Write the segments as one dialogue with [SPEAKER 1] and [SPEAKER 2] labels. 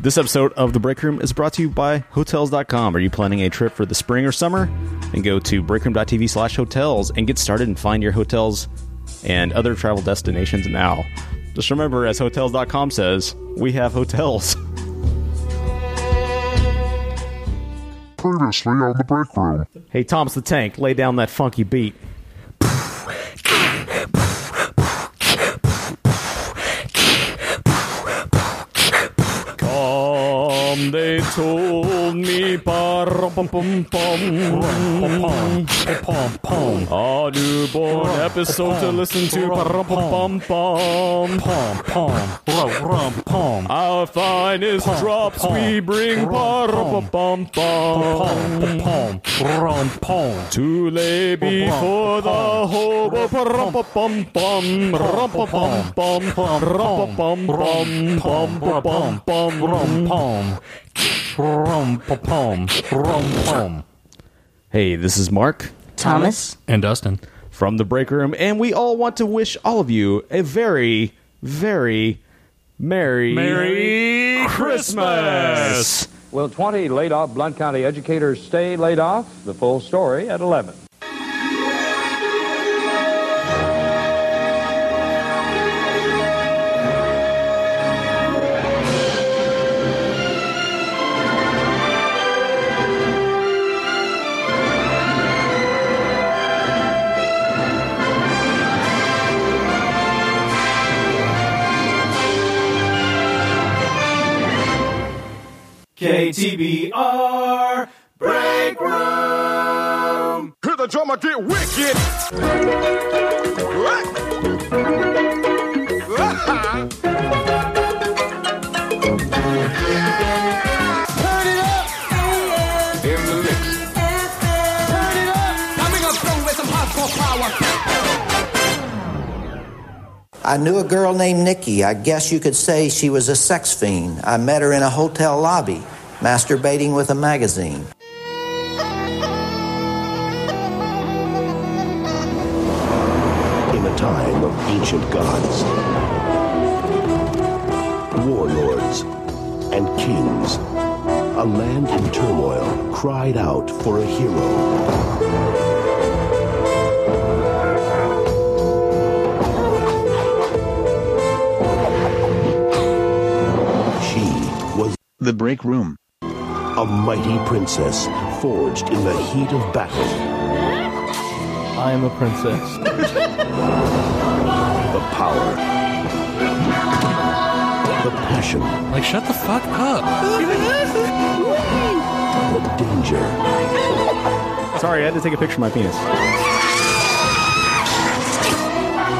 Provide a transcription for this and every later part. [SPEAKER 1] This episode of The Break Room is brought to you by Hotels.com. Are you planning a trip for the spring or summer? Then go to breakroom.tv slash hotels and get started and find your hotels and other travel destinations now. Just remember, as Hotels.com says, we have hotels.
[SPEAKER 2] Previously on the break room.
[SPEAKER 1] Hey, Thomas the Tank, lay down that funky beat. Come, they told me, pa-rum-pum-pum-pum. A newborn episode to listen to, pa-rum-pum-pum. Our finest drops we bring, pa-rum-pum-pum. Too late before the hobo pum pum pum rum pum pum pum rum pum pum pum pum pum rum. Hey, this is Mark
[SPEAKER 3] Thomas.
[SPEAKER 4] And Dustin.
[SPEAKER 1] from the break room, and we all want to wish all of you a very, very merry,
[SPEAKER 4] Merry Christmas!
[SPEAKER 5] Will 20 laid off Blunt County educators stay laid off? The full story at 11.
[SPEAKER 6] KTBR Break Room.
[SPEAKER 2] Hear the drummer get wicked.
[SPEAKER 7] I knew a girl named Nikki. I guess you could say she was a sex fiend. I met her in a hotel lobby, masturbating with a magazine.
[SPEAKER 8] in a time of ancient gods, warlords, and kings. A land in turmoil cried out for a hero. She was
[SPEAKER 9] The Break Room.
[SPEAKER 8] a mighty princess forged in the heat of battle.
[SPEAKER 4] I am a princess.
[SPEAKER 8] The power. The passion.
[SPEAKER 4] Like, shut the fuck up.
[SPEAKER 8] The danger.
[SPEAKER 1] Sorry, I had to take a picture of my penis.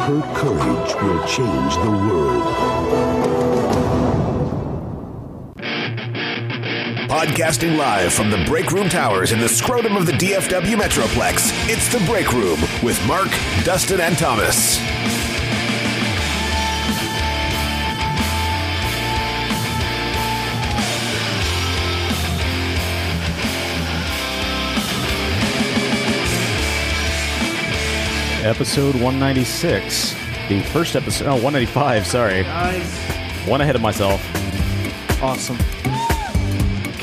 [SPEAKER 8] Her courage will change the world.
[SPEAKER 9] Podcasting live from the Break Room Towers in the scrotum of the DFW Metroplex. It's the Break Room with Mark, Dustin, and Thomas.
[SPEAKER 1] Episode 196. The first episode, oh, 195, sorry. One ahead of myself.
[SPEAKER 6] Awesome.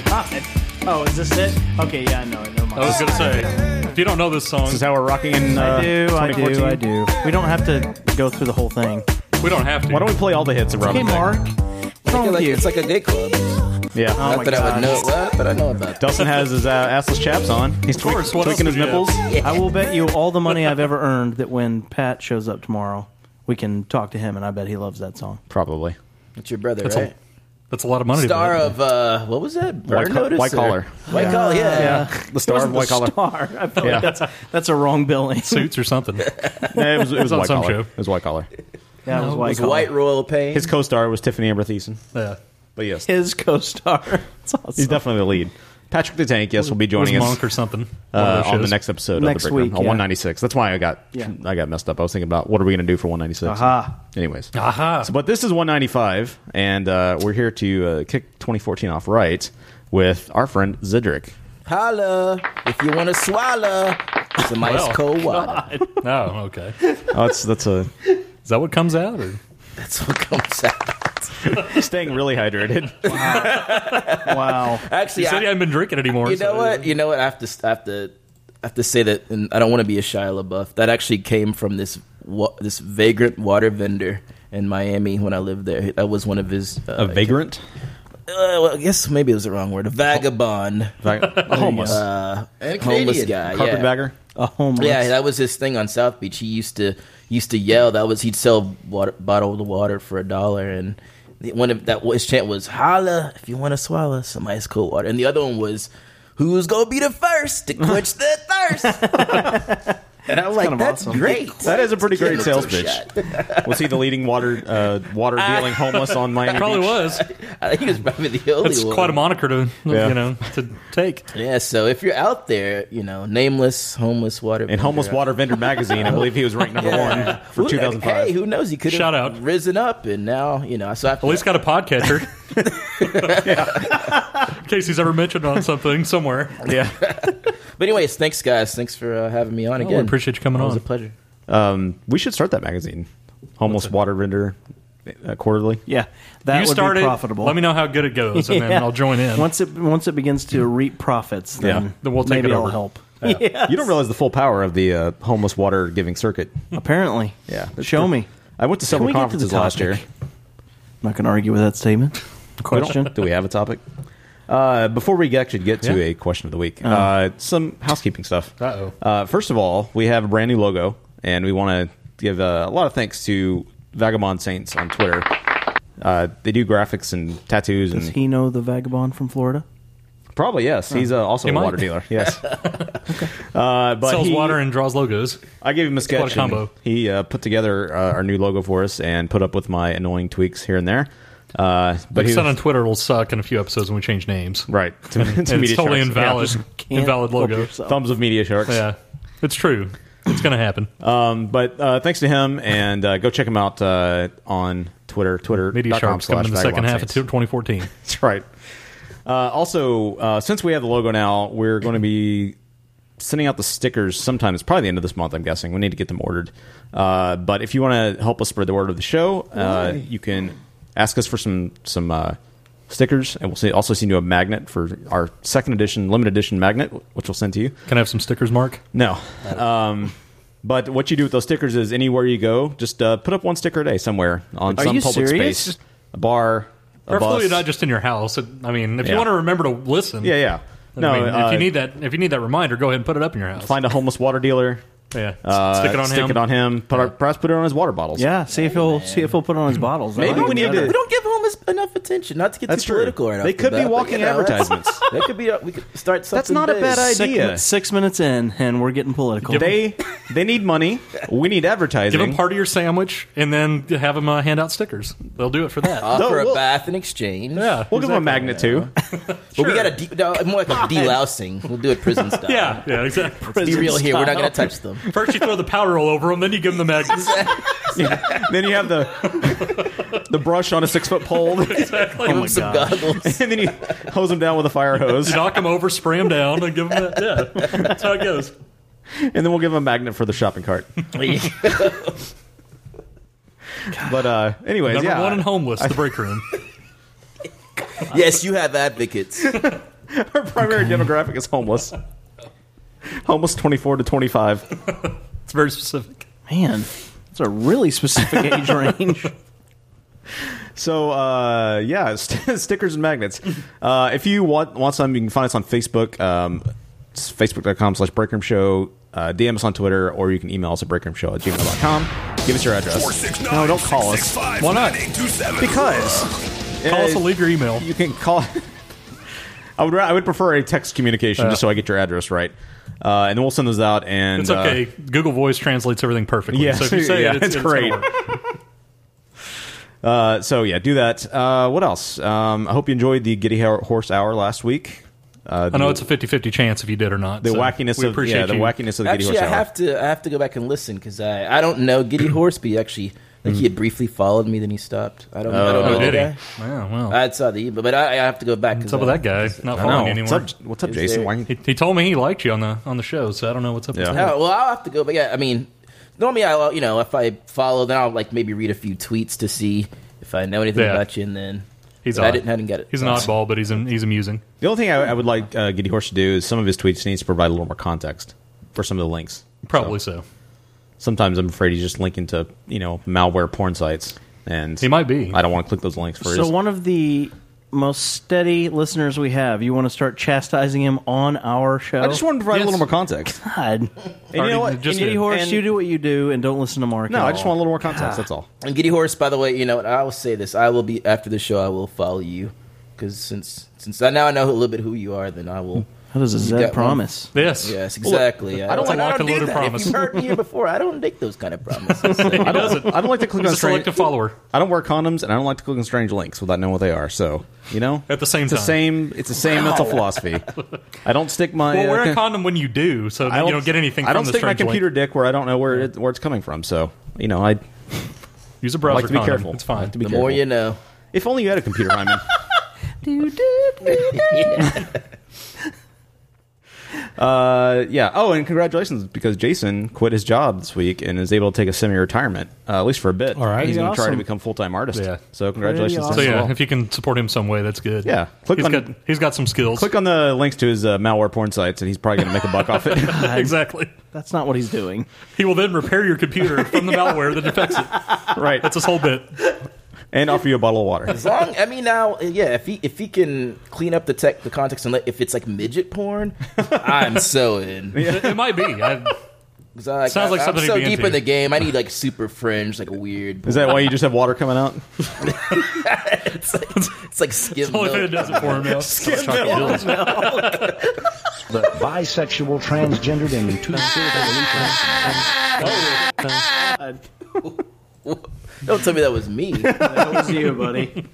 [SPEAKER 6] God. Oh, is this it? Okay, yeah, no, never mind.
[SPEAKER 4] I was gonna say, if you don't know this song,
[SPEAKER 1] This is how we're rocking in uh,
[SPEAKER 6] I do, I do,
[SPEAKER 1] 2014.
[SPEAKER 6] I do. We don't have to go through the whole thing.
[SPEAKER 4] we don't have to.
[SPEAKER 1] Why don't we play all the hits of Robin?
[SPEAKER 6] Hey, Mark. What's wrong with you?
[SPEAKER 10] It's like a gay club.
[SPEAKER 1] Yeah.
[SPEAKER 6] Oh my
[SPEAKER 10] Not that I
[SPEAKER 6] God.
[SPEAKER 10] would know it well, but I know about it.
[SPEAKER 1] Dustin has his uh, assless chaps on. He's twe-
[SPEAKER 4] course, what
[SPEAKER 1] tweaking
[SPEAKER 4] else
[SPEAKER 1] his
[SPEAKER 4] would you
[SPEAKER 1] nipples.
[SPEAKER 6] I will bet you all the money I've ever earned that when Pat shows up tomorrow, we can talk to him, and I bet he loves that song.
[SPEAKER 1] Probably.
[SPEAKER 10] It's your brother,
[SPEAKER 4] a-
[SPEAKER 10] right?
[SPEAKER 4] That's a lot of money. to
[SPEAKER 10] Star
[SPEAKER 4] pay.
[SPEAKER 10] of uh, what was that? Burn
[SPEAKER 1] White co-
[SPEAKER 10] Notice
[SPEAKER 1] White
[SPEAKER 10] or-
[SPEAKER 1] Collar.
[SPEAKER 10] White collar, yeah.
[SPEAKER 1] The star of White Collar.
[SPEAKER 6] Star. I feel
[SPEAKER 1] Yeah.
[SPEAKER 6] like that's that's a wrong billing.
[SPEAKER 4] suits or something.
[SPEAKER 1] Nah, it was, it was
[SPEAKER 4] on
[SPEAKER 1] White
[SPEAKER 4] some
[SPEAKER 1] Collar.
[SPEAKER 4] show.
[SPEAKER 1] It was White Collar.
[SPEAKER 6] Yeah, it was
[SPEAKER 10] It
[SPEAKER 6] White
[SPEAKER 10] was
[SPEAKER 6] Collar.
[SPEAKER 10] White Royal Pain.
[SPEAKER 1] His co-star was Tiffany Amber Thiessen.
[SPEAKER 4] yeah.
[SPEAKER 1] But yes,
[SPEAKER 6] His co-star. It's awesome.
[SPEAKER 1] he's definitely the lead. Patrick the Tank, yes, will be
[SPEAKER 4] It was
[SPEAKER 1] joining us
[SPEAKER 4] Monk or something. One
[SPEAKER 1] uh,
[SPEAKER 4] of those
[SPEAKER 1] on the
[SPEAKER 4] shows.
[SPEAKER 1] next episode
[SPEAKER 6] Next
[SPEAKER 1] of the Break Room,
[SPEAKER 6] week,
[SPEAKER 1] on
[SPEAKER 6] yeah.
[SPEAKER 1] 196. That's why I got
[SPEAKER 6] Yeah.
[SPEAKER 1] I got messed up. I was thinking about what are we going to do for 196.
[SPEAKER 6] Aha.
[SPEAKER 1] Anyways,
[SPEAKER 4] Aha.
[SPEAKER 1] So, but this is 195, and uh, we're here to uh, kick 2014 off right with our friend Zidric.
[SPEAKER 10] Holla if you want to swallow some ice
[SPEAKER 4] Well.
[SPEAKER 10] cold water.
[SPEAKER 4] Oh, okay. Is
[SPEAKER 1] Oh, that's that's a
[SPEAKER 4] that what comes out? Or?
[SPEAKER 10] That's what comes out.
[SPEAKER 1] Staying really hydrated.
[SPEAKER 6] Wow.
[SPEAKER 3] You
[SPEAKER 10] Actually,
[SPEAKER 3] said you
[SPEAKER 10] I,
[SPEAKER 3] haven't been drinking anymore.
[SPEAKER 10] you know
[SPEAKER 3] so-
[SPEAKER 10] what? You know what? I have to. I have to. I have to say that, and I don't want to be a Shia LaBeouf. That actually came from this wa- this vagrant water vendor in Miami when I lived there. That was one of his uh,
[SPEAKER 1] A vagrant?
[SPEAKER 10] Uh, well, I guess maybe it was the wrong word. A vagabond,
[SPEAKER 1] A homeless.
[SPEAKER 10] a
[SPEAKER 6] Uh,
[SPEAKER 10] homeless guy, yeah.
[SPEAKER 1] Carpetbagger?
[SPEAKER 6] A homeless.
[SPEAKER 10] Yeah, that was his thing on South Beach. He used to used to yell. That was he'd sell water, bottled water for a dollar, and the- one of that his chant was "Holla if you want to swallow some ice cold water," and the other one was "Who's gonna be the first to quench the thirst?" and I'm like,
[SPEAKER 6] kind of
[SPEAKER 10] "That's
[SPEAKER 6] awesome.
[SPEAKER 10] great.
[SPEAKER 1] That is a pretty great
[SPEAKER 10] Give it
[SPEAKER 1] sales
[SPEAKER 10] a
[SPEAKER 1] pitch.
[SPEAKER 10] shot.
[SPEAKER 1] Was he the leading water uh, water dealing homeless on Miami?
[SPEAKER 3] Ah. Probably
[SPEAKER 1] Beach?
[SPEAKER 3] was.
[SPEAKER 10] I think he was probably the only
[SPEAKER 3] That's
[SPEAKER 10] one.
[SPEAKER 3] quite a moniker to
[SPEAKER 1] Yeah.
[SPEAKER 3] you know to take.
[SPEAKER 10] Yeah, so if you're out there, you know, nameless homeless water
[SPEAKER 1] In Homeless Water Vendor Magazine, I believe he was ranked number one for
[SPEAKER 10] Who-
[SPEAKER 1] 2005.
[SPEAKER 10] Hey, who knows? He could
[SPEAKER 3] Shout
[SPEAKER 10] have
[SPEAKER 3] out.
[SPEAKER 10] risen up, and now you know. So I
[SPEAKER 3] At least got a podcatcher. In case he's ever mentioned on something somewhere.
[SPEAKER 1] yeah.
[SPEAKER 10] But anyways, thanks guys. Thanks for uh, having me on
[SPEAKER 3] we
[SPEAKER 10] again.
[SPEAKER 3] appreciate you coming
[SPEAKER 10] It was
[SPEAKER 3] on.
[SPEAKER 10] a pleasure.
[SPEAKER 1] Um, we should start that magazine, Homeless Water Vendor uh, Quarterly.
[SPEAKER 6] Yeah, that
[SPEAKER 3] you
[SPEAKER 6] would
[SPEAKER 3] start
[SPEAKER 6] be
[SPEAKER 3] it.
[SPEAKER 6] profitable.
[SPEAKER 3] Let me know how good it goes, and then
[SPEAKER 6] Yeah.
[SPEAKER 3] I'll join in.
[SPEAKER 6] Once it once it begins to reap profits, then,
[SPEAKER 1] Yeah.
[SPEAKER 3] Then we'll take
[SPEAKER 6] maybe
[SPEAKER 3] it
[SPEAKER 6] it'll
[SPEAKER 3] over.
[SPEAKER 6] help.
[SPEAKER 1] You don't realize the full power of the uh, homeless water giving circuit.
[SPEAKER 6] Apparently,
[SPEAKER 1] Yeah.
[SPEAKER 6] Show me.
[SPEAKER 1] I went to several
[SPEAKER 6] we get to the
[SPEAKER 1] conferences last year.
[SPEAKER 6] topic? I'm not going to argue with that statement.
[SPEAKER 1] We don't-
[SPEAKER 6] Question.
[SPEAKER 1] Do we have a topic? Uh, before we actually get to
[SPEAKER 3] Yeah. Uh-huh.
[SPEAKER 1] a question of the week, uh, some housekeeping stuff.
[SPEAKER 3] Uh-oh.
[SPEAKER 1] Uh, first of all, we have a brand new logo, and we want to give uh, a lot of thanks to Vagabond Saints on Twitter. Uh, they do graphics and tattoos,
[SPEAKER 6] Does
[SPEAKER 1] and
[SPEAKER 6] he know the vagabond from Florida?
[SPEAKER 1] probably yes, he's uh, also
[SPEAKER 3] He
[SPEAKER 1] a
[SPEAKER 3] might.
[SPEAKER 1] water dealer. Yes, uh, but
[SPEAKER 3] Sells
[SPEAKER 1] he-
[SPEAKER 3] water and draws logos.
[SPEAKER 1] I gave him a sketch.
[SPEAKER 3] quite a
[SPEAKER 1] and
[SPEAKER 3] combo.
[SPEAKER 1] He uh, put together uh, our new logo for us and put up with my annoying tweaks here and there. Uh, but
[SPEAKER 3] But
[SPEAKER 1] he
[SPEAKER 3] he said
[SPEAKER 1] was-
[SPEAKER 3] on Twitter it'll suck in a few episodes when we change names.
[SPEAKER 1] right to, to
[SPEAKER 3] And it's
[SPEAKER 1] Media
[SPEAKER 3] totally
[SPEAKER 1] Sharks. Yeah,
[SPEAKER 3] invalid.
[SPEAKER 1] just
[SPEAKER 6] Can't
[SPEAKER 3] invalid
[SPEAKER 6] help
[SPEAKER 3] logo.
[SPEAKER 6] yourself.
[SPEAKER 1] thumbs of media sharks.
[SPEAKER 3] Yeah. It's true. It's gonna happen.
[SPEAKER 1] But uh, thanks to him, and uh, go check him out uh, on Twitter. Twitter.
[SPEAKER 3] Media Sharks coming in the second half of 2014.
[SPEAKER 1] That's right. Uh, also, uh, since we have the logo now, we're going to be sending out the stickers sometime. It's probably the end of this month, I'm guessing. We need to get them ordered. Uh, but if you want to help us spread the word of the show, uh, you can ask us for some some uh, stickers, and we'll see, also send you a magnet for our second edition, limited edition magnet, which we'll send to you.
[SPEAKER 3] Can I have some stickers, Mark?
[SPEAKER 1] No. Um, but what you do with those stickers is anywhere you go, just uh, put up one sticker a day somewhere on
[SPEAKER 6] Are
[SPEAKER 1] some
[SPEAKER 6] you
[SPEAKER 1] public
[SPEAKER 6] serious?
[SPEAKER 1] space, a bar, a
[SPEAKER 3] Preferably
[SPEAKER 1] bus.
[SPEAKER 3] not just in your house. It- I mean, if
[SPEAKER 1] Yeah.
[SPEAKER 3] you want to remember to listen.
[SPEAKER 1] yeah, yeah. No,
[SPEAKER 3] No, I mean,
[SPEAKER 1] uh,
[SPEAKER 3] if you need that, if you need that reminder, go ahead and put it up in your house.
[SPEAKER 1] find a homeless water dealer.
[SPEAKER 3] yeah,
[SPEAKER 1] uh,
[SPEAKER 3] stick it on him.
[SPEAKER 1] Put our, perhaps put it on his water bottles.
[SPEAKER 6] Yeah, see if he'll see if he'll put it on his bottles. uh, That
[SPEAKER 1] Maybe
[SPEAKER 6] might
[SPEAKER 1] we
[SPEAKER 6] be
[SPEAKER 1] need
[SPEAKER 6] better.
[SPEAKER 1] to-
[SPEAKER 10] We don't give homeless enough attention. Not to get
[SPEAKER 1] That's
[SPEAKER 10] too
[SPEAKER 1] true.
[SPEAKER 10] political right
[SPEAKER 1] They
[SPEAKER 10] off the
[SPEAKER 1] could be
[SPEAKER 10] bat, but,
[SPEAKER 1] walking
[SPEAKER 10] you know, that's-
[SPEAKER 1] advertisements.
[SPEAKER 10] that could be. A, we could start
[SPEAKER 1] That's
[SPEAKER 10] something.
[SPEAKER 1] not a
[SPEAKER 10] big.
[SPEAKER 1] bad
[SPEAKER 6] Six,
[SPEAKER 1] idea.
[SPEAKER 6] mi- six minutes in, and we're getting political.
[SPEAKER 1] They they need money. We need advertising.
[SPEAKER 3] Give them part of your sandwich, and then have them uh, hand out stickers. They'll do it for that.
[SPEAKER 10] Offer
[SPEAKER 1] No,
[SPEAKER 10] a
[SPEAKER 1] we'll-
[SPEAKER 10] bath in exchange.
[SPEAKER 3] yeah,
[SPEAKER 1] we'll give them a magnet too.
[SPEAKER 10] but we got a de- no, more like a delousing. We'll do it prison style.
[SPEAKER 3] yeah, yeah, exactly.
[SPEAKER 10] be real here. We're not gonna touch them.
[SPEAKER 3] First you throw the powder all over them, then you give them the magnet.
[SPEAKER 1] then you have the the brush on a six foot pole, and
[SPEAKER 6] Oh
[SPEAKER 3] Exactly.
[SPEAKER 10] Give them some goggles.
[SPEAKER 1] then you hose them down with a fire hose,
[SPEAKER 3] You knock them over, spray them down, and give them that. Yeah, that's how it goes.
[SPEAKER 1] and then we'll give them a magnet for the shopping cart. But uh, anyways,
[SPEAKER 3] Number
[SPEAKER 1] yeah,
[SPEAKER 3] one and homeless, the break room.
[SPEAKER 10] yes, you have advocates.
[SPEAKER 1] our primary demographic is homeless. Homeless twenty four to twenty five.
[SPEAKER 3] It's very specific.
[SPEAKER 6] Man, it's a really specific age range.
[SPEAKER 1] So uh, yeah, st- stickers and magnets. Uh, if you want want some, you can find us on Facebook, um, it's facebook.com slash breakroom show. Uh, DM us on Twitter, or you can email us at breakroomshow at gmail.com. Give us your address. No, don't call us.
[SPEAKER 3] Why not?
[SPEAKER 1] Because
[SPEAKER 3] Call us
[SPEAKER 1] uh,
[SPEAKER 3] or leave your email.
[SPEAKER 1] you can call. I would ra- I would prefer a text communication
[SPEAKER 3] Yeah.
[SPEAKER 1] just so I get your address right, uh, and then we'll send those out. And
[SPEAKER 3] It's
[SPEAKER 1] uh,
[SPEAKER 3] okay. Google Voice translates everything perfectly.
[SPEAKER 1] Yeah,
[SPEAKER 3] so if you say
[SPEAKER 1] yeah,
[SPEAKER 3] it, it's,
[SPEAKER 1] it's
[SPEAKER 3] it's gonna
[SPEAKER 1] great.
[SPEAKER 3] work.
[SPEAKER 1] Uh, so yeah, do that. Uh, what else? Um, I hope you enjoyed the Giddy Ho- Horse Hour last week. Uh,
[SPEAKER 3] I know
[SPEAKER 1] the-
[SPEAKER 3] it's a 50-50 chance if you did or not.
[SPEAKER 1] the
[SPEAKER 3] so
[SPEAKER 1] wackiness
[SPEAKER 3] we
[SPEAKER 1] of
[SPEAKER 3] appreciate
[SPEAKER 1] yeah, the
[SPEAKER 3] you.
[SPEAKER 1] wackiness of the Giddy
[SPEAKER 10] actually,
[SPEAKER 1] Horse
[SPEAKER 10] I
[SPEAKER 1] Hour.
[SPEAKER 10] have to. I have to go back and listen because I. I don't know.
[SPEAKER 3] Mm.
[SPEAKER 10] Giddy Horseby actually. Like he had briefly followed me, then he stopped. I don't. I don't know.
[SPEAKER 3] Oh,
[SPEAKER 10] the
[SPEAKER 3] did
[SPEAKER 10] guy.
[SPEAKER 3] he? Wow, wow.
[SPEAKER 10] I saw the email, but I, I have to go back.
[SPEAKER 3] what's up with that guy? Not following
[SPEAKER 1] What's
[SPEAKER 3] anymore.
[SPEAKER 1] up, what's up
[SPEAKER 10] Is
[SPEAKER 1] Jason?
[SPEAKER 10] there-
[SPEAKER 1] Why-
[SPEAKER 3] He, he told me he liked you on the on the show, so I don't know what's up
[SPEAKER 1] Yeah.
[SPEAKER 3] with that.
[SPEAKER 10] Oh, well, I'll have to go. But yeah, I mean, normally I'll you know if I follow, then I'll like maybe read a few tweets to see if if I know anything
[SPEAKER 3] Yeah.
[SPEAKER 10] about you, and then
[SPEAKER 3] He's
[SPEAKER 10] but I
[SPEAKER 3] odd.
[SPEAKER 10] didn't, I didn't get it.
[SPEAKER 3] He's an oddball, but he's an, he's amusing.
[SPEAKER 1] The only thing I, I would like uh, Giddy Horse to do is some of his tweets needs to provide a little more context for some of the links.
[SPEAKER 3] Probably
[SPEAKER 1] So,
[SPEAKER 3] so.
[SPEAKER 1] sometimes I'm afraid he's just linking to you know malware porn sites, and
[SPEAKER 3] He might be.
[SPEAKER 1] I don't want to click those links for
[SPEAKER 6] So
[SPEAKER 1] his.
[SPEAKER 6] one of the most steady listeners we have, you want to start chastising him on our show?
[SPEAKER 1] I just want to provide a
[SPEAKER 3] Yes.
[SPEAKER 1] little more context.
[SPEAKER 6] God.
[SPEAKER 1] And you know what?
[SPEAKER 3] Just
[SPEAKER 1] And-
[SPEAKER 3] did.
[SPEAKER 6] Horse,
[SPEAKER 1] and-
[SPEAKER 6] you do what you do, and don't listen to Mark.
[SPEAKER 1] No,
[SPEAKER 6] at
[SPEAKER 1] I just
[SPEAKER 6] all.
[SPEAKER 1] want a little more context. That's all.
[SPEAKER 10] And Giddy Horse, by the way, you know, and I will say this: I will be after the show. I will follow you because since since I now I know a little bit who you are, then I will.
[SPEAKER 6] How does a
[SPEAKER 10] got
[SPEAKER 6] Zed
[SPEAKER 10] one.
[SPEAKER 6] promise?
[SPEAKER 3] Yes.
[SPEAKER 10] Yes, exactly.
[SPEAKER 1] I don't
[SPEAKER 3] like- I don't do that. If you've
[SPEAKER 10] If you've heard me here before, I don't make those kind of promises.
[SPEAKER 1] I don't. I don't like to click
[SPEAKER 3] He's
[SPEAKER 1] on
[SPEAKER 3] a
[SPEAKER 1] strange.
[SPEAKER 3] selective follower.
[SPEAKER 1] I don't wear condoms, and I don't like to click on strange links without knowing what they are. So you know,
[SPEAKER 3] At the same
[SPEAKER 1] it's the
[SPEAKER 3] time.
[SPEAKER 1] same. It's the same mental philosophy. I don't stick my.
[SPEAKER 3] Well,
[SPEAKER 1] uh,
[SPEAKER 3] wear
[SPEAKER 1] con-
[SPEAKER 3] a condom when you do, so that
[SPEAKER 1] I
[SPEAKER 3] you don't get anything.
[SPEAKER 1] I don't
[SPEAKER 3] from
[SPEAKER 1] stick
[SPEAKER 3] the
[SPEAKER 1] my
[SPEAKER 3] strange link.
[SPEAKER 1] computer dick where I don't know where it, where it's coming from. So you know, I
[SPEAKER 3] Use a browser
[SPEAKER 1] like to be
[SPEAKER 3] condom.
[SPEAKER 1] careful.
[SPEAKER 3] It's fine.
[SPEAKER 1] Like to be
[SPEAKER 10] the
[SPEAKER 1] careful.
[SPEAKER 10] more you know.
[SPEAKER 1] If only you had a computer, Hyman. uh, yeah. Oh, and congratulations because Jason quit his job this week and is able to take a semi-retirement, uh, at least for a bit. All
[SPEAKER 3] right.
[SPEAKER 1] He's going to try
[SPEAKER 3] Awesome.
[SPEAKER 1] to become full-time artist.
[SPEAKER 3] Yeah.
[SPEAKER 1] So congratulations.
[SPEAKER 3] so
[SPEAKER 6] Pretty
[SPEAKER 1] to him as
[SPEAKER 3] yeah,
[SPEAKER 1] well.
[SPEAKER 3] if you can support him some way, that's good.
[SPEAKER 1] Yeah.
[SPEAKER 3] Click
[SPEAKER 1] Click
[SPEAKER 3] he's
[SPEAKER 1] on-
[SPEAKER 3] got he's got some skills.
[SPEAKER 1] Click on the links to his uh, malware porn sites, and he's probably going to make a buck off it.
[SPEAKER 3] exactly.
[SPEAKER 6] That's not what he's doing.
[SPEAKER 3] He will then repair your computer from the malware that affects it.
[SPEAKER 1] right.
[SPEAKER 3] That's his whole bit.
[SPEAKER 1] And offer you a bottle of water.
[SPEAKER 10] As long, I mean, now, yeah, if he if he can clean up the tech, the context, and let, if it's like midget porn, I'm so in.
[SPEAKER 3] It, it might be. I,
[SPEAKER 10] 'Cause I,
[SPEAKER 3] Sounds like
[SPEAKER 10] I,
[SPEAKER 3] something
[SPEAKER 10] I'm
[SPEAKER 3] he'd
[SPEAKER 10] so
[SPEAKER 3] be
[SPEAKER 10] deep
[SPEAKER 3] into.
[SPEAKER 10] in the game. I need like super fringe, like a weird.
[SPEAKER 1] Is that why you just have water coming out?
[SPEAKER 10] it's like, it's like skim
[SPEAKER 3] only thing that
[SPEAKER 10] milk.
[SPEAKER 3] does Oh, it for him now. Chocolate milk.
[SPEAKER 11] The bisexual, transgendered, and two-spirit evolution.
[SPEAKER 10] Don't tell me that was me.
[SPEAKER 6] That was you, buddy.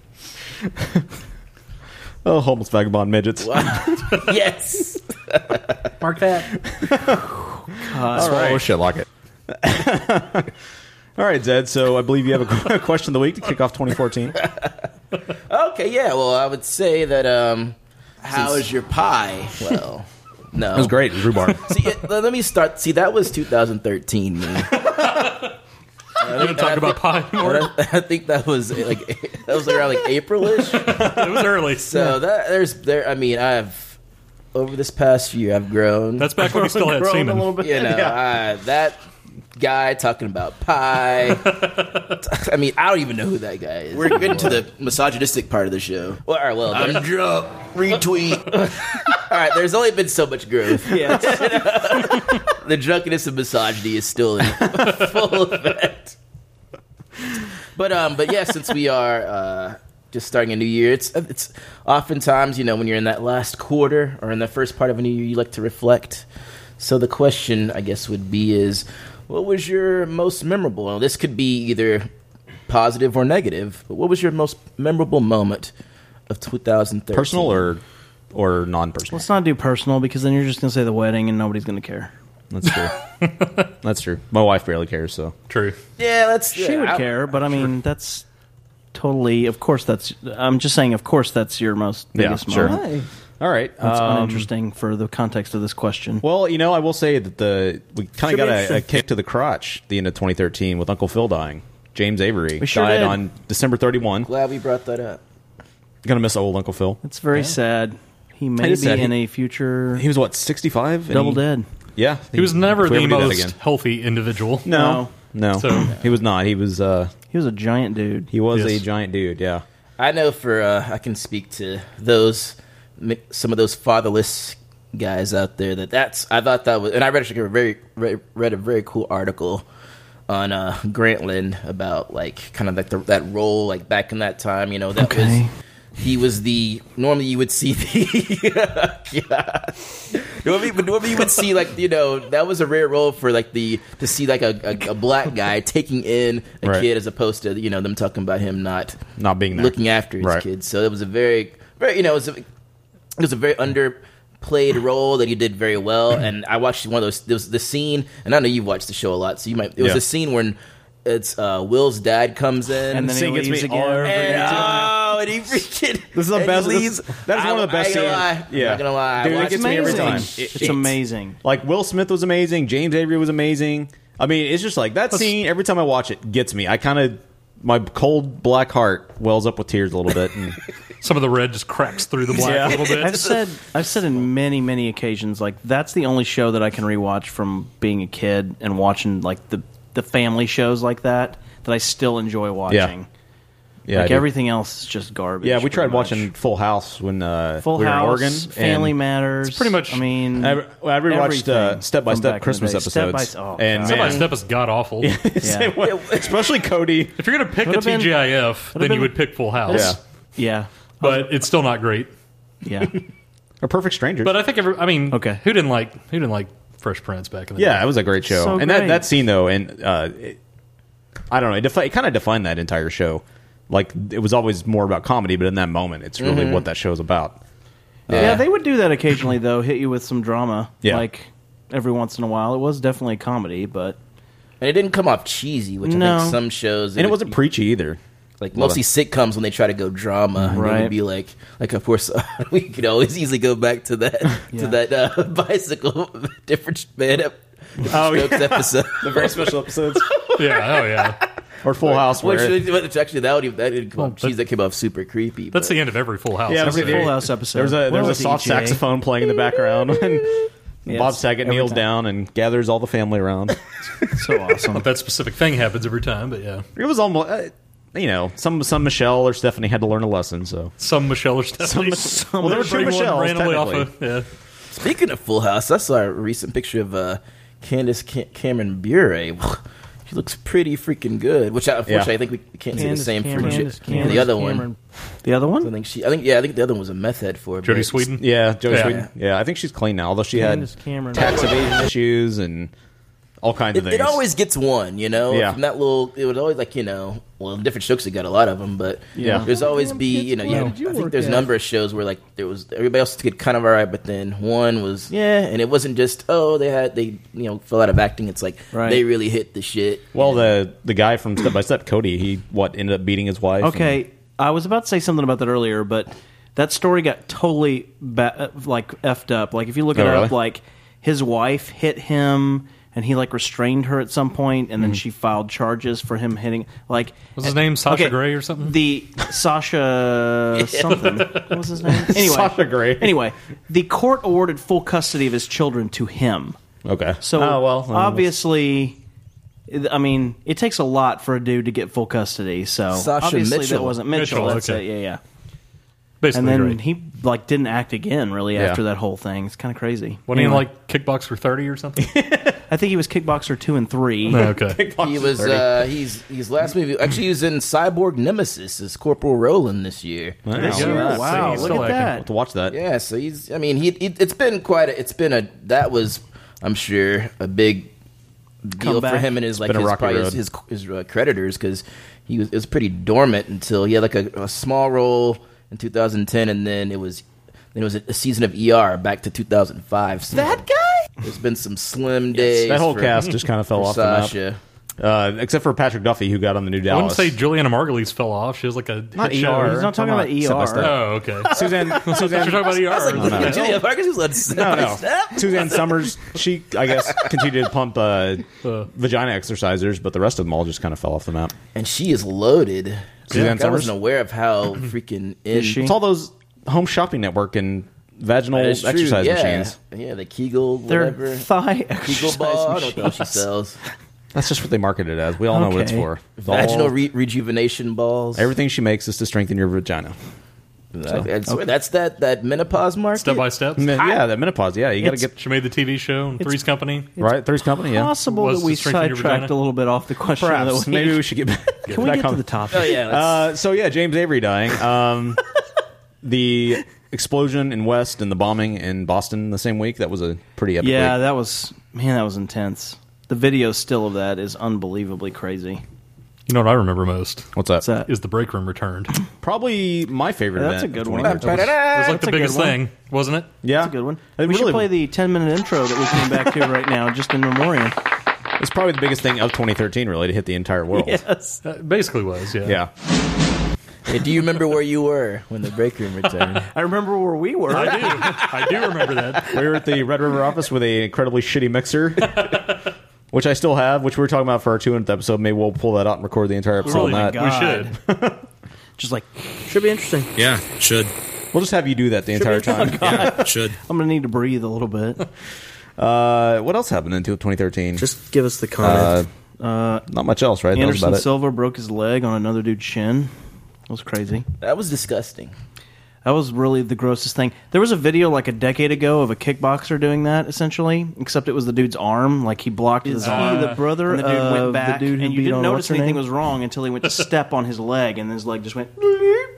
[SPEAKER 1] Oh, homeless vagabond midgets.
[SPEAKER 10] yes.
[SPEAKER 6] Mark that.
[SPEAKER 1] All right. Oh, shit, lock it. All right, Zed. So I believe you have a qu- question of the week to kick off 2014.
[SPEAKER 10] Okay. Yeah. Well, I would say that. um How is your pie? Well, no. It was
[SPEAKER 1] Great, rhubarb.
[SPEAKER 10] See, it, let me start. See, that was 2013. Me.
[SPEAKER 3] We're gonna talk about pie anymore.
[SPEAKER 10] I, I think that was like that was around like Aprilish.
[SPEAKER 3] It was early.
[SPEAKER 10] So that there's there. I mean, I've over this past year, I've grown.
[SPEAKER 3] That's back when we still had
[SPEAKER 6] Grown a little
[SPEAKER 3] semen.
[SPEAKER 6] bit.
[SPEAKER 10] you know I, that guy talking about pie. I mean, I don't even know who that guy is. We're getting to the misogynistic part of the show. Well, all right, well, I'm drunk. Retweet. all right, there's only been so much growth.
[SPEAKER 6] Yeah, it's-
[SPEAKER 10] The drunkenness of misogyny is still in full effect. But um, but yeah, since we are uh, just starting a new year, it's it's oftentimes you know when you're in that last quarter or in the first part of a new year, you like to reflect. So the question I guess would be is, what was your most memorable? Now, this could be either positive or negative, but what was your most memorable moment of 2013?
[SPEAKER 1] Personal or or non-personal?
[SPEAKER 6] Let's not do personal because then you're just going to say the wedding and nobody's going to care.
[SPEAKER 1] That's true. That's true. My wife barely cares, so
[SPEAKER 3] True.
[SPEAKER 10] yeah, that's
[SPEAKER 6] She would care, but I mean, that's totally. Of course, that's. I'm just saying. Of course, that's your most
[SPEAKER 1] Yeah,
[SPEAKER 6] biggest
[SPEAKER 1] sure.
[SPEAKER 6] moment.
[SPEAKER 1] all right.
[SPEAKER 6] That's
[SPEAKER 1] um,
[SPEAKER 6] uninteresting for the context of this question.
[SPEAKER 1] well, you know, I will say that the we kind of got a,
[SPEAKER 10] Interesting.
[SPEAKER 1] a kick to the crotch at the end of 2013 with Uncle Phil dying. James Avery
[SPEAKER 6] We sure
[SPEAKER 1] died
[SPEAKER 6] did.
[SPEAKER 1] on December 31.
[SPEAKER 10] Glad we brought that up.
[SPEAKER 1] Gonna miss old Uncle Phil.
[SPEAKER 6] It's very sad. He
[SPEAKER 1] It
[SPEAKER 6] may be
[SPEAKER 1] is sad.
[SPEAKER 6] in
[SPEAKER 1] He-
[SPEAKER 6] a future
[SPEAKER 1] He was what 65? And
[SPEAKER 6] double
[SPEAKER 1] he-
[SPEAKER 6] dead.
[SPEAKER 1] Yeah,
[SPEAKER 3] He was never
[SPEAKER 1] if we
[SPEAKER 3] the
[SPEAKER 1] ever do that
[SPEAKER 3] most healthy individual.
[SPEAKER 1] No, no,
[SPEAKER 3] So-
[SPEAKER 1] he was not. He was. uh
[SPEAKER 6] He was a giant dude.
[SPEAKER 1] He was
[SPEAKER 3] Yes.
[SPEAKER 1] a giant dude. Yeah.
[SPEAKER 10] I know for uh, I can speak to those m- some of those fatherless guys out there that that's I thought that was and I read a very read, read a very cool article on uh, Grantland about like kind of like the, that role like back in that time you know that
[SPEAKER 6] Okay.
[SPEAKER 10] was he was the normally you would see the yeah. normally, but normally you would see like you know that was a rare role for like the to see like a, a, a black guy taking in a
[SPEAKER 1] Right.
[SPEAKER 10] kid as opposed to you know them talking about him not
[SPEAKER 1] Not being there.
[SPEAKER 10] looking after his
[SPEAKER 1] Right.
[SPEAKER 10] kids. So it was a very, very you know, it was a, it was a very underplayed role that he did very well. And I watched one of those. There was the scene, and I know you've watched the show a lot, so you might. It was
[SPEAKER 1] Yeah.
[SPEAKER 10] a scene when it's uh, Will's dad comes in.
[SPEAKER 6] And then
[SPEAKER 1] Sing
[SPEAKER 6] he
[SPEAKER 1] Gets
[SPEAKER 6] leaves
[SPEAKER 1] Me
[SPEAKER 6] again.
[SPEAKER 1] All Over
[SPEAKER 10] and,
[SPEAKER 1] Again.
[SPEAKER 10] oh, and he freaking.
[SPEAKER 1] This is the
[SPEAKER 10] and he
[SPEAKER 1] best- this-
[SPEAKER 10] leaves.
[SPEAKER 1] that is
[SPEAKER 10] I-
[SPEAKER 1] one of the best
[SPEAKER 10] I ain't gonna
[SPEAKER 1] scenes.
[SPEAKER 10] lie.
[SPEAKER 1] Yeah.
[SPEAKER 10] I'm not gonna lie. I
[SPEAKER 1] Dude, it
[SPEAKER 10] watched
[SPEAKER 1] gets me every
[SPEAKER 10] it.
[SPEAKER 1] time.
[SPEAKER 10] It-
[SPEAKER 6] It's
[SPEAKER 10] it-
[SPEAKER 6] amazing.
[SPEAKER 1] Like Will Smith was amazing. James Avery was amazing. I mean, it's just like that scene. Every time I watch it, gets me. I kind of my cold black heart wells up with tears a little bit. And
[SPEAKER 3] Some of the red just cracks through the black a little
[SPEAKER 6] I've
[SPEAKER 3] bit.
[SPEAKER 6] said I've said in many many occasions like that's the only show that I can rewatch from being a kid and watching like the the family shows like that that I still enjoy watching.
[SPEAKER 1] yeah, I
[SPEAKER 6] like
[SPEAKER 1] do.
[SPEAKER 6] everything else is just garbage.
[SPEAKER 1] Yeah, we tried
[SPEAKER 6] pretty much.
[SPEAKER 1] watching Full House when uh,
[SPEAKER 6] Full
[SPEAKER 1] we were
[SPEAKER 6] House,
[SPEAKER 1] in Oregon.
[SPEAKER 6] Family
[SPEAKER 1] and
[SPEAKER 6] Matters.
[SPEAKER 3] It's pretty much-
[SPEAKER 6] I mean,
[SPEAKER 1] I, I rewatched uh,
[SPEAKER 6] everything
[SPEAKER 1] Step
[SPEAKER 6] from back
[SPEAKER 1] by
[SPEAKER 6] in
[SPEAKER 1] Step
[SPEAKER 6] the
[SPEAKER 1] Christmas
[SPEAKER 6] day. Step
[SPEAKER 1] episodes,
[SPEAKER 6] by- oh,
[SPEAKER 1] and
[SPEAKER 6] God.
[SPEAKER 3] Step by
[SPEAKER 1] man,
[SPEAKER 3] step is god awful.
[SPEAKER 6] yeah.
[SPEAKER 1] especially Cody.
[SPEAKER 3] If you're gonna pick a
[SPEAKER 6] Would've been-
[SPEAKER 3] TGIF, then
[SPEAKER 6] been-
[SPEAKER 3] you would pick Full House.
[SPEAKER 1] Yeah,
[SPEAKER 6] yeah,
[SPEAKER 3] But it's still not great.
[SPEAKER 6] yeah.
[SPEAKER 1] or Perfect Strangers.
[SPEAKER 6] uh,
[SPEAKER 3] But I think every, I mean,
[SPEAKER 6] Okay.
[SPEAKER 3] who didn't like who didn't like Fresh Prince back in the
[SPEAKER 1] yeah, it
[SPEAKER 3] day?
[SPEAKER 1] was a great show,
[SPEAKER 6] So
[SPEAKER 1] and that
[SPEAKER 6] great.
[SPEAKER 1] that scene though, and uh, it, I don't know, it, defi- it kind of defined that entire show. Like it was always more about comedy, but in that moment, it's really
[SPEAKER 6] Mm-hmm.
[SPEAKER 1] what that show's about.
[SPEAKER 6] yeah, they would do that occasionally though, hit you with some drama.
[SPEAKER 1] Yeah.
[SPEAKER 6] Like every once in a while. It was definitely a comedy, but
[SPEAKER 10] and it didn't come off cheesy, which I
[SPEAKER 6] No.
[SPEAKER 10] think some shows
[SPEAKER 1] And it
[SPEAKER 10] would
[SPEAKER 1] wasn't
[SPEAKER 10] be-
[SPEAKER 1] preachy either.
[SPEAKER 10] like mostly sitcoms when they try to go drama. Right. It
[SPEAKER 6] Right.
[SPEAKER 10] would be like like of course we could always easily go back to that to
[SPEAKER 6] Yeah.
[SPEAKER 10] that uh, bicycle different bed up.
[SPEAKER 1] Oh,
[SPEAKER 10] Strokes episode.
[SPEAKER 1] very special episodes,
[SPEAKER 3] yeah, oh yeah.
[SPEAKER 1] or Full House,
[SPEAKER 10] Which,
[SPEAKER 1] where
[SPEAKER 10] which actually that would that didn't come off
[SPEAKER 3] that-
[SPEAKER 10] cheese that came off super creepy.
[SPEAKER 3] That's
[SPEAKER 10] but-
[SPEAKER 3] the end of every Full House.
[SPEAKER 1] Yeah,
[SPEAKER 3] isn't
[SPEAKER 1] every
[SPEAKER 3] it?
[SPEAKER 1] Full
[SPEAKER 6] Full House episode.
[SPEAKER 1] there's a
[SPEAKER 6] What
[SPEAKER 1] there's a
[SPEAKER 6] was it,
[SPEAKER 1] soft
[SPEAKER 6] EJ?
[SPEAKER 1] saxophone playing in the background, and Bob
[SPEAKER 6] Yes,
[SPEAKER 1] Saget
[SPEAKER 6] every
[SPEAKER 1] kneels
[SPEAKER 6] time.
[SPEAKER 1] down and gathers all the family around.
[SPEAKER 6] So awesome.
[SPEAKER 3] That specific thing happens every time, but yeah.
[SPEAKER 1] It was almost, uh, you know, some some Michelle or Stephanie had to learn a lesson. So
[SPEAKER 3] Some Michelle or Stephanie.
[SPEAKER 1] Some- well, there were two
[SPEAKER 3] Bring one
[SPEAKER 1] Michelles,
[SPEAKER 3] randomly off of,
[SPEAKER 1] technically.
[SPEAKER 3] yeah.
[SPEAKER 10] Speaking of Full House, I saw a recent picture of uh, Candace Ca- Cameron Bure. she looks pretty freaking good. Which I, unfortunately
[SPEAKER 1] Yeah.
[SPEAKER 10] I think we can't see the
[SPEAKER 6] Candace
[SPEAKER 10] same
[SPEAKER 6] Cameron.
[SPEAKER 10] for, Ju-
[SPEAKER 6] Candace
[SPEAKER 10] for
[SPEAKER 6] Cameron.
[SPEAKER 10] the other one.
[SPEAKER 6] Cameron. The other
[SPEAKER 10] I
[SPEAKER 6] one?
[SPEAKER 10] think she. I think yeah. I think the other one was a meth head for
[SPEAKER 3] Jody
[SPEAKER 10] but-
[SPEAKER 3] Sweden.
[SPEAKER 1] yeah, Joe
[SPEAKER 3] Yeah.
[SPEAKER 1] Sweden. Yeah, I think she's clean now, although she
[SPEAKER 6] Candace
[SPEAKER 1] had
[SPEAKER 6] Cameron.
[SPEAKER 1] tax evasion issues and all kinds of
[SPEAKER 10] It,
[SPEAKER 1] things.
[SPEAKER 10] it always gets one, you know.
[SPEAKER 1] Yeah.
[SPEAKER 10] From that little, it would always like you know, well, different shows. They got a lot of them, but
[SPEAKER 1] Yeah.
[SPEAKER 10] there's always be you know. You
[SPEAKER 6] where
[SPEAKER 10] had-
[SPEAKER 6] did you
[SPEAKER 10] I think
[SPEAKER 6] work
[SPEAKER 10] there's a
[SPEAKER 6] at?
[SPEAKER 10] number of shows where like there was everybody else did kind of all right, but then one was yeah, and it wasn't just oh they had they you know fell out of acting. It's like
[SPEAKER 6] Right.
[SPEAKER 10] they really hit the shit.
[SPEAKER 1] Well, the the guy from Step by Step, Cody, he what ended up beating his wife.
[SPEAKER 6] Okay, I was about to say something about that earlier, but that story got totally ba- uh, like effed up. Like if you look
[SPEAKER 1] Oh,
[SPEAKER 6] it
[SPEAKER 1] really?
[SPEAKER 6] up, like his wife hit him, and he like restrained her at some point, and
[SPEAKER 1] Mm-hmm.
[SPEAKER 6] then she filed charges for him hitting. Like uh,
[SPEAKER 3] Was his name Sasha Grey or something?
[SPEAKER 6] The Sasha something. What was his name? Anyway,
[SPEAKER 1] Sasha Grey.
[SPEAKER 6] Anyway, the court awarded full custody of his children to him.
[SPEAKER 1] and- okay.
[SPEAKER 6] So
[SPEAKER 1] oh, well,
[SPEAKER 6] obviously, I mean, it takes a lot for a dude to get full custody. So
[SPEAKER 10] Sasha
[SPEAKER 6] obviously
[SPEAKER 10] Mitchell.
[SPEAKER 6] that wasn't Mitchell.
[SPEAKER 3] Mitchell,
[SPEAKER 6] that's
[SPEAKER 3] okay.
[SPEAKER 6] it. Yeah, yeah. And
[SPEAKER 3] Basically,
[SPEAKER 6] then
[SPEAKER 3] right.
[SPEAKER 6] he like didn't act again really
[SPEAKER 1] Yeah.
[SPEAKER 6] after that whole thing. It's kind of crazy.
[SPEAKER 3] Wasn't he in,
[SPEAKER 6] Anyway,
[SPEAKER 3] like Kickboxer 30 or something?
[SPEAKER 6] I think he was kickboxer two and three.
[SPEAKER 3] okay.
[SPEAKER 10] He was uh, he's he's last movie actually he was in Cyborg Nemesis as Corporal Roland this year.
[SPEAKER 1] Wow.
[SPEAKER 3] Yeah, so
[SPEAKER 6] wow,
[SPEAKER 3] he's
[SPEAKER 6] look
[SPEAKER 3] still acting.
[SPEAKER 6] at
[SPEAKER 1] I'll have
[SPEAKER 6] that.
[SPEAKER 1] to watch that.
[SPEAKER 10] Yeah, so he's. I mean, he. It, it's been quite. A, it's been a. That was, I'm sure, a big deal for
[SPEAKER 6] Comeback.
[SPEAKER 10] him and his like
[SPEAKER 1] been a
[SPEAKER 10] his
[SPEAKER 1] rocky
[SPEAKER 10] probably
[SPEAKER 1] road.
[SPEAKER 10] his, his, his, uh, creditors because he was it was pretty dormant until he had like a, a small role in 2010, and then it was. Then it was a season of ER back to 2005. So
[SPEAKER 6] That guy.
[SPEAKER 10] There's been some slim days.
[SPEAKER 1] That whole
[SPEAKER 10] for-
[SPEAKER 1] cast just kind of fell
[SPEAKER 10] for
[SPEAKER 1] off the
[SPEAKER 10] Sasha.
[SPEAKER 1] map, uh, except for Patrick Duffy, who got on the New
[SPEAKER 3] I
[SPEAKER 1] Dallas.
[SPEAKER 3] wouldn't say Juliana Margulies fell off. She was like a
[SPEAKER 1] Not
[SPEAKER 3] hit
[SPEAKER 10] E
[SPEAKER 1] ER.
[SPEAKER 3] show.
[SPEAKER 6] He's not talking
[SPEAKER 1] Come
[SPEAKER 6] about
[SPEAKER 1] on, Step by
[SPEAKER 6] ER.
[SPEAKER 1] Step.
[SPEAKER 3] Oh, okay.
[SPEAKER 1] Suzanne,
[SPEAKER 3] You're
[SPEAKER 1] Suzanne,
[SPEAKER 3] talking about ER.
[SPEAKER 10] Look
[SPEAKER 1] no.
[SPEAKER 10] at Julia Parker's was on Step
[SPEAKER 1] No,
[SPEAKER 10] by
[SPEAKER 1] no.
[SPEAKER 10] Step.
[SPEAKER 1] Suzanne Summers, she, I guess, continued to pump uh,
[SPEAKER 3] Uh.
[SPEAKER 1] vagina exercisers, but the rest of them all just kind of fell off the map.
[SPEAKER 10] and she is loaded.
[SPEAKER 1] Suzanne
[SPEAKER 10] Like, I
[SPEAKER 1] Summers?
[SPEAKER 10] wasn't aware of how freaking in
[SPEAKER 6] she?
[SPEAKER 1] It's all those home shopping network and vaginal
[SPEAKER 10] That is true,
[SPEAKER 1] exercise
[SPEAKER 10] yeah.
[SPEAKER 1] machines.
[SPEAKER 10] Yeah, the Kegel,
[SPEAKER 6] Their
[SPEAKER 10] whatever.
[SPEAKER 6] thigh
[SPEAKER 10] Kegel
[SPEAKER 6] exercise
[SPEAKER 10] ball. I don't know what she
[SPEAKER 6] machines.
[SPEAKER 10] sells.
[SPEAKER 1] That's just what they market it as. We all know what it's
[SPEAKER 6] Okay.
[SPEAKER 1] for. It's all-
[SPEAKER 10] Vaginal re- rejuvenation balls.
[SPEAKER 1] everything she makes is to strengthen your vagina.
[SPEAKER 10] I- I swear, That's that that menopause market.
[SPEAKER 3] Step by step.
[SPEAKER 1] I mean, yeah, that menopause. Yeah, you got to
[SPEAKER 6] It's-
[SPEAKER 1] get
[SPEAKER 3] She made the TV show and Three's Company.
[SPEAKER 1] right. Three's company. Yeah,
[SPEAKER 6] Possible
[SPEAKER 3] Was
[SPEAKER 6] that
[SPEAKER 3] to
[SPEAKER 6] we
[SPEAKER 3] strengthen your
[SPEAKER 6] sidetracked
[SPEAKER 3] vagina?
[SPEAKER 6] a little bit off the question of
[SPEAKER 1] perhaps
[SPEAKER 6] the week.
[SPEAKER 1] maybe we should get back.
[SPEAKER 6] Can we
[SPEAKER 1] back
[SPEAKER 6] get
[SPEAKER 1] on-
[SPEAKER 6] to the topic?
[SPEAKER 10] Oh yeah, that's-
[SPEAKER 1] Uh, so yeah, James Avery dying. Um, the explosion in West and the bombing in Boston the same week. That was a pretty epic.
[SPEAKER 6] Yeah,
[SPEAKER 1] week.
[SPEAKER 6] that was man, that was intense. The video still of that is unbelievably crazy.
[SPEAKER 3] You know what I remember most
[SPEAKER 1] What's that?
[SPEAKER 6] What's that?
[SPEAKER 3] is the break room returned. It
[SPEAKER 1] Probably my favorite.
[SPEAKER 6] That's
[SPEAKER 1] event
[SPEAKER 6] a good
[SPEAKER 1] of
[SPEAKER 6] one.
[SPEAKER 1] 2013.
[SPEAKER 3] was like
[SPEAKER 6] That's
[SPEAKER 3] the
[SPEAKER 6] a good
[SPEAKER 3] biggest
[SPEAKER 6] one.
[SPEAKER 3] thing, wasn't it?
[SPEAKER 1] Yeah,
[SPEAKER 6] That's a good one.
[SPEAKER 1] It
[SPEAKER 6] we
[SPEAKER 1] really-
[SPEAKER 6] should play the ten minute intro that we came back to right now, just in memoriam.
[SPEAKER 1] It's probably the biggest thing of 2013, really, to hit the entire world.
[SPEAKER 6] Yes.
[SPEAKER 3] That Uh, basically was, yeah.
[SPEAKER 1] Yeah.
[SPEAKER 10] Hey, do you remember where you were when the break room returned?
[SPEAKER 6] I remember where we were.
[SPEAKER 3] I do. I do remember that.
[SPEAKER 1] we were at the Red River office with a incredibly shitty mixer. which I still have, which we were talking about for our 200th episode. Maybe we'll pull that out and record the entire episode
[SPEAKER 3] Really,
[SPEAKER 1] on that.
[SPEAKER 3] we should.
[SPEAKER 6] Just like
[SPEAKER 12] Should be interesting.
[SPEAKER 4] Yeah, should.
[SPEAKER 1] We'll just have you do that the entire time.
[SPEAKER 4] Yeah, should.
[SPEAKER 6] I'm gonna need to breathe a little bit.
[SPEAKER 1] Uh, what else happened in 2013?
[SPEAKER 12] Just give us the
[SPEAKER 6] Uh,
[SPEAKER 12] comment.
[SPEAKER 1] Not much else, right? That was
[SPEAKER 6] Anderson
[SPEAKER 1] about it.
[SPEAKER 6] Silva broke his leg on another dude's shin. That was crazy.
[SPEAKER 10] That was disgusting.
[SPEAKER 6] That was really the grossest thing. There was a video like a decade ago of a kickboxer doing that, essentially, except it was the dude's arm. Like he blocked his
[SPEAKER 12] he
[SPEAKER 6] arm.
[SPEAKER 12] the brother
[SPEAKER 6] and the dude
[SPEAKER 12] of the
[SPEAKER 6] went back,
[SPEAKER 12] dude who
[SPEAKER 6] and you
[SPEAKER 12] beat
[SPEAKER 6] didn't
[SPEAKER 12] on-
[SPEAKER 6] notice
[SPEAKER 12] what's her
[SPEAKER 6] anything
[SPEAKER 12] name?
[SPEAKER 6] was wrong until he went to step on his leg, and his leg just went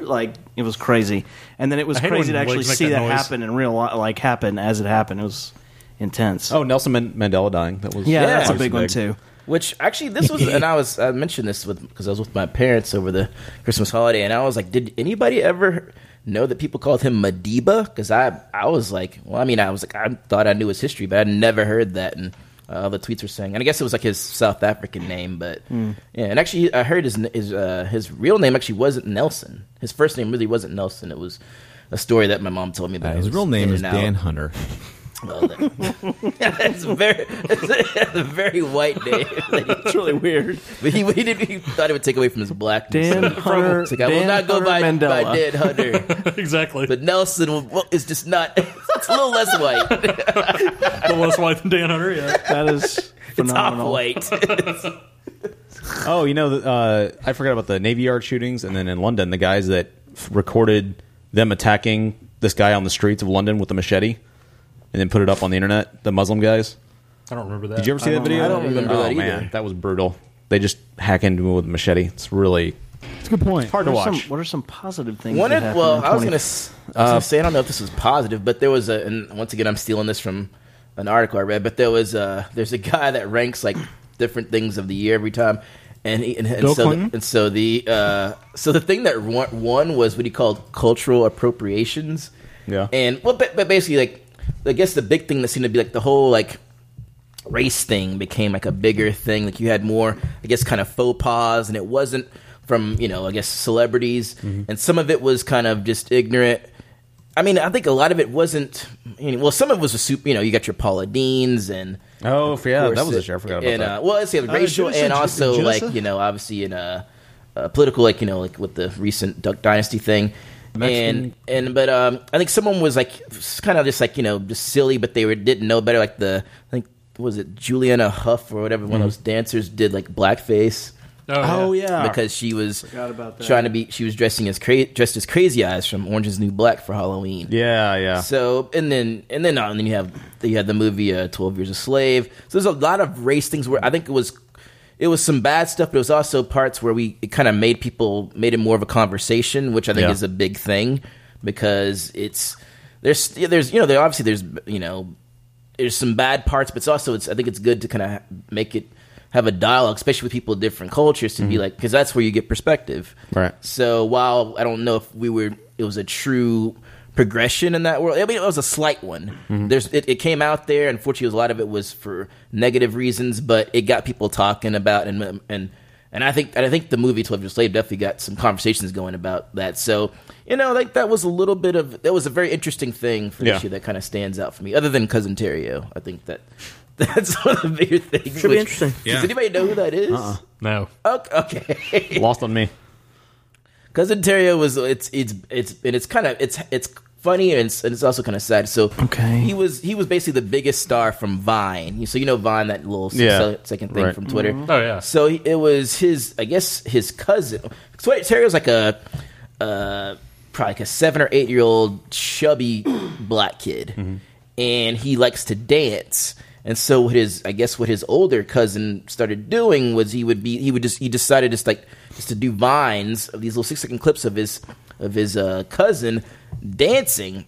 [SPEAKER 6] like it was crazy. And then it was
[SPEAKER 3] I hate when
[SPEAKER 6] crazy to actually
[SPEAKER 3] legs make
[SPEAKER 6] see
[SPEAKER 3] that
[SPEAKER 6] that,
[SPEAKER 3] noise.
[SPEAKER 6] happen in real life, like happen as it happened. It was intense.
[SPEAKER 1] Oh, Nelson Man- Mandela dying. That was
[SPEAKER 6] yeah,
[SPEAKER 10] yeah,
[SPEAKER 6] that's a
[SPEAKER 10] it was
[SPEAKER 6] big one too.
[SPEAKER 10] Which actually, this was, and I was I mentioned this with because I was with my parents over the Christmas holiday, and I was like, did anybody ever know that people called him Madiba? Because I I was like, well, I mean, I was like, I thought I knew his history, but I'd never heard that, and uh, the tweets were saying, and I guess it was like his South African name, but
[SPEAKER 6] Hmm.
[SPEAKER 10] yeah, and actually, I heard his his uh, his real name actually wasn't Nelson. His first name really wasn't Nelson. It was a story that my mom told me. That
[SPEAKER 4] Uh, His
[SPEAKER 10] was
[SPEAKER 4] real name
[SPEAKER 10] in
[SPEAKER 4] is
[SPEAKER 10] and out.
[SPEAKER 4] Dan Hunter.
[SPEAKER 10] Well, that- it's very, it's a very white name. it's really weird. But he, he did. He thought it would take away from his blackness.
[SPEAKER 6] Dan
[SPEAKER 10] From-
[SPEAKER 6] Hunter-
[SPEAKER 10] it's like, I will
[SPEAKER 6] Dan
[SPEAKER 10] not go by,
[SPEAKER 6] Hunter
[SPEAKER 10] by
[SPEAKER 6] Mandela.
[SPEAKER 10] Dan Hunter.
[SPEAKER 3] exactly.
[SPEAKER 10] But Nelson will- well, is just not. It's a little less white.
[SPEAKER 3] the less white than Dan Hunter. Yeah.
[SPEAKER 6] That is
[SPEAKER 10] It's off
[SPEAKER 6] phenomenal.
[SPEAKER 10] white.
[SPEAKER 1] Oh, you know, uh, I forgot about the Navy Yard shootings, and then in London, the guys that f- recorded them attacking this guy on the streets of London with a machete, and then put it up on the internet. The Muslim guys.
[SPEAKER 3] I don't remember that.
[SPEAKER 1] Did you ever see that video?
[SPEAKER 10] I don't remember
[SPEAKER 1] oh,
[SPEAKER 10] that either.
[SPEAKER 1] man, that was brutal. They just hack into him with a machete. It's really
[SPEAKER 12] That's a good point.
[SPEAKER 1] hard to
[SPEAKER 6] What are,
[SPEAKER 1] watch.
[SPEAKER 6] some, what are some positive things?
[SPEAKER 10] One
[SPEAKER 6] that
[SPEAKER 10] of,
[SPEAKER 6] happened
[SPEAKER 10] well,
[SPEAKER 6] in
[SPEAKER 10] I was
[SPEAKER 6] 20?
[SPEAKER 10] gonna, s- I was gonna say I don't know if this was positive, but there was a. And once again, I'm stealing this from an article I read, but there was a. There's a guy that ranks like different things of the year every time, and he, and, and
[SPEAKER 12] Bill
[SPEAKER 10] so the,
[SPEAKER 12] Clinton?
[SPEAKER 10] and so the uh, so the thing that won, won was what he called cultural appropriations.
[SPEAKER 1] Yeah.
[SPEAKER 10] and well, but, but basically, like I guess the big thing that seemed to be like the whole like race thing became like a bigger thing. Like you had more, I guess, kind of faux pas, and it wasn't from you know, I guess, celebrities, and some of it was kind of just ignorant. I mean, I think a lot of it wasn't. You know, well, some of it was a soup. You know, you got your Paula Deans and
[SPEAKER 1] oh, yeah, that was a
[SPEAKER 10] it-
[SPEAKER 1] shit. I forgot about
[SPEAKER 10] and,
[SPEAKER 1] that.
[SPEAKER 10] Uh, well, it's yeah, racial
[SPEAKER 12] Julissa-
[SPEAKER 10] and also
[SPEAKER 12] Julissa?
[SPEAKER 10] like you know, obviously in uh, uh, political, like you know, like with the recent Duck Dynasty thing. And and but um, I think someone was like kind of just like you know just silly, but they were didn't know better. Like the I think was it Juliana Huff or whatever one of those dancers did like blackface
[SPEAKER 3] Oh, yeah.
[SPEAKER 10] because she was
[SPEAKER 6] about that.
[SPEAKER 10] trying to be she was dressing as cra- dressed as Crazy Eyes from Orange Is the New Black for Halloween.
[SPEAKER 1] yeah, yeah.
[SPEAKER 10] So and then and then uh, and then you have you had the movie uh, Twelve Years a Slave. So there's a lot of race things where I think it was it was some bad stuff, but it was also parts where we it kind of made people made it more of a conversation, which I think
[SPEAKER 1] Yeah.
[SPEAKER 10] is a big thing because it's there's yeah, there's you know there obviously there's you know there's some bad parts, but it's also it's I think it's good to kind of make it have a dialogue, especially with people of different cultures, to be like because that's where you get perspective.
[SPEAKER 1] Mm-hmm. Right.
[SPEAKER 10] So while I don't know if we were, it was a true progression in that world. I mean, it was a slight one. There's, it, it came out there. Unfortunately, a lot of it was for negative reasons, but it got people talking about and and and I think and I think the movie Twelve Years a Slave definitely got some conversations going about that. So you know, like that was a little bit of that was a very interesting thing for
[SPEAKER 1] Yeah.
[SPEAKER 10] this year that kind of stands out for me. Other than Cousin Terrio, I think that. That's one of the bigger things.
[SPEAKER 12] Should be interesting.
[SPEAKER 4] Yeah.
[SPEAKER 10] Does anybody know who that is?
[SPEAKER 3] No.
[SPEAKER 10] Okay. okay.
[SPEAKER 1] Lost on me.
[SPEAKER 10] Cousin Terrio was it's it's it's and it's kind of it's it's funny and it's, and it's also kind of sad. So
[SPEAKER 6] Okay.
[SPEAKER 10] he was he was basically the biggest star from Vine. So you know Vine, that little six
[SPEAKER 1] Yeah.
[SPEAKER 10] se- second thing
[SPEAKER 1] Right.
[SPEAKER 10] from Twitter.
[SPEAKER 3] Oh, yeah.
[SPEAKER 10] So he- it was his I guess his cousin. So Terrio's like a uh, probably like a seven or eight year old chubby black kid,
[SPEAKER 3] Mm-hmm.
[SPEAKER 10] and he likes to dance. And so what his I guess what his older cousin started doing was he would be he would just he decided just like just to do vines of these little six second clips of his of his uh, cousin dancing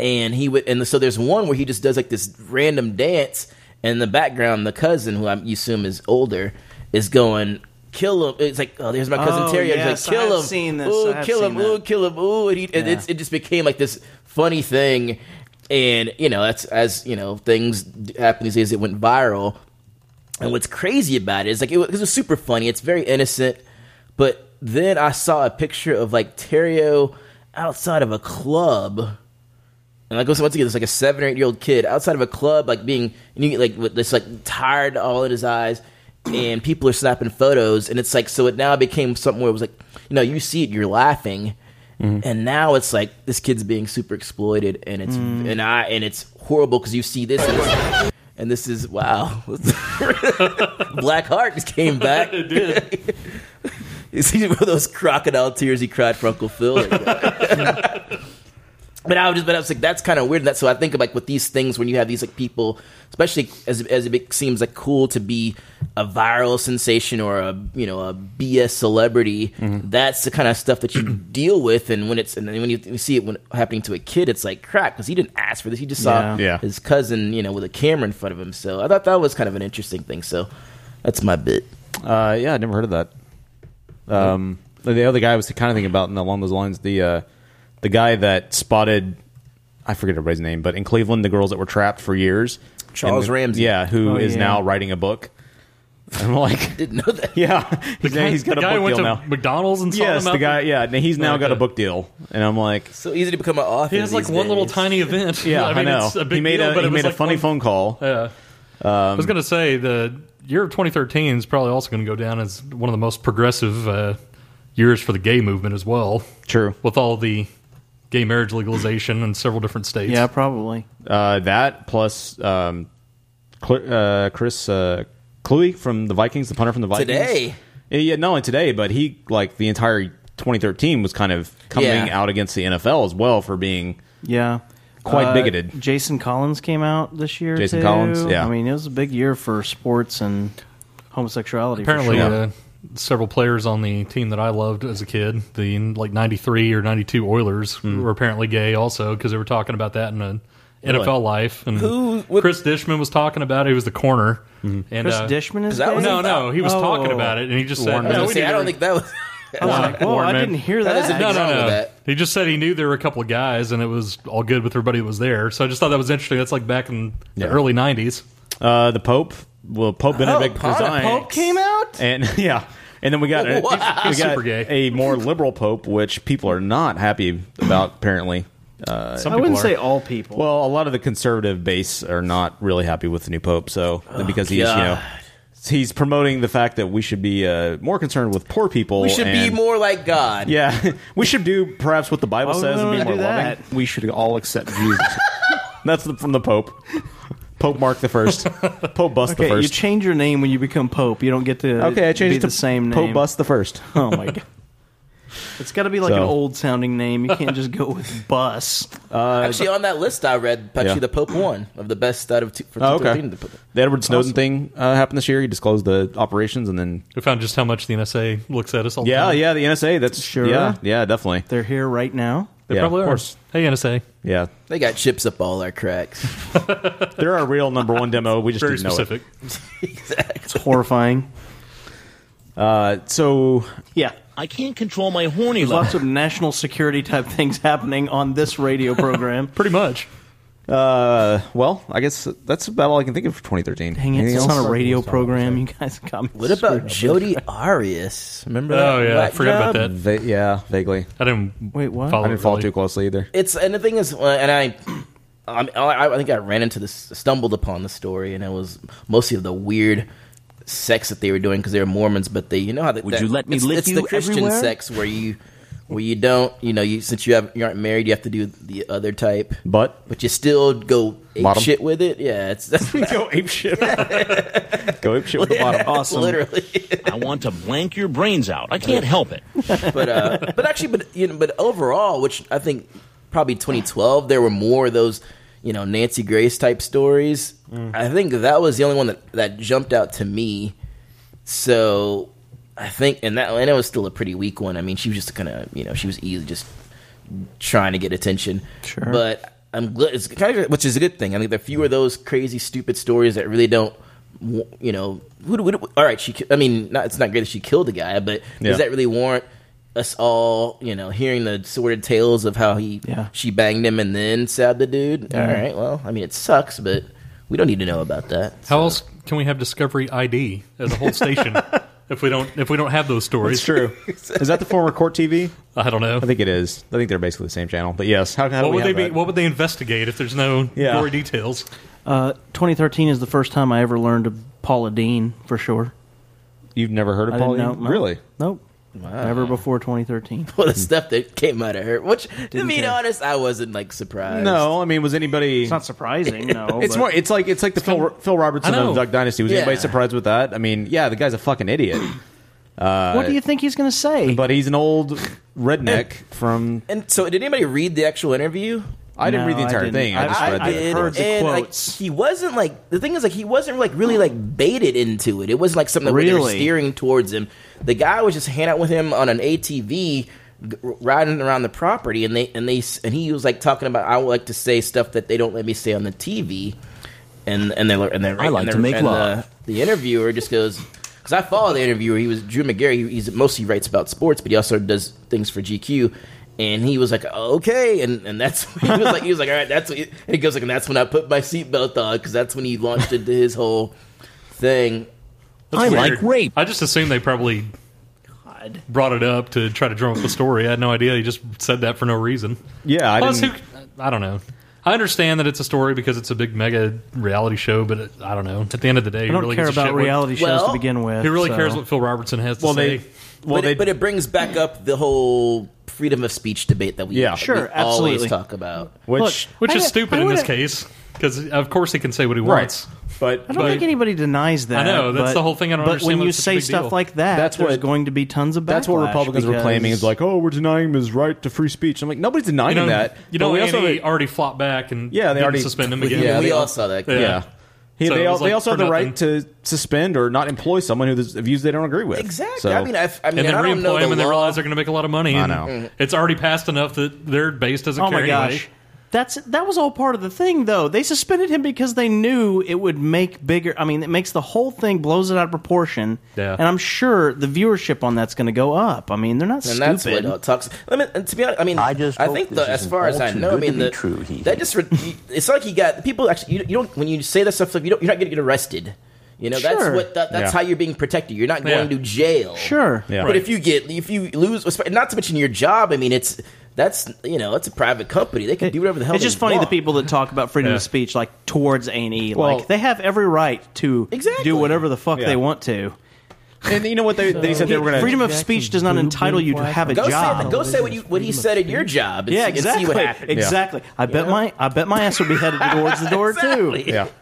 [SPEAKER 10] and he would and so there's one where he just does like this random dance and in the background the cousin who i you assume is older is going kill him it's like oh there's my cousin
[SPEAKER 6] Oh,
[SPEAKER 10] terry He's
[SPEAKER 6] yes,
[SPEAKER 10] like
[SPEAKER 6] I
[SPEAKER 10] kill
[SPEAKER 6] have
[SPEAKER 10] him
[SPEAKER 6] seen this.
[SPEAKER 10] ooh
[SPEAKER 6] I have
[SPEAKER 10] kill
[SPEAKER 6] seen
[SPEAKER 10] him
[SPEAKER 6] that."
[SPEAKER 10] ooh kill him ooh and he, and
[SPEAKER 6] Yeah.
[SPEAKER 10] it's, it just became like this funny thing and you know that's as you know things d- happen these days it went viral and what's crazy about it is like it was, it was super funny. It's very innocent, but then I saw a picture of like Terrio outside of a club And like once again, it's like a seven or eight year old kid outside of a club, like being and you get, like with this like tired all in his eyes, and people are snapping photos, and it's like so it now became something where it was like you know you see it, you're laughing, and now it's like this kid's being super exploited, and it's
[SPEAKER 6] Mm.
[SPEAKER 10] and I and it's horrible because you see this. And, it's- and this is wow, Black Heart just came back. it did. Is he one of those crocodile tears he cried for Uncle Phil? Like, but I was just, but I was like, that's kind of weird. And that's so I think of like with these things when you have these like people, especially as as it be- seems like cool to be a viral sensation or a you know a BS celebrity.
[SPEAKER 6] Mm-hmm.
[SPEAKER 10] That's the kind of stuff that you deal with. And when it's and then when you, you see it when happening to a kid, it's like crap because he didn't ask for this. He just saw
[SPEAKER 6] Yeah. Yeah.
[SPEAKER 10] his cousin you know with a camera in front of him. So I thought that was kind of an interesting thing. So that's my bit.
[SPEAKER 1] Uh, yeah, I never heard of that. Um, the other guy I was kind of thinking about and along those lines. The uh, the guy that spotted, I forget everybody's name, but in Cleveland, the girls that were trapped for years.
[SPEAKER 10] Charles
[SPEAKER 1] And the-
[SPEAKER 10] Ramsey.
[SPEAKER 1] Yeah, who is
[SPEAKER 10] Oh, yeah.
[SPEAKER 1] now writing a book. I'm like,
[SPEAKER 10] didn't know that.
[SPEAKER 1] Yeah,
[SPEAKER 3] The
[SPEAKER 1] he's, now-
[SPEAKER 3] guy-
[SPEAKER 1] he's got
[SPEAKER 3] the
[SPEAKER 1] a
[SPEAKER 3] guy
[SPEAKER 1] book
[SPEAKER 3] went
[SPEAKER 1] deal
[SPEAKER 3] to
[SPEAKER 1] now.
[SPEAKER 3] McDonald's and saw
[SPEAKER 1] yes,
[SPEAKER 3] him out
[SPEAKER 1] the guy.
[SPEAKER 3] there?
[SPEAKER 1] Yeah, and he's now got a
[SPEAKER 3] Okay.
[SPEAKER 1] book deal, and I'm like,
[SPEAKER 10] So easy to become an author.
[SPEAKER 3] He has like
[SPEAKER 10] these
[SPEAKER 3] one little
[SPEAKER 10] days.
[SPEAKER 3] tiny event.
[SPEAKER 1] yeah, I,
[SPEAKER 3] mean,
[SPEAKER 1] know.
[SPEAKER 3] It's a big
[SPEAKER 1] he made
[SPEAKER 3] deal,
[SPEAKER 1] a
[SPEAKER 3] but
[SPEAKER 1] he
[SPEAKER 3] it was
[SPEAKER 1] made
[SPEAKER 3] like
[SPEAKER 1] a funny
[SPEAKER 3] one-
[SPEAKER 1] phone call.
[SPEAKER 3] Yeah. I was going to say the year of 2013 is probably also going to go down as one of the most progressive uh, years for the gay movement as well.
[SPEAKER 1] True.
[SPEAKER 3] With all the gay marriage legalization in several different states.
[SPEAKER 6] Yeah, probably.
[SPEAKER 1] Uh, that plus um, Cl- uh, Chris uh, Cluey from the Vikings, the punter from the Vikings.
[SPEAKER 10] Today?
[SPEAKER 1] Yeah, yeah, not only today, but he like the entire 2013 was kind of coming
[SPEAKER 6] Yeah.
[SPEAKER 1] out against the NFL as well for being
[SPEAKER 6] Yeah.
[SPEAKER 1] quite
[SPEAKER 6] Uh,
[SPEAKER 1] bigoted.
[SPEAKER 6] Jason Collins came out this year.
[SPEAKER 1] Jason
[SPEAKER 6] too.
[SPEAKER 1] Collins, yeah.
[SPEAKER 6] I mean, it was a big year for sports and homosexuality. for
[SPEAKER 3] Apparently,
[SPEAKER 6] sure.
[SPEAKER 3] uh, several players on the team that I loved as a kid, the like '93 or '92 Oilers,
[SPEAKER 6] Hmm.
[SPEAKER 3] were apparently gay also because they were talking about that in a
[SPEAKER 10] Really?
[SPEAKER 3] NFL life. And
[SPEAKER 10] Who-
[SPEAKER 3] Chris Dishman was talking about it. He was the corner. And
[SPEAKER 6] Hmm. Chris
[SPEAKER 3] uh,
[SPEAKER 6] Dishman is
[SPEAKER 3] that
[SPEAKER 6] gay?
[SPEAKER 3] was- no, no. He was
[SPEAKER 6] Oh.
[SPEAKER 3] talking about it, and he just said,
[SPEAKER 10] I, was
[SPEAKER 3] "No,
[SPEAKER 10] gonna
[SPEAKER 3] we
[SPEAKER 10] say, I
[SPEAKER 3] never-
[SPEAKER 10] don't think that was.
[SPEAKER 6] I was like, whoa, I
[SPEAKER 3] Warman.
[SPEAKER 6] didn't hear
[SPEAKER 10] That
[SPEAKER 6] that.
[SPEAKER 10] is a-
[SPEAKER 3] no,
[SPEAKER 10] wrong
[SPEAKER 3] no,
[SPEAKER 10] with
[SPEAKER 3] no.
[SPEAKER 10] that?
[SPEAKER 3] He just said he knew there were a couple of guys, and it was all good with everybody that was there. So I just thought that was interesting. That's like back in
[SPEAKER 1] Yeah.
[SPEAKER 3] the early '90s.
[SPEAKER 1] Uh, the Pope, well, Pope Benedict
[SPEAKER 10] Pontifex.
[SPEAKER 1] resigned.
[SPEAKER 6] Pope came out?
[SPEAKER 1] and yeah, and then we got, a,
[SPEAKER 10] Wow.
[SPEAKER 1] we got
[SPEAKER 3] Super gay.
[SPEAKER 1] a more liberal Pope, which people are not happy about. Apparently, uh,
[SPEAKER 3] Some
[SPEAKER 6] I
[SPEAKER 3] people
[SPEAKER 6] wouldn't
[SPEAKER 3] are.
[SPEAKER 6] say all people.
[SPEAKER 1] well, a lot of the conservative base are not really happy with the new Pope. So because he's you
[SPEAKER 10] God.
[SPEAKER 1] know he's promoting the fact that we should be uh, more concerned with poor people.
[SPEAKER 10] We should be
[SPEAKER 1] and-
[SPEAKER 10] more like God.
[SPEAKER 1] Yeah, we should do perhaps what the Bible
[SPEAKER 6] Why would
[SPEAKER 1] says and
[SPEAKER 6] we
[SPEAKER 1] be more
[SPEAKER 6] do that?
[SPEAKER 1] loving. We should all accept Jesus. That's the, from the Pope. Pope Mark the First. Pope Bust the
[SPEAKER 6] okay, you
[SPEAKER 1] First.
[SPEAKER 6] change your name when you become pope. You don't get to
[SPEAKER 1] Okay, I changed
[SPEAKER 6] be
[SPEAKER 1] it to
[SPEAKER 6] the same name.
[SPEAKER 1] Pope Bus the first.
[SPEAKER 6] Oh my god. It's got to be like an
[SPEAKER 1] So.
[SPEAKER 6] old sounding name. You can't just go with Bus.
[SPEAKER 10] Actually, on that list I read, actually,
[SPEAKER 1] Uh, Yeah.
[SPEAKER 10] the Pope won of the best out of two, for
[SPEAKER 1] Oh, okay.
[SPEAKER 10] 2013. The Pope-
[SPEAKER 1] The Edward Snowden thing uh, happened this year. He disclosed the operations, and then
[SPEAKER 3] We found just how much the NSA looks at us all.
[SPEAKER 1] yeah,
[SPEAKER 3] the time.
[SPEAKER 1] yeah, the NSA. That's
[SPEAKER 6] Sure.
[SPEAKER 1] Yeah, yeah, definitely.
[SPEAKER 6] They're here right now.
[SPEAKER 3] They
[SPEAKER 1] yeah,
[SPEAKER 3] probably
[SPEAKER 1] of
[SPEAKER 3] are.
[SPEAKER 1] course.
[SPEAKER 3] Hey, NSA.
[SPEAKER 1] Yeah,
[SPEAKER 10] They got chips up all our cracks.
[SPEAKER 1] they're our real number one demo. We just
[SPEAKER 3] Very
[SPEAKER 1] didn't know
[SPEAKER 3] specific.
[SPEAKER 6] It's horrifying.
[SPEAKER 1] it. Uh, so
[SPEAKER 6] Yeah.
[SPEAKER 4] I can't control my horny level.
[SPEAKER 6] Lots of national security type things happening on this radio program.
[SPEAKER 3] Pretty much.
[SPEAKER 1] Uh, well, I guess that's about all I can think of for
[SPEAKER 6] Dang
[SPEAKER 1] 2013.
[SPEAKER 6] it,
[SPEAKER 1] Anything
[SPEAKER 6] it's
[SPEAKER 1] else?
[SPEAKER 6] on a radio program. You guys got me.
[SPEAKER 10] What about Jody Arias? Remember that?
[SPEAKER 3] Oh yeah, I
[SPEAKER 10] Black
[SPEAKER 3] forgot
[SPEAKER 10] job?
[SPEAKER 3] about that.
[SPEAKER 1] Va- yeah, vaguely.
[SPEAKER 3] I didn't.
[SPEAKER 6] Wait, what?
[SPEAKER 1] I didn't
[SPEAKER 3] it
[SPEAKER 1] follow
[SPEAKER 3] really.
[SPEAKER 1] too closely either.
[SPEAKER 10] It's and the thing is, uh, and I, I'm- I, I think I ran into this, stumbled upon the story, and it was mostly of the weird sex that they were doing because they were Mormons, but they, you know how that
[SPEAKER 4] Would
[SPEAKER 10] that-
[SPEAKER 4] you let me
[SPEAKER 10] it's,
[SPEAKER 4] lick
[SPEAKER 10] it's
[SPEAKER 4] you
[SPEAKER 10] the Christian
[SPEAKER 4] everywhere?
[SPEAKER 10] sex where you, where you don't, you know, you since you have you aren't married, you have to do the other type,
[SPEAKER 1] But
[SPEAKER 10] but you still go ape
[SPEAKER 1] Bottom.
[SPEAKER 10] shit with it. Yeah, it's
[SPEAKER 1] go ape shit. go ape shit with the bottom.
[SPEAKER 6] Awesome.
[SPEAKER 10] literally.
[SPEAKER 4] I want to blank your brains out. I can't help it.
[SPEAKER 10] but uh, but actually, but you know, but overall, which I think probably 2012, there were more of those, you know, Nancy Grace type stories. I think that was the only one that that jumped out to me. So I think, and that and it was still a pretty weak one. I mean, she was just kind of, you know, she was easy, just trying to get attention.
[SPEAKER 6] Sure.
[SPEAKER 10] but I'm glad it's kind of which is a good thing. I think there are fewer of those crazy, stupid stories that really don't. wa- You know, who, do- who, do- all right. She, ki- I mean, not, it's not great that she killed a guy, but
[SPEAKER 1] Yeah.
[SPEAKER 10] does that really warrant us all, you know, hearing the sordid tales of how he,
[SPEAKER 6] Yeah.
[SPEAKER 10] she banged him and then stabbed the dude? All right, well, I mean, it sucks, but we don't need to know about that.
[SPEAKER 3] How else can we have Discovery ID as a whole station? if we don't if we don't have those stories.
[SPEAKER 1] It's true. Is that the former Court TV?
[SPEAKER 3] I don't know.
[SPEAKER 1] I think it is. I think they're basically the same channel. But yes, how, how do
[SPEAKER 3] what
[SPEAKER 1] we
[SPEAKER 3] would they
[SPEAKER 1] have
[SPEAKER 3] be?
[SPEAKER 1] that?
[SPEAKER 3] What would they investigate if there's no
[SPEAKER 1] Yeah.
[SPEAKER 3] gory details?
[SPEAKER 6] Uh, 2013 is the first time I ever learned of Paula Dean for sure.
[SPEAKER 1] You've never heard of
[SPEAKER 6] I didn't
[SPEAKER 1] Paula
[SPEAKER 6] know-
[SPEAKER 1] Deen?
[SPEAKER 6] no.
[SPEAKER 1] Really?
[SPEAKER 6] Nope. Never before 2013.
[SPEAKER 10] Well, the stuff that came out of her, which to
[SPEAKER 6] Didn't
[SPEAKER 10] be
[SPEAKER 6] care.
[SPEAKER 10] honest, I wasn't like surprised.
[SPEAKER 1] No, I mean, was anybody?
[SPEAKER 6] It's not surprising, no.
[SPEAKER 1] It's
[SPEAKER 6] but-
[SPEAKER 1] more. It's like it's like the Phil, Phil Robertson
[SPEAKER 6] I know.
[SPEAKER 1] of Duck Dynasty. Was
[SPEAKER 6] Yeah.
[SPEAKER 1] anybody surprised with that? I mean, yeah, the guy's a fucking idiot. Uh,
[SPEAKER 6] what do you think he's going to say?
[SPEAKER 1] But he's an old redneck from.
[SPEAKER 10] And so, did anybody read the actual interview?
[SPEAKER 1] I didn't No, read the I entire didn't. thing. I just read the heard the
[SPEAKER 10] and, like,
[SPEAKER 1] quotes.
[SPEAKER 10] he wasn't like the thing is like he wasn't like really like baited into it. It wasn't like something that where they were
[SPEAKER 6] Really?
[SPEAKER 10] steering towards him. The guy was just hanging out with him on an ATV, g- riding around the property, and they and they s- and he was like talking about I would like to say stuff that they don't let me say on the TV, and and they and they
[SPEAKER 4] I like
[SPEAKER 10] and
[SPEAKER 4] to
[SPEAKER 10] they're-
[SPEAKER 4] make
[SPEAKER 10] and uh,
[SPEAKER 4] love.
[SPEAKER 10] The, the interviewer just goes. Because I follow the interviewer, he was Drew McGarry. He, he's mostly writes about sports, but he also does things for GQ. And he was like, "Okay," and and that's he was like, he was like, "All right, that's." What, and he goes like, "And that's when I put my seatbelt on because that's when he launched into his whole thing."
[SPEAKER 3] That's weird. I just assumed they probably brought it up to try to drum up the story. I had no idea. He just said that for no reason.
[SPEAKER 1] Yeah, I
[SPEAKER 3] Plus,
[SPEAKER 1] didn't-
[SPEAKER 3] who- I don't know. I understand that it's a story because it's a big mega reality show, but it, I don't know. At the end of the day,
[SPEAKER 6] I don't
[SPEAKER 3] who really
[SPEAKER 6] care
[SPEAKER 3] gives a
[SPEAKER 6] about
[SPEAKER 3] shit what-
[SPEAKER 6] reality shows to Well- begin with,
[SPEAKER 3] Who really
[SPEAKER 6] so-
[SPEAKER 3] cares what Phil Robertson has to
[SPEAKER 10] Well,
[SPEAKER 3] say?
[SPEAKER 10] they- but, it, but it brings back up the whole freedom of speech debate that we
[SPEAKER 3] Yeah.
[SPEAKER 10] that we
[SPEAKER 3] Sure, absolutely.
[SPEAKER 10] always talk about,
[SPEAKER 3] which
[SPEAKER 6] I
[SPEAKER 3] is
[SPEAKER 6] would-
[SPEAKER 3] stupid
[SPEAKER 6] I
[SPEAKER 3] in this
[SPEAKER 6] would've-
[SPEAKER 3] case because of course he can say what he
[SPEAKER 1] Right.
[SPEAKER 3] wants.
[SPEAKER 1] But
[SPEAKER 6] I don't think anybody denies that.
[SPEAKER 3] I know, that's
[SPEAKER 6] but-
[SPEAKER 3] the whole thing I don't
[SPEAKER 6] But
[SPEAKER 3] understand
[SPEAKER 6] when
[SPEAKER 3] why
[SPEAKER 6] you
[SPEAKER 3] it's such a
[SPEAKER 6] say
[SPEAKER 3] big
[SPEAKER 6] stuff
[SPEAKER 3] deal.
[SPEAKER 6] like that,
[SPEAKER 1] That's
[SPEAKER 6] there's
[SPEAKER 1] what-
[SPEAKER 6] going to be tons of backlash.
[SPEAKER 1] That's what Republicans were
[SPEAKER 6] because-
[SPEAKER 1] claiming is like, oh, we're denying him his right to free speech. I'm like, nobody's denying
[SPEAKER 3] you know,
[SPEAKER 1] that.
[SPEAKER 3] You know,
[SPEAKER 1] But we
[SPEAKER 3] Andy
[SPEAKER 1] also have a-
[SPEAKER 3] already flopped back and
[SPEAKER 1] Yeah, they
[SPEAKER 3] didn't
[SPEAKER 1] already
[SPEAKER 3] suspend him again.
[SPEAKER 1] Yeah, they- Yeah, He-
[SPEAKER 3] So
[SPEAKER 1] they,
[SPEAKER 3] it
[SPEAKER 1] al-
[SPEAKER 3] was,
[SPEAKER 1] they
[SPEAKER 3] like,
[SPEAKER 1] also have
[SPEAKER 3] for
[SPEAKER 1] the
[SPEAKER 3] nothing.
[SPEAKER 1] right to suspend or not employ someone who has views they don't agree with.
[SPEAKER 10] Exactly.
[SPEAKER 1] So-
[SPEAKER 10] I mean, I, I mean,
[SPEAKER 3] and then reemploy
[SPEAKER 10] I don't know
[SPEAKER 3] him,
[SPEAKER 10] the
[SPEAKER 3] and they
[SPEAKER 10] law.
[SPEAKER 3] realize they're going to make a lot of money.
[SPEAKER 1] I
[SPEAKER 3] and
[SPEAKER 1] know.
[SPEAKER 3] It's already passed enough that their base doesn't
[SPEAKER 6] Oh
[SPEAKER 3] care
[SPEAKER 6] my gosh.
[SPEAKER 3] anyway.
[SPEAKER 6] That's that was all part of the thing though. They suspended him because they knew it would make bigger I mean, it makes the whole thing blows it out of proportion.
[SPEAKER 10] Yeah.
[SPEAKER 6] And I'm sure the viewership on that's going to go up. I mean, they're not
[SPEAKER 10] and
[SPEAKER 6] stupid.
[SPEAKER 10] that's what uh, talks. I mean, and to be honest, I mean, I just I
[SPEAKER 6] hope
[SPEAKER 10] think
[SPEAKER 6] this
[SPEAKER 10] the, as
[SPEAKER 6] isn't
[SPEAKER 10] far as
[SPEAKER 6] all
[SPEAKER 10] I
[SPEAKER 6] too
[SPEAKER 10] know, I
[SPEAKER 6] good to
[SPEAKER 10] mean,
[SPEAKER 6] be
[SPEAKER 10] the,
[SPEAKER 6] true,
[SPEAKER 10] that just re- you- it's like you got people actually. You, you don't when you say that stuff, you don't, you're not going to get arrested. You know, that's
[SPEAKER 6] Sure.
[SPEAKER 10] what that, that's
[SPEAKER 6] Yeah.
[SPEAKER 10] how you're being protected. You're not
[SPEAKER 6] Yeah.
[SPEAKER 10] going to jail.
[SPEAKER 6] Sure. Yeah.
[SPEAKER 10] But
[SPEAKER 6] Right.
[SPEAKER 10] if you get if you lose, not to mention your job. I mean, it's that's you know, it's a private company. They can do whatever the hell.
[SPEAKER 6] It's
[SPEAKER 10] they
[SPEAKER 6] just funny
[SPEAKER 10] want.
[SPEAKER 6] the people that talk about freedom
[SPEAKER 10] Yeah.
[SPEAKER 6] of speech like towards A&E
[SPEAKER 10] Well-
[SPEAKER 6] like they have every right to do whatever the fuck
[SPEAKER 1] Yeah.
[SPEAKER 6] they want to.
[SPEAKER 1] And you know what they, they said they were going to
[SPEAKER 6] freedom of speech does not entitle you to have a
[SPEAKER 10] go
[SPEAKER 6] job.
[SPEAKER 10] Say, go say what you what he said at your job. And
[SPEAKER 6] yeah,
[SPEAKER 10] see,
[SPEAKER 6] exactly.
[SPEAKER 10] And see what happened.
[SPEAKER 6] Exactly. I bet my I bet my ass would be headed towards the door too.
[SPEAKER 1] Yeah.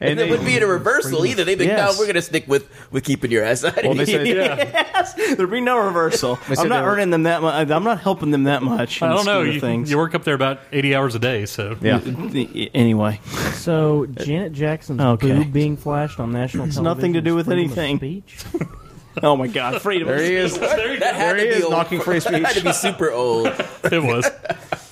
[SPEAKER 10] And, it wouldn't be in a reversal either. They'd be like,
[SPEAKER 6] Yes.
[SPEAKER 10] no, we're going to stick with, with keeping your ass out of
[SPEAKER 1] Well, they
[SPEAKER 10] here.
[SPEAKER 1] said- Yeah.
[SPEAKER 6] yes, there'd be no reversal.
[SPEAKER 1] They said
[SPEAKER 6] I'm not
[SPEAKER 1] they were-
[SPEAKER 6] earning them that much. I'm not helping them that much. in
[SPEAKER 3] I
[SPEAKER 6] the
[SPEAKER 3] don't know.
[SPEAKER 6] scheme of
[SPEAKER 3] You,
[SPEAKER 6] things.
[SPEAKER 3] you work up there about eighty hours a day, so
[SPEAKER 6] Anyway,
[SPEAKER 13] So Janet Jackson's
[SPEAKER 6] Okay.
[SPEAKER 13] boob being flashed on national
[SPEAKER 6] It's
[SPEAKER 13] television.
[SPEAKER 6] nothing to do with
[SPEAKER 13] freedom of
[SPEAKER 6] anything.
[SPEAKER 13] Speech.
[SPEAKER 6] oh my God, freedom.
[SPEAKER 13] There he
[SPEAKER 6] of
[SPEAKER 13] is.
[SPEAKER 6] speech.
[SPEAKER 10] That
[SPEAKER 1] There
[SPEAKER 10] had to
[SPEAKER 1] he
[SPEAKER 10] be
[SPEAKER 1] is
[SPEAKER 10] old.
[SPEAKER 1] knocking free
[SPEAKER 10] That had to
[SPEAKER 1] speech.
[SPEAKER 10] be super old.
[SPEAKER 3] it was.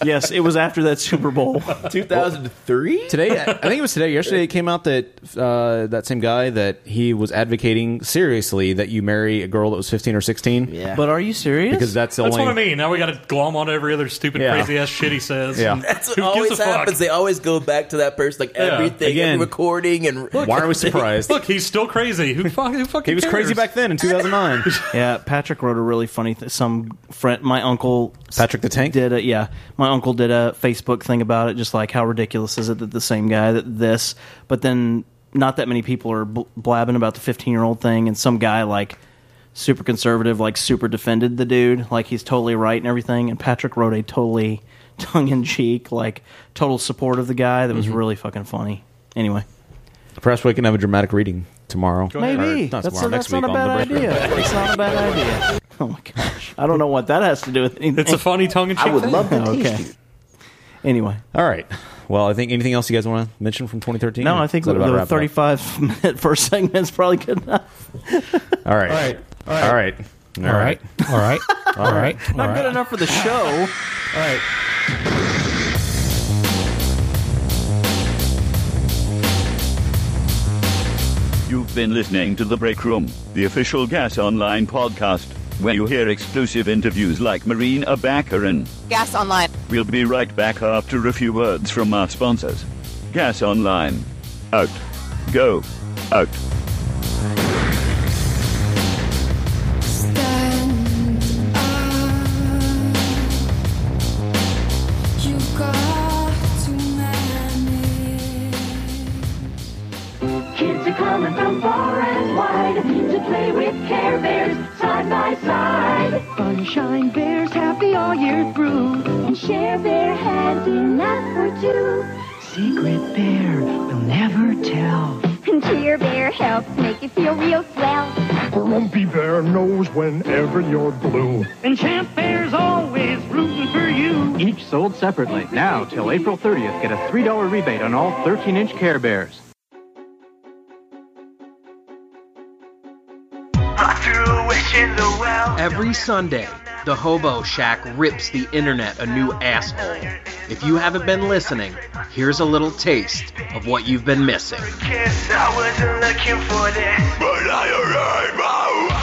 [SPEAKER 6] Yes, it was after that Super Bowl.
[SPEAKER 10] 2003?
[SPEAKER 1] Today, I I think it was today. Yesterday, it came out that uh, that same guy that he was advocating seriously that you marry a girl that was 15 or 16. Yeah.
[SPEAKER 6] But are you serious?
[SPEAKER 1] Because that's the
[SPEAKER 3] That's
[SPEAKER 1] only.
[SPEAKER 3] what I mean. Now we got to glom on every other stupid,
[SPEAKER 1] Yeah.
[SPEAKER 3] crazy ass shit he says.
[SPEAKER 1] Yeah.
[SPEAKER 3] and
[SPEAKER 10] That's what
[SPEAKER 3] who gives a
[SPEAKER 10] always
[SPEAKER 3] fuck?
[SPEAKER 10] happens. They always go back to that person, like
[SPEAKER 3] Yeah.
[SPEAKER 10] everything,
[SPEAKER 1] Again.
[SPEAKER 10] every recording, and
[SPEAKER 1] Why are we surprised?
[SPEAKER 3] Look, he's still crazy. Who, fuck, who fucking
[SPEAKER 1] He was crazy
[SPEAKER 3] cares?
[SPEAKER 1] back then in 2009.
[SPEAKER 6] Yeah, Patrick wrote a really funny. Th- some friend, my uncle
[SPEAKER 1] Patrick the Tank
[SPEAKER 6] did a yeah. My uncle did a Facebook thing about it, just like how ridiculous is it that the same guy that this, but then not that many people are bl- blabbing about the fifteen year old thing, and some guy like super conservative, like super defended the dude, like he's totally right and everything, and Patrick wrote a totally tongue in cheek, like total support of the guy that was really fucking funny. Anyway.
[SPEAKER 1] Perhaps we can have a dramatic reading tomorrow.
[SPEAKER 6] Maybe.
[SPEAKER 1] Or not
[SPEAKER 6] that's
[SPEAKER 1] tomorrow,
[SPEAKER 6] that's
[SPEAKER 1] next week
[SPEAKER 6] not a
[SPEAKER 1] on The
[SPEAKER 6] bad
[SPEAKER 1] Break Room.
[SPEAKER 6] idea. That's not a bad idea. Oh my gosh. I don't know what that has to do with anything.
[SPEAKER 3] It's a funny tongue-in-cheek I would thing. love to tease you.
[SPEAKER 6] Anyway.
[SPEAKER 1] All right. Well, I think anything else you guys want to mention from 2013?
[SPEAKER 6] No,
[SPEAKER 1] Or
[SPEAKER 6] I
[SPEAKER 1] is
[SPEAKER 6] think
[SPEAKER 1] that
[SPEAKER 6] the
[SPEAKER 1] about wrap it up?
[SPEAKER 6] 35 minute first segment is probably good enough.
[SPEAKER 1] All right.
[SPEAKER 6] All right.
[SPEAKER 1] All right. All right.
[SPEAKER 14] All right. All right.
[SPEAKER 6] Not good enough for the show.
[SPEAKER 14] All right.
[SPEAKER 8] You've been listening to The Break Room, the official Gas Online podcast, where you hear exclusive interviews like Marine Abakaran.
[SPEAKER 15] Gas Online.
[SPEAKER 8] We'll be right back after a few words from our sponsors. Gas Online. Out. Go. Out.
[SPEAKER 9] play with Care Bears side by side. Funshine Bears happy all year through and share their heads enough for two. Secret Bear will never tell. And Care Bear helps make you feel real swell.
[SPEAKER 16] Grumpy Bear knows whenever you're blue.
[SPEAKER 9] And Champ Bear's always rooting for you.
[SPEAKER 5] Each sold separately. Now till April 30th, get a $3 rebate on all 13 inch Care Bears.
[SPEAKER 6] Every Sunday, the Hobo Shack rips the internet a new asshole. If you haven't been listening, here's a little taste of what you've been missing.
[SPEAKER 9] I wasn't looking for this.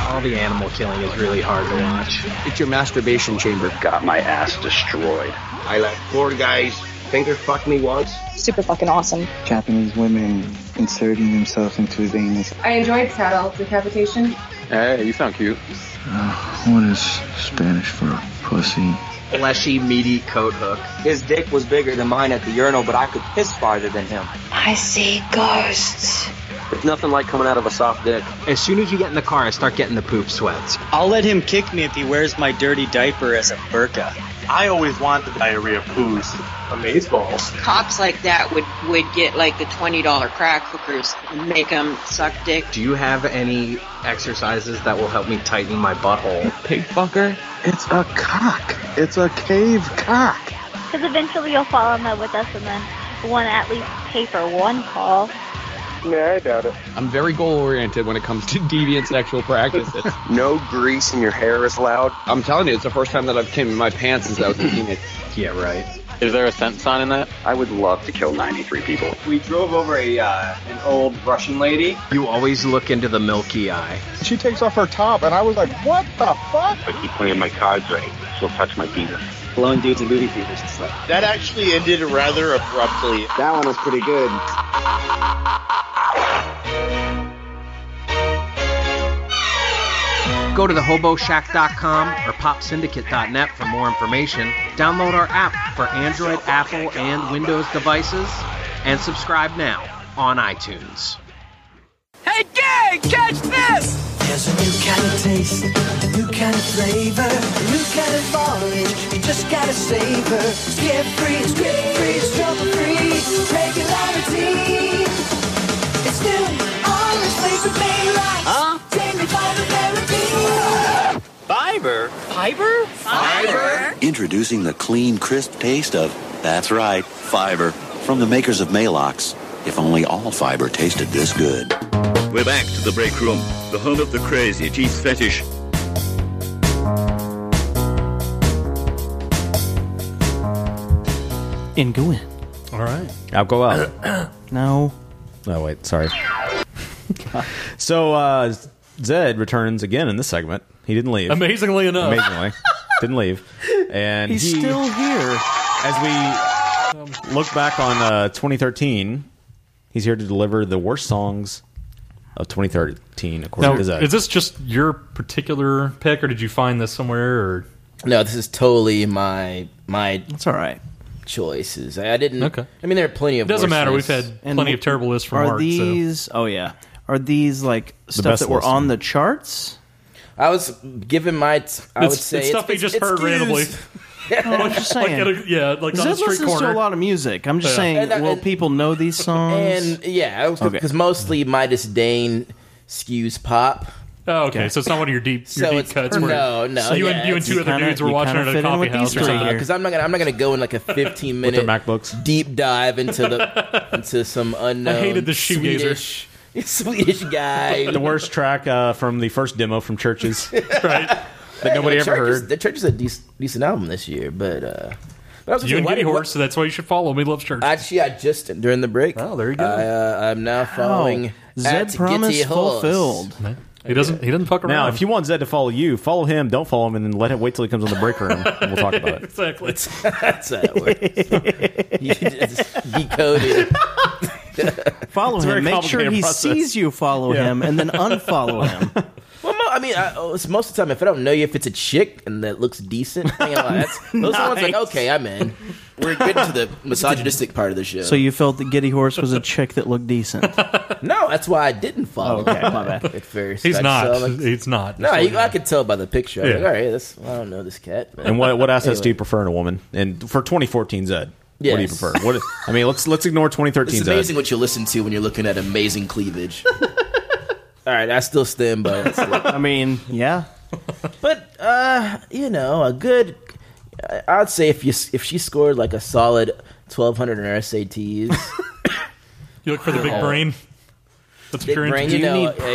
[SPEAKER 6] All the animal killing is really hard to watch.
[SPEAKER 17] It's your masturbation chamber. Got my ass destroyed. I let four guys finger fuck me once.
[SPEAKER 4] Super fucking awesome.
[SPEAKER 13] Japanese women inserting themselves into his anus.
[SPEAKER 4] I enjoyed cattle decapitation.
[SPEAKER 13] Hey, you sound cute. what is Spanish for pussy?
[SPEAKER 17] Fleshy, meaty coat hook. His dick was bigger than mine at the urinal, but I could piss farther than him.
[SPEAKER 4] I see ghosts.
[SPEAKER 17] It's nothing like coming out of a soft dick.
[SPEAKER 6] As soon as you get in the car, I start getting the poop sweats.
[SPEAKER 18] I'll let him kick me if he wears my dirty diaper as a burqa. I always wanted the diarrhea poos. Amazeballs.
[SPEAKER 19] Cops like that would, would get like the $20 crack hookers and make them suck dick.
[SPEAKER 6] Do you have any exercises that will help me tighten my butthole? Pig fucker?
[SPEAKER 13] It's a cock. It's a cave cock.
[SPEAKER 20] Because eventually you'll fall in love with us and then want to at least pay for one call.
[SPEAKER 13] Yeah, I doubt it.
[SPEAKER 21] I'm very goal oriented when it comes to deviant sexual practices.
[SPEAKER 13] no grease in your hair is allowed.
[SPEAKER 21] I'm telling you, it's the first time that I've came in my pants since I was a teenager.
[SPEAKER 6] Yeah, right.
[SPEAKER 21] Is there a scent sign in that?
[SPEAKER 13] I would love to kill 93 people.
[SPEAKER 5] We drove over a uh, an old Russian lady.
[SPEAKER 6] You always look into the milky eye.
[SPEAKER 5] She takes off her top, and I was like, "What the fuck?"
[SPEAKER 13] I keep playing my cards right. She'll touch my penis.
[SPEAKER 5] Blowing dudes in movie theaters and stuff. That actually ended rather abruptly. That one was pretty good.
[SPEAKER 6] Go to thehoboshack.com or popsyndicate.net for more information. Download our app for Android, Apple, and Windows devices, and subscribe now on iTunes.
[SPEAKER 9] Hey, gang, catch this! There's a new kind of taste, a new kind of flavor, a new kind of knowledge. You just gotta savor. Skip free, skip free, trouble free, regularity. It's new, orange flavor, Mayrocks. Huh? Take me by the therapy.
[SPEAKER 5] Fiber.
[SPEAKER 9] Fiber? Fiber?
[SPEAKER 8] Introducing the clean, crisp taste of, that's right, fiber. From the makers of Malox. If only all fiber tasted this good.
[SPEAKER 22] We're back to the break room, the home of the crazy teeth fetish.
[SPEAKER 23] In go in.
[SPEAKER 3] All right.
[SPEAKER 1] I'll go out.
[SPEAKER 23] No.
[SPEAKER 1] Oh wait, sorry. so uh, Zed returns again in this segment. He didn't leave.
[SPEAKER 3] Amazingly enough.
[SPEAKER 1] amazingly didn't leave, and
[SPEAKER 23] He's
[SPEAKER 1] he,
[SPEAKER 23] still here.
[SPEAKER 1] As we look back on uh, 2013, he's here to deliver the worst songs of 2013, according
[SPEAKER 3] Now,
[SPEAKER 1] to Zed.
[SPEAKER 3] is this just your particular pick, or did you find this somewhere? Or
[SPEAKER 10] No, this is totally my my.
[SPEAKER 23] It's all right.
[SPEAKER 10] Choices. I, I didn't.
[SPEAKER 3] Okay.
[SPEAKER 10] I mean, there are plenty of.
[SPEAKER 3] Doesn't
[SPEAKER 10] worse
[SPEAKER 3] matter,
[SPEAKER 10] lists.
[SPEAKER 3] we've had plenty of terrible lists from
[SPEAKER 23] Are
[SPEAKER 3] Mark, so-
[SPEAKER 23] these? Oh yeah. Are these like stuff
[SPEAKER 10] best
[SPEAKER 23] that were
[SPEAKER 10] list,
[SPEAKER 23] on the charts?
[SPEAKER 10] I was given my. T- I
[SPEAKER 23] It's-
[SPEAKER 10] would say
[SPEAKER 23] it's stuff
[SPEAKER 10] it's,
[SPEAKER 23] he just
[SPEAKER 10] it's
[SPEAKER 23] heard
[SPEAKER 10] cues.
[SPEAKER 23] randomly. No, I'm just
[SPEAKER 10] Like
[SPEAKER 23] saying.
[SPEAKER 10] at a- yeah, like on
[SPEAKER 23] Zed
[SPEAKER 10] the street
[SPEAKER 23] listens
[SPEAKER 10] corner.
[SPEAKER 23] to a lot of music. I'm just
[SPEAKER 10] Yeah.
[SPEAKER 23] saying,
[SPEAKER 10] And that-
[SPEAKER 23] will
[SPEAKER 10] and-
[SPEAKER 23] people know these songs?
[SPEAKER 10] And yeah, because
[SPEAKER 23] Okay.
[SPEAKER 10] mostly my disdain skews pop.
[SPEAKER 3] Oh, okay. So it's not one of your deep, your
[SPEAKER 10] So
[SPEAKER 3] deep
[SPEAKER 10] it's-
[SPEAKER 3] cuts. Where
[SPEAKER 10] no, no.
[SPEAKER 3] So you
[SPEAKER 10] yeah,
[SPEAKER 3] and you and
[SPEAKER 10] it's-
[SPEAKER 3] two other dudes were watching it at a coffee house or something.
[SPEAKER 10] Because I'm not gonna, I'm not gonna go in like a 15
[SPEAKER 3] With their
[SPEAKER 10] minute deep dive into the into some unknown.
[SPEAKER 3] I hated the shoegazer.
[SPEAKER 10] Swedish, Swedish guy.
[SPEAKER 1] the worst track uh, from the first demo from Churches.
[SPEAKER 10] Hey,
[SPEAKER 1] nobody
[SPEAKER 10] the
[SPEAKER 1] ever
[SPEAKER 10] Church is-
[SPEAKER 1] heard.
[SPEAKER 10] The church is a decent, decent album this year, but. uh but I was gonna
[SPEAKER 3] You
[SPEAKER 10] say,
[SPEAKER 3] and
[SPEAKER 10] why
[SPEAKER 3] Giddy
[SPEAKER 10] did-
[SPEAKER 3] Horse, so that's why you should follow me. Love Church.
[SPEAKER 10] Actually, I just during the break. Oh, there you go. I, uh, I'm now following. at Giddy Horse.
[SPEAKER 3] He doesn't. He doesn't fuck around.
[SPEAKER 1] Now, if you want Zed to follow you, follow him. Don't follow him, and then let him wait till he comes on the break room, and we'll talk about it.
[SPEAKER 3] exactly.
[SPEAKER 10] That's how it works. you just decoded.
[SPEAKER 23] follow
[SPEAKER 10] It's a very
[SPEAKER 23] him. Make sure
[SPEAKER 10] complicated
[SPEAKER 23] he
[SPEAKER 10] process.
[SPEAKER 23] sees you follow
[SPEAKER 10] Yeah.
[SPEAKER 23] him, and then unfollow him.
[SPEAKER 10] Well, mo- I mean, I, oh, it's most of the time if I don't know you, if it's a chick and that looks decent, you know, that's, those are the ones like,
[SPEAKER 6] Nice.
[SPEAKER 10] okay, I'm in. We're getting to the misogynistic part of the show.
[SPEAKER 6] So you felt that Giddy Horse was a chick that looked decent.
[SPEAKER 10] no, that's why I didn't follow.
[SPEAKER 6] Oh, okay,
[SPEAKER 10] him
[SPEAKER 6] my bad.
[SPEAKER 10] At first,
[SPEAKER 6] He's
[SPEAKER 10] I
[SPEAKER 6] not.
[SPEAKER 10] saw, like-
[SPEAKER 3] He's not.
[SPEAKER 10] No, you, I could tell by the picture. I was
[SPEAKER 1] Yeah.
[SPEAKER 10] like, all right, this, I don't know this cat. but-
[SPEAKER 1] And what what assets do you
[SPEAKER 10] Anyway.
[SPEAKER 1] prefer in a woman? And for 2014 Zed, what do you
[SPEAKER 10] Yes.
[SPEAKER 1] prefer? What I mean, let's let's ignore 2013
[SPEAKER 10] It's
[SPEAKER 1] Zed.
[SPEAKER 10] amazing what you listen to when you're looking at amazing cleavage. All right, I still stand by it. I
[SPEAKER 6] mean, yeah,
[SPEAKER 10] but uh, you know, a good. I- I'd say if you if she scored like a solid 1200 in her SATs,
[SPEAKER 3] You look for the big
[SPEAKER 10] Oh.
[SPEAKER 3] brain. That's what
[SPEAKER 10] big
[SPEAKER 3] you're
[SPEAKER 10] brain,
[SPEAKER 3] into.
[SPEAKER 10] you know, if she- if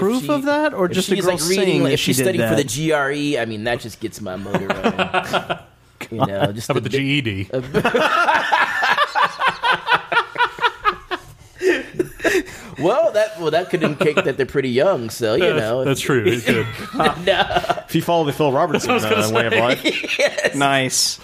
[SPEAKER 10] she's, like, reading, like, if she's studying for the GRE, I mean, that just gets my motor running. you know, just
[SPEAKER 3] How about the E? GED?
[SPEAKER 10] well, that well that could indicate that they're pretty young. So you
[SPEAKER 1] That's-
[SPEAKER 10] know,
[SPEAKER 1] that's true, it could.
[SPEAKER 10] no.
[SPEAKER 1] If you follow the Phil Robertson
[SPEAKER 10] That's what I was
[SPEAKER 1] uh, way
[SPEAKER 10] gonna
[SPEAKER 1] of
[SPEAKER 10] say.
[SPEAKER 1] life,
[SPEAKER 10] Yes.
[SPEAKER 6] nice.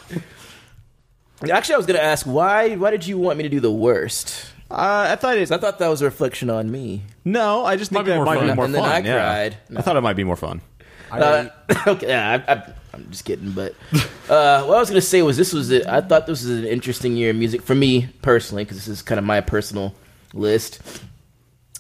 [SPEAKER 10] Actually, I was going to ask why. Why did you want me to do the worst?
[SPEAKER 1] Uh, I thought it.
[SPEAKER 10] I thought that was a reflection on me.
[SPEAKER 1] No, I just think that might be more fun.
[SPEAKER 10] and Then I
[SPEAKER 1] yeah.
[SPEAKER 10] cried.
[SPEAKER 1] I thought it might be more fun.
[SPEAKER 10] Uh, okay, yeah, I, I, I'm just kidding. But uh, what I was going to say was this was a, I thought this was an interesting year in music for me personally because this is kind of my personal list.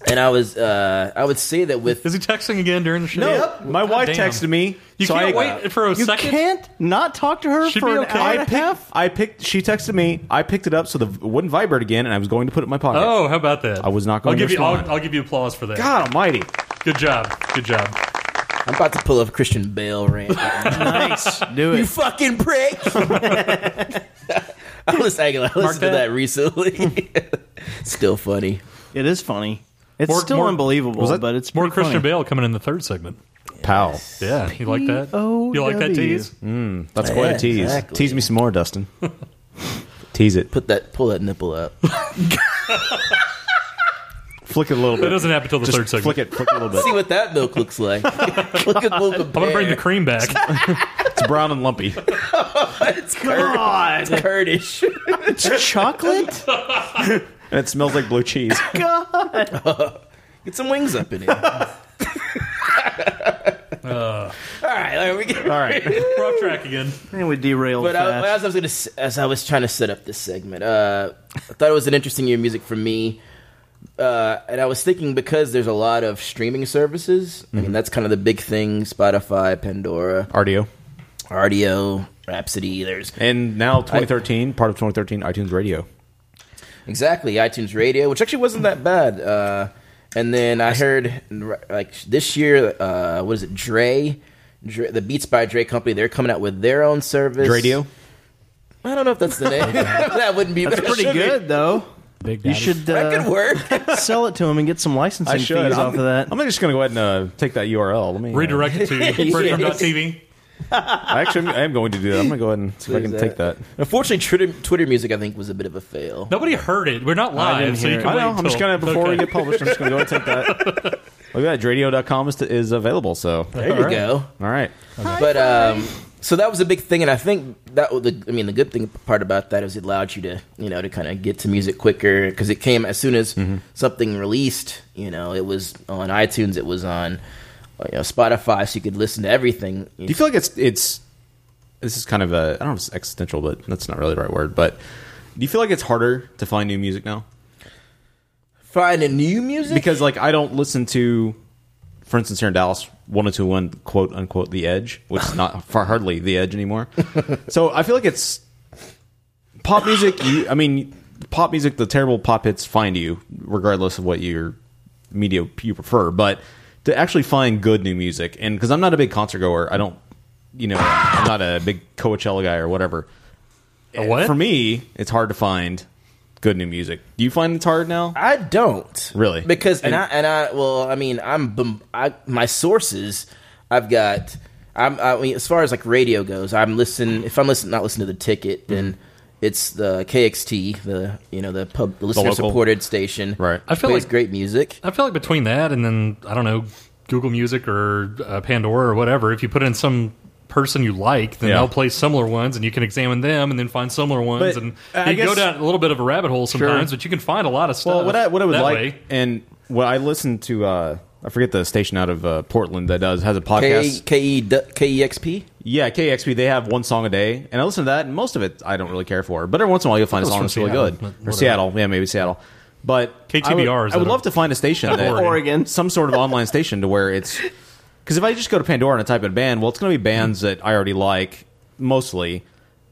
[SPEAKER 10] And I was uh, I would say that with
[SPEAKER 3] is he texting again during the show?
[SPEAKER 10] No,
[SPEAKER 1] my wife texted me.
[SPEAKER 3] You
[SPEAKER 1] so
[SPEAKER 3] can't
[SPEAKER 1] I-
[SPEAKER 3] wait for a
[SPEAKER 6] you
[SPEAKER 3] second.
[SPEAKER 6] can't not talk to her for an hour
[SPEAKER 1] I
[SPEAKER 6] and a half.
[SPEAKER 1] picked, I picked. She texted me. I picked it up so the it wouldn't vibrate again, and I was going to put it in my pocket.
[SPEAKER 3] Oh, how about that?
[SPEAKER 1] I was not
[SPEAKER 3] I'll
[SPEAKER 1] going
[SPEAKER 3] give
[SPEAKER 1] to
[SPEAKER 3] you.
[SPEAKER 1] respond.
[SPEAKER 3] I'll, I'll give you applause for that.
[SPEAKER 1] God Almighty!
[SPEAKER 3] Good job. Good job.
[SPEAKER 10] I'm about to pull a Christian Bale rant.
[SPEAKER 6] nice, do
[SPEAKER 10] You fucking prick! I was I listened
[SPEAKER 6] Mark
[SPEAKER 10] to
[SPEAKER 6] that.
[SPEAKER 10] that recently. still funny.
[SPEAKER 6] It is funny. It's still unbelievable, but it's
[SPEAKER 3] more
[SPEAKER 6] pretty
[SPEAKER 3] Christian
[SPEAKER 6] funny.
[SPEAKER 3] Bale coming in the third segment.
[SPEAKER 1] Pow.
[SPEAKER 3] Yeah, you like that? You like that tease?
[SPEAKER 1] Mm, that's
[SPEAKER 10] Yeah,
[SPEAKER 1] quite a tease.
[SPEAKER 10] exactly.
[SPEAKER 1] Tease me some more, Dustin. tease it.
[SPEAKER 10] Put that. Pull that nipple up.
[SPEAKER 1] Flick it a little bit.
[SPEAKER 3] That doesn't happen till the
[SPEAKER 1] Just
[SPEAKER 3] third segment.
[SPEAKER 1] Flick it. Flick it a little bit.
[SPEAKER 10] See what that milk looks like. Look at milk
[SPEAKER 3] I'm gonna bring the cream back.
[SPEAKER 1] It's brown and lumpy.
[SPEAKER 10] it's God. It's Kurdish.
[SPEAKER 6] it's chocolate.
[SPEAKER 1] And it smells like blue cheese.
[SPEAKER 10] God. Get some wings up in here. All right, all right, we get, all
[SPEAKER 1] right.
[SPEAKER 3] We're off track again.
[SPEAKER 6] And we derailed
[SPEAKER 10] But I,
[SPEAKER 6] fast.
[SPEAKER 10] as I was gonna, s- as I was trying to set up this segment, uh, I thought it was an interesting year of music for me, uh, and I was thinking because there's a lot of streaming services. I
[SPEAKER 6] Mm-hmm.
[SPEAKER 10] mean, that's kind of the big thing: Spotify, Pandora,
[SPEAKER 1] RDO,
[SPEAKER 10] RDO, Rhapsody. There's
[SPEAKER 1] and now 2013, part of 2013, iTunes Radio.
[SPEAKER 10] Exactly, iTunes Radio, which actually wasn't that bad. Uh, and then I heard like this year, uh, what is it, Dre, Dre, the Beats by Dre company? They're coming out with their own service,
[SPEAKER 1] Radio.
[SPEAKER 10] I don't know if that's the name. that wouldn't be.
[SPEAKER 6] That's
[SPEAKER 10] that
[SPEAKER 6] pretty
[SPEAKER 10] should be.
[SPEAKER 6] good, though.
[SPEAKER 1] Big
[SPEAKER 6] you should uh,
[SPEAKER 10] That could
[SPEAKER 6] work. sell it to him and get some licensing fees
[SPEAKER 1] I'm,
[SPEAKER 6] off of that.
[SPEAKER 1] I'm just going to go ahead and uh, take that URL. Let me uh,
[SPEAKER 3] Redirect it to breakroom.tv.
[SPEAKER 1] I actually, I am going to do that. I'm going to go ahead and see if I can
[SPEAKER 10] Please, uh,
[SPEAKER 1] take that.
[SPEAKER 10] Unfortunately, Twitter, Twitter music I think was a bit of a fail.
[SPEAKER 3] Nobody heard it. We're not
[SPEAKER 10] I
[SPEAKER 3] live,
[SPEAKER 10] didn't
[SPEAKER 3] so
[SPEAKER 10] hear
[SPEAKER 3] you
[SPEAKER 10] it.
[SPEAKER 3] can
[SPEAKER 10] I know,
[SPEAKER 3] wait
[SPEAKER 10] I'm just gonna-
[SPEAKER 3] till-
[SPEAKER 1] Before we
[SPEAKER 3] Okay.
[SPEAKER 1] get published, I'm just going to go and take that. Look at that. Radio.com is, is available. So
[SPEAKER 10] There you go.
[SPEAKER 1] All right.
[SPEAKER 10] But um, so that was a big thing, and I think that was the. I mean, the good thing part about that is it allowed you to you know to kind of get to music quicker because it came as soon as
[SPEAKER 1] Mm-hmm.
[SPEAKER 10] something released. You know, it was on iTunes, it was on uh, you know, Spotify, so you could listen to everything.
[SPEAKER 1] Do you feel like it's it's this is kind of a I don't know if it's existential, but that's not really the right word. But do you feel like it's harder to find new music now?
[SPEAKER 10] Finding new music
[SPEAKER 1] because like I don't listen to, for instance, here in Dallas, one two one quote unquote the Edge, which is not far hardly the Edge anymore. so I feel like it's pop music. You, I mean, pop music. The terrible pop hits find you, regardless of what your media you prefer. But to actually find good new music, and because I'm not a big concert goer, I don't. You know, I'm not a big Coachella guy or whatever.
[SPEAKER 3] what?
[SPEAKER 1] For me, it's hard to find good new music. Do you find it's hard now?
[SPEAKER 10] I don't
[SPEAKER 1] really
[SPEAKER 10] because and, I and I well, I mean, I'm bom- I, my sources. I've got. I'm. I mean, as far as like radio goes, I'm listen. If I'm listen, not listening to the ticket,
[SPEAKER 1] Mm-hmm.
[SPEAKER 10] then it's the KXT, the you know the pub, the listener
[SPEAKER 3] local.
[SPEAKER 10] supported station. Right.
[SPEAKER 3] I feel
[SPEAKER 10] plays
[SPEAKER 3] like-
[SPEAKER 10] great music.
[SPEAKER 3] I feel like between that and then I don't know Google Music or uh, Pandora or whatever, if you put in some person you like, then
[SPEAKER 1] Yeah.
[SPEAKER 3] they'll play similar ones, and you can examine them and then find similar ones,
[SPEAKER 1] But
[SPEAKER 3] and
[SPEAKER 1] I
[SPEAKER 3] you go
[SPEAKER 1] guess-
[SPEAKER 3] down a little bit of a rabbit hole sometimes, but you can find a lot of stuff.
[SPEAKER 1] Well, what I what I would
[SPEAKER 3] that
[SPEAKER 1] like,
[SPEAKER 3] way.
[SPEAKER 1] and what I listened to, uh, I forget the station out of uh, Portland that does has a podcast.
[SPEAKER 10] K- E KEXP?
[SPEAKER 1] Yeah, KEXP. They have one song a day, and I listen to that. And most of it I don't really care for, but every once in a while you'll find a
[SPEAKER 3] That was
[SPEAKER 1] song
[SPEAKER 3] from
[SPEAKER 1] that's really
[SPEAKER 3] Seattle,
[SPEAKER 1] good.
[SPEAKER 3] but
[SPEAKER 1] Or
[SPEAKER 3] whatever.
[SPEAKER 1] Seattle, yeah, maybe Seattle. But I
[SPEAKER 3] KTBR
[SPEAKER 1] would,
[SPEAKER 3] is
[SPEAKER 1] I
[SPEAKER 3] out
[SPEAKER 1] would love
[SPEAKER 3] of-
[SPEAKER 1] to find a station
[SPEAKER 3] out of
[SPEAKER 1] that
[SPEAKER 3] Oregon.
[SPEAKER 1] some sort of online station to where it's because if I just go to Pandora and I type in band, well, it's going to be bands that I already like mostly.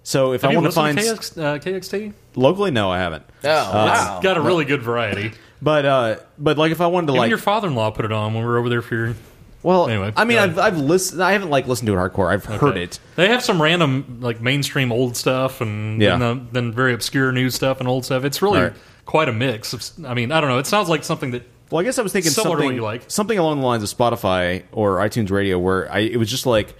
[SPEAKER 1] So if
[SPEAKER 3] Have
[SPEAKER 1] I
[SPEAKER 3] you
[SPEAKER 1] want to
[SPEAKER 3] listened
[SPEAKER 1] find
[SPEAKER 3] to KX, uh, KXT?
[SPEAKER 1] locally, no, I haven't.
[SPEAKER 3] Oh,
[SPEAKER 1] Uh,
[SPEAKER 3] it's got a
[SPEAKER 1] no.
[SPEAKER 3] really good variety.
[SPEAKER 1] But uh, but like if I wanted to
[SPEAKER 3] Even
[SPEAKER 1] like
[SPEAKER 3] your father-in-law put it on when we were over there for your.
[SPEAKER 1] Well,
[SPEAKER 3] anyway,
[SPEAKER 1] I mean,
[SPEAKER 3] go
[SPEAKER 1] I've, I've listened. I haven't like listened to it hardcore. I've heard it.
[SPEAKER 3] They have some random like mainstream old stuff and
[SPEAKER 1] Yeah.
[SPEAKER 3] then, the, then very obscure new stuff and old stuff. It's really
[SPEAKER 1] Right.
[SPEAKER 3] quite a mix. Of, I mean, I don't know. It sounds like something that.
[SPEAKER 1] Well, I guess I was thinking
[SPEAKER 3] similar to
[SPEAKER 1] something
[SPEAKER 3] what you like.
[SPEAKER 1] something along the lines of Spotify or iTunes Radio, where I it was just like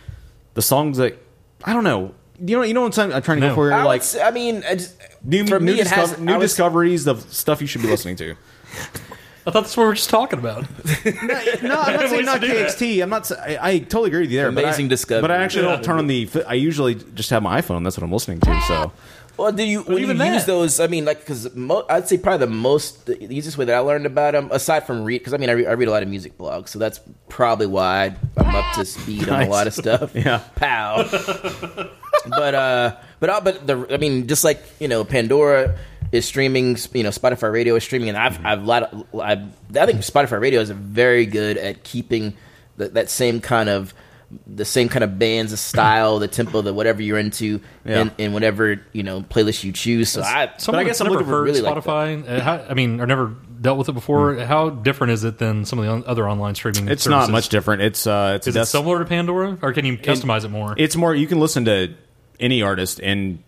[SPEAKER 1] the songs that I don't know. You know, you know what I'm, I'm trying to go for?
[SPEAKER 10] I,
[SPEAKER 1] Like
[SPEAKER 10] would say- I mean, I just,
[SPEAKER 1] new,
[SPEAKER 10] for
[SPEAKER 1] new,
[SPEAKER 10] me, it
[SPEAKER 1] discover-
[SPEAKER 10] has
[SPEAKER 1] new
[SPEAKER 10] I would say-
[SPEAKER 1] discoveries of stuff you should be listening to.
[SPEAKER 3] I thought that's what we were just talking about.
[SPEAKER 1] No, I'm not
[SPEAKER 3] Everyone
[SPEAKER 1] saying
[SPEAKER 3] used
[SPEAKER 1] not
[SPEAKER 3] to do that.
[SPEAKER 1] KXT. I'm not. s- I, I totally agree with you there.
[SPEAKER 10] Amazing
[SPEAKER 1] but I,
[SPEAKER 10] discovery.
[SPEAKER 1] But I actually
[SPEAKER 10] Yeah.
[SPEAKER 1] don't turn on the. I usually just have my iPhone. That's what I'm listening to. So
[SPEAKER 10] Well, do you when
[SPEAKER 1] even
[SPEAKER 10] you use
[SPEAKER 1] that.
[SPEAKER 10] those? I mean, like because mo- I'd say probably the most the easiest way that I learned about them, aside from read, because I mean I, re- I read a lot of music blogs, so that's probably why I'm up to speed on a
[SPEAKER 1] Nice.
[SPEAKER 10] lot of stuff.
[SPEAKER 1] Yeah.
[SPEAKER 10] pow. but uh, but I, but the I mean, just like you know, Pandora is streaming. You know, Spotify Radio is streaming, and
[SPEAKER 3] Mm-hmm.
[SPEAKER 10] I've I've lot of, I've, I think Spotify Radio is very good at keeping th- that same kind of the same kind of bands, the style, the tempo, the whatever you're into,
[SPEAKER 3] Yeah.
[SPEAKER 10] and, and whatever you know playlist you choose. So I, but
[SPEAKER 3] Someone
[SPEAKER 10] I guess
[SPEAKER 3] that's
[SPEAKER 10] I'm
[SPEAKER 3] never
[SPEAKER 10] looking for
[SPEAKER 3] heard
[SPEAKER 10] really like that.
[SPEAKER 3] Spotify. uh, how, I mean, or never dealt with it before. How different is it than some of the on, other online streaming?
[SPEAKER 1] Hmm. it's
[SPEAKER 3] services?
[SPEAKER 1] not much different. It's uh, it's
[SPEAKER 3] Is it
[SPEAKER 1] that's-
[SPEAKER 3] similar to Pandora, or can you customize it, more?
[SPEAKER 1] It's more you can listen to any artist and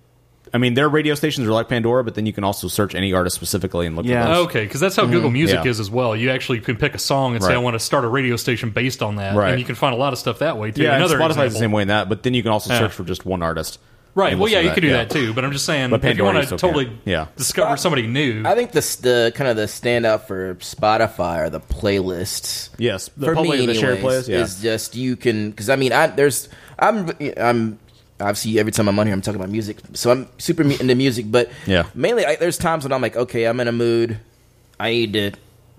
[SPEAKER 1] I mean their radio stations are like Pandora, but then you can also search any artist specifically and look at
[SPEAKER 3] Yeah.
[SPEAKER 1] those.
[SPEAKER 3] Okay, because that's how Google Music
[SPEAKER 1] Mm-hmm. Yeah.
[SPEAKER 3] is as well. You actually can pick a song and say,
[SPEAKER 1] Right.
[SPEAKER 3] "I want to start a radio station based on that,"
[SPEAKER 1] Right.
[SPEAKER 3] and you can find a lot of stuff that way too.
[SPEAKER 1] Yeah, and
[SPEAKER 3] Another
[SPEAKER 1] Spotify's
[SPEAKER 3] example.
[SPEAKER 1] the same way in that, but then you can also
[SPEAKER 3] Yeah.
[SPEAKER 1] search for just one artist.
[SPEAKER 3] Right.
[SPEAKER 1] and
[SPEAKER 3] Well,
[SPEAKER 1] listen
[SPEAKER 3] yeah,
[SPEAKER 1] to
[SPEAKER 3] you could do
[SPEAKER 1] yeah.
[SPEAKER 3] that too. But I'm just saying,
[SPEAKER 1] But
[SPEAKER 3] if you
[SPEAKER 1] Pandora
[SPEAKER 3] want
[SPEAKER 1] you
[SPEAKER 3] to
[SPEAKER 1] still
[SPEAKER 3] totally
[SPEAKER 1] can. Yeah.
[SPEAKER 3] discover somebody new,
[SPEAKER 10] I think the s- the kind of the standout for Spotify are the playlists.
[SPEAKER 1] Yes, the
[SPEAKER 10] for
[SPEAKER 1] public-
[SPEAKER 10] me
[SPEAKER 1] the shared
[SPEAKER 10] anyways,
[SPEAKER 1] playlist, yeah.
[SPEAKER 10] is just you can because I mean I there's I'm I'm obviously every time I'm on here I'm talking about music, so I'm super mu- into music, but
[SPEAKER 1] Yeah.
[SPEAKER 10] mainly I, there's times when I'm like, okay, I'm in a mood, I need to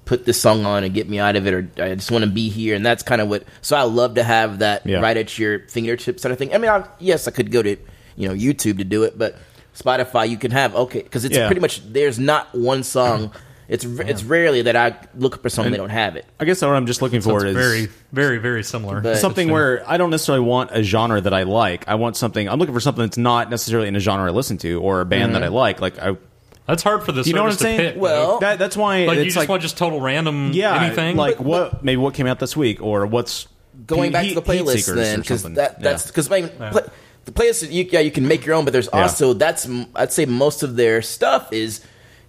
[SPEAKER 10] put this song on and get me out of it, or I just want to be here, and that's kind of what. So I love to have that
[SPEAKER 1] Yeah.
[SPEAKER 10] right at your fingertips sort of thing. I mean, I, yes, I could go to you know YouTube to do it, but Spotify you can have okay because it's
[SPEAKER 1] Yeah.
[SPEAKER 10] pretty much there's not one song. It's r it's rarely that I look for something
[SPEAKER 1] And-
[SPEAKER 10] they don't have it.
[SPEAKER 1] I guess what I'm just looking
[SPEAKER 3] so
[SPEAKER 1] for
[SPEAKER 3] it's
[SPEAKER 1] is
[SPEAKER 3] very, very, very similar.
[SPEAKER 1] something where I don't necessarily want a genre that I like. I want something. I'm looking for something that's not necessarily in a genre I listen to or a band that I like. Like I,
[SPEAKER 3] that's hard for the
[SPEAKER 1] you know what I'm
[SPEAKER 3] service Mm-hmm. to
[SPEAKER 1] saying?
[SPEAKER 3] pick. Well,
[SPEAKER 1] that, that's why
[SPEAKER 3] like you
[SPEAKER 1] it's
[SPEAKER 3] just
[SPEAKER 1] like
[SPEAKER 3] want just total random,
[SPEAKER 1] yeah,
[SPEAKER 3] anything.
[SPEAKER 1] like what maybe what came out this week or what's
[SPEAKER 10] Going
[SPEAKER 1] Heat-
[SPEAKER 10] back to the
[SPEAKER 1] Heat
[SPEAKER 10] playlist
[SPEAKER 1] Seekers
[SPEAKER 10] then
[SPEAKER 1] or
[SPEAKER 10] because
[SPEAKER 1] something.
[SPEAKER 10] that
[SPEAKER 1] Yeah.
[SPEAKER 10] that's because the playlist you, yeah you can make your own, but there's
[SPEAKER 1] Yeah.
[SPEAKER 10] also that's m- I'd say most of their stuff is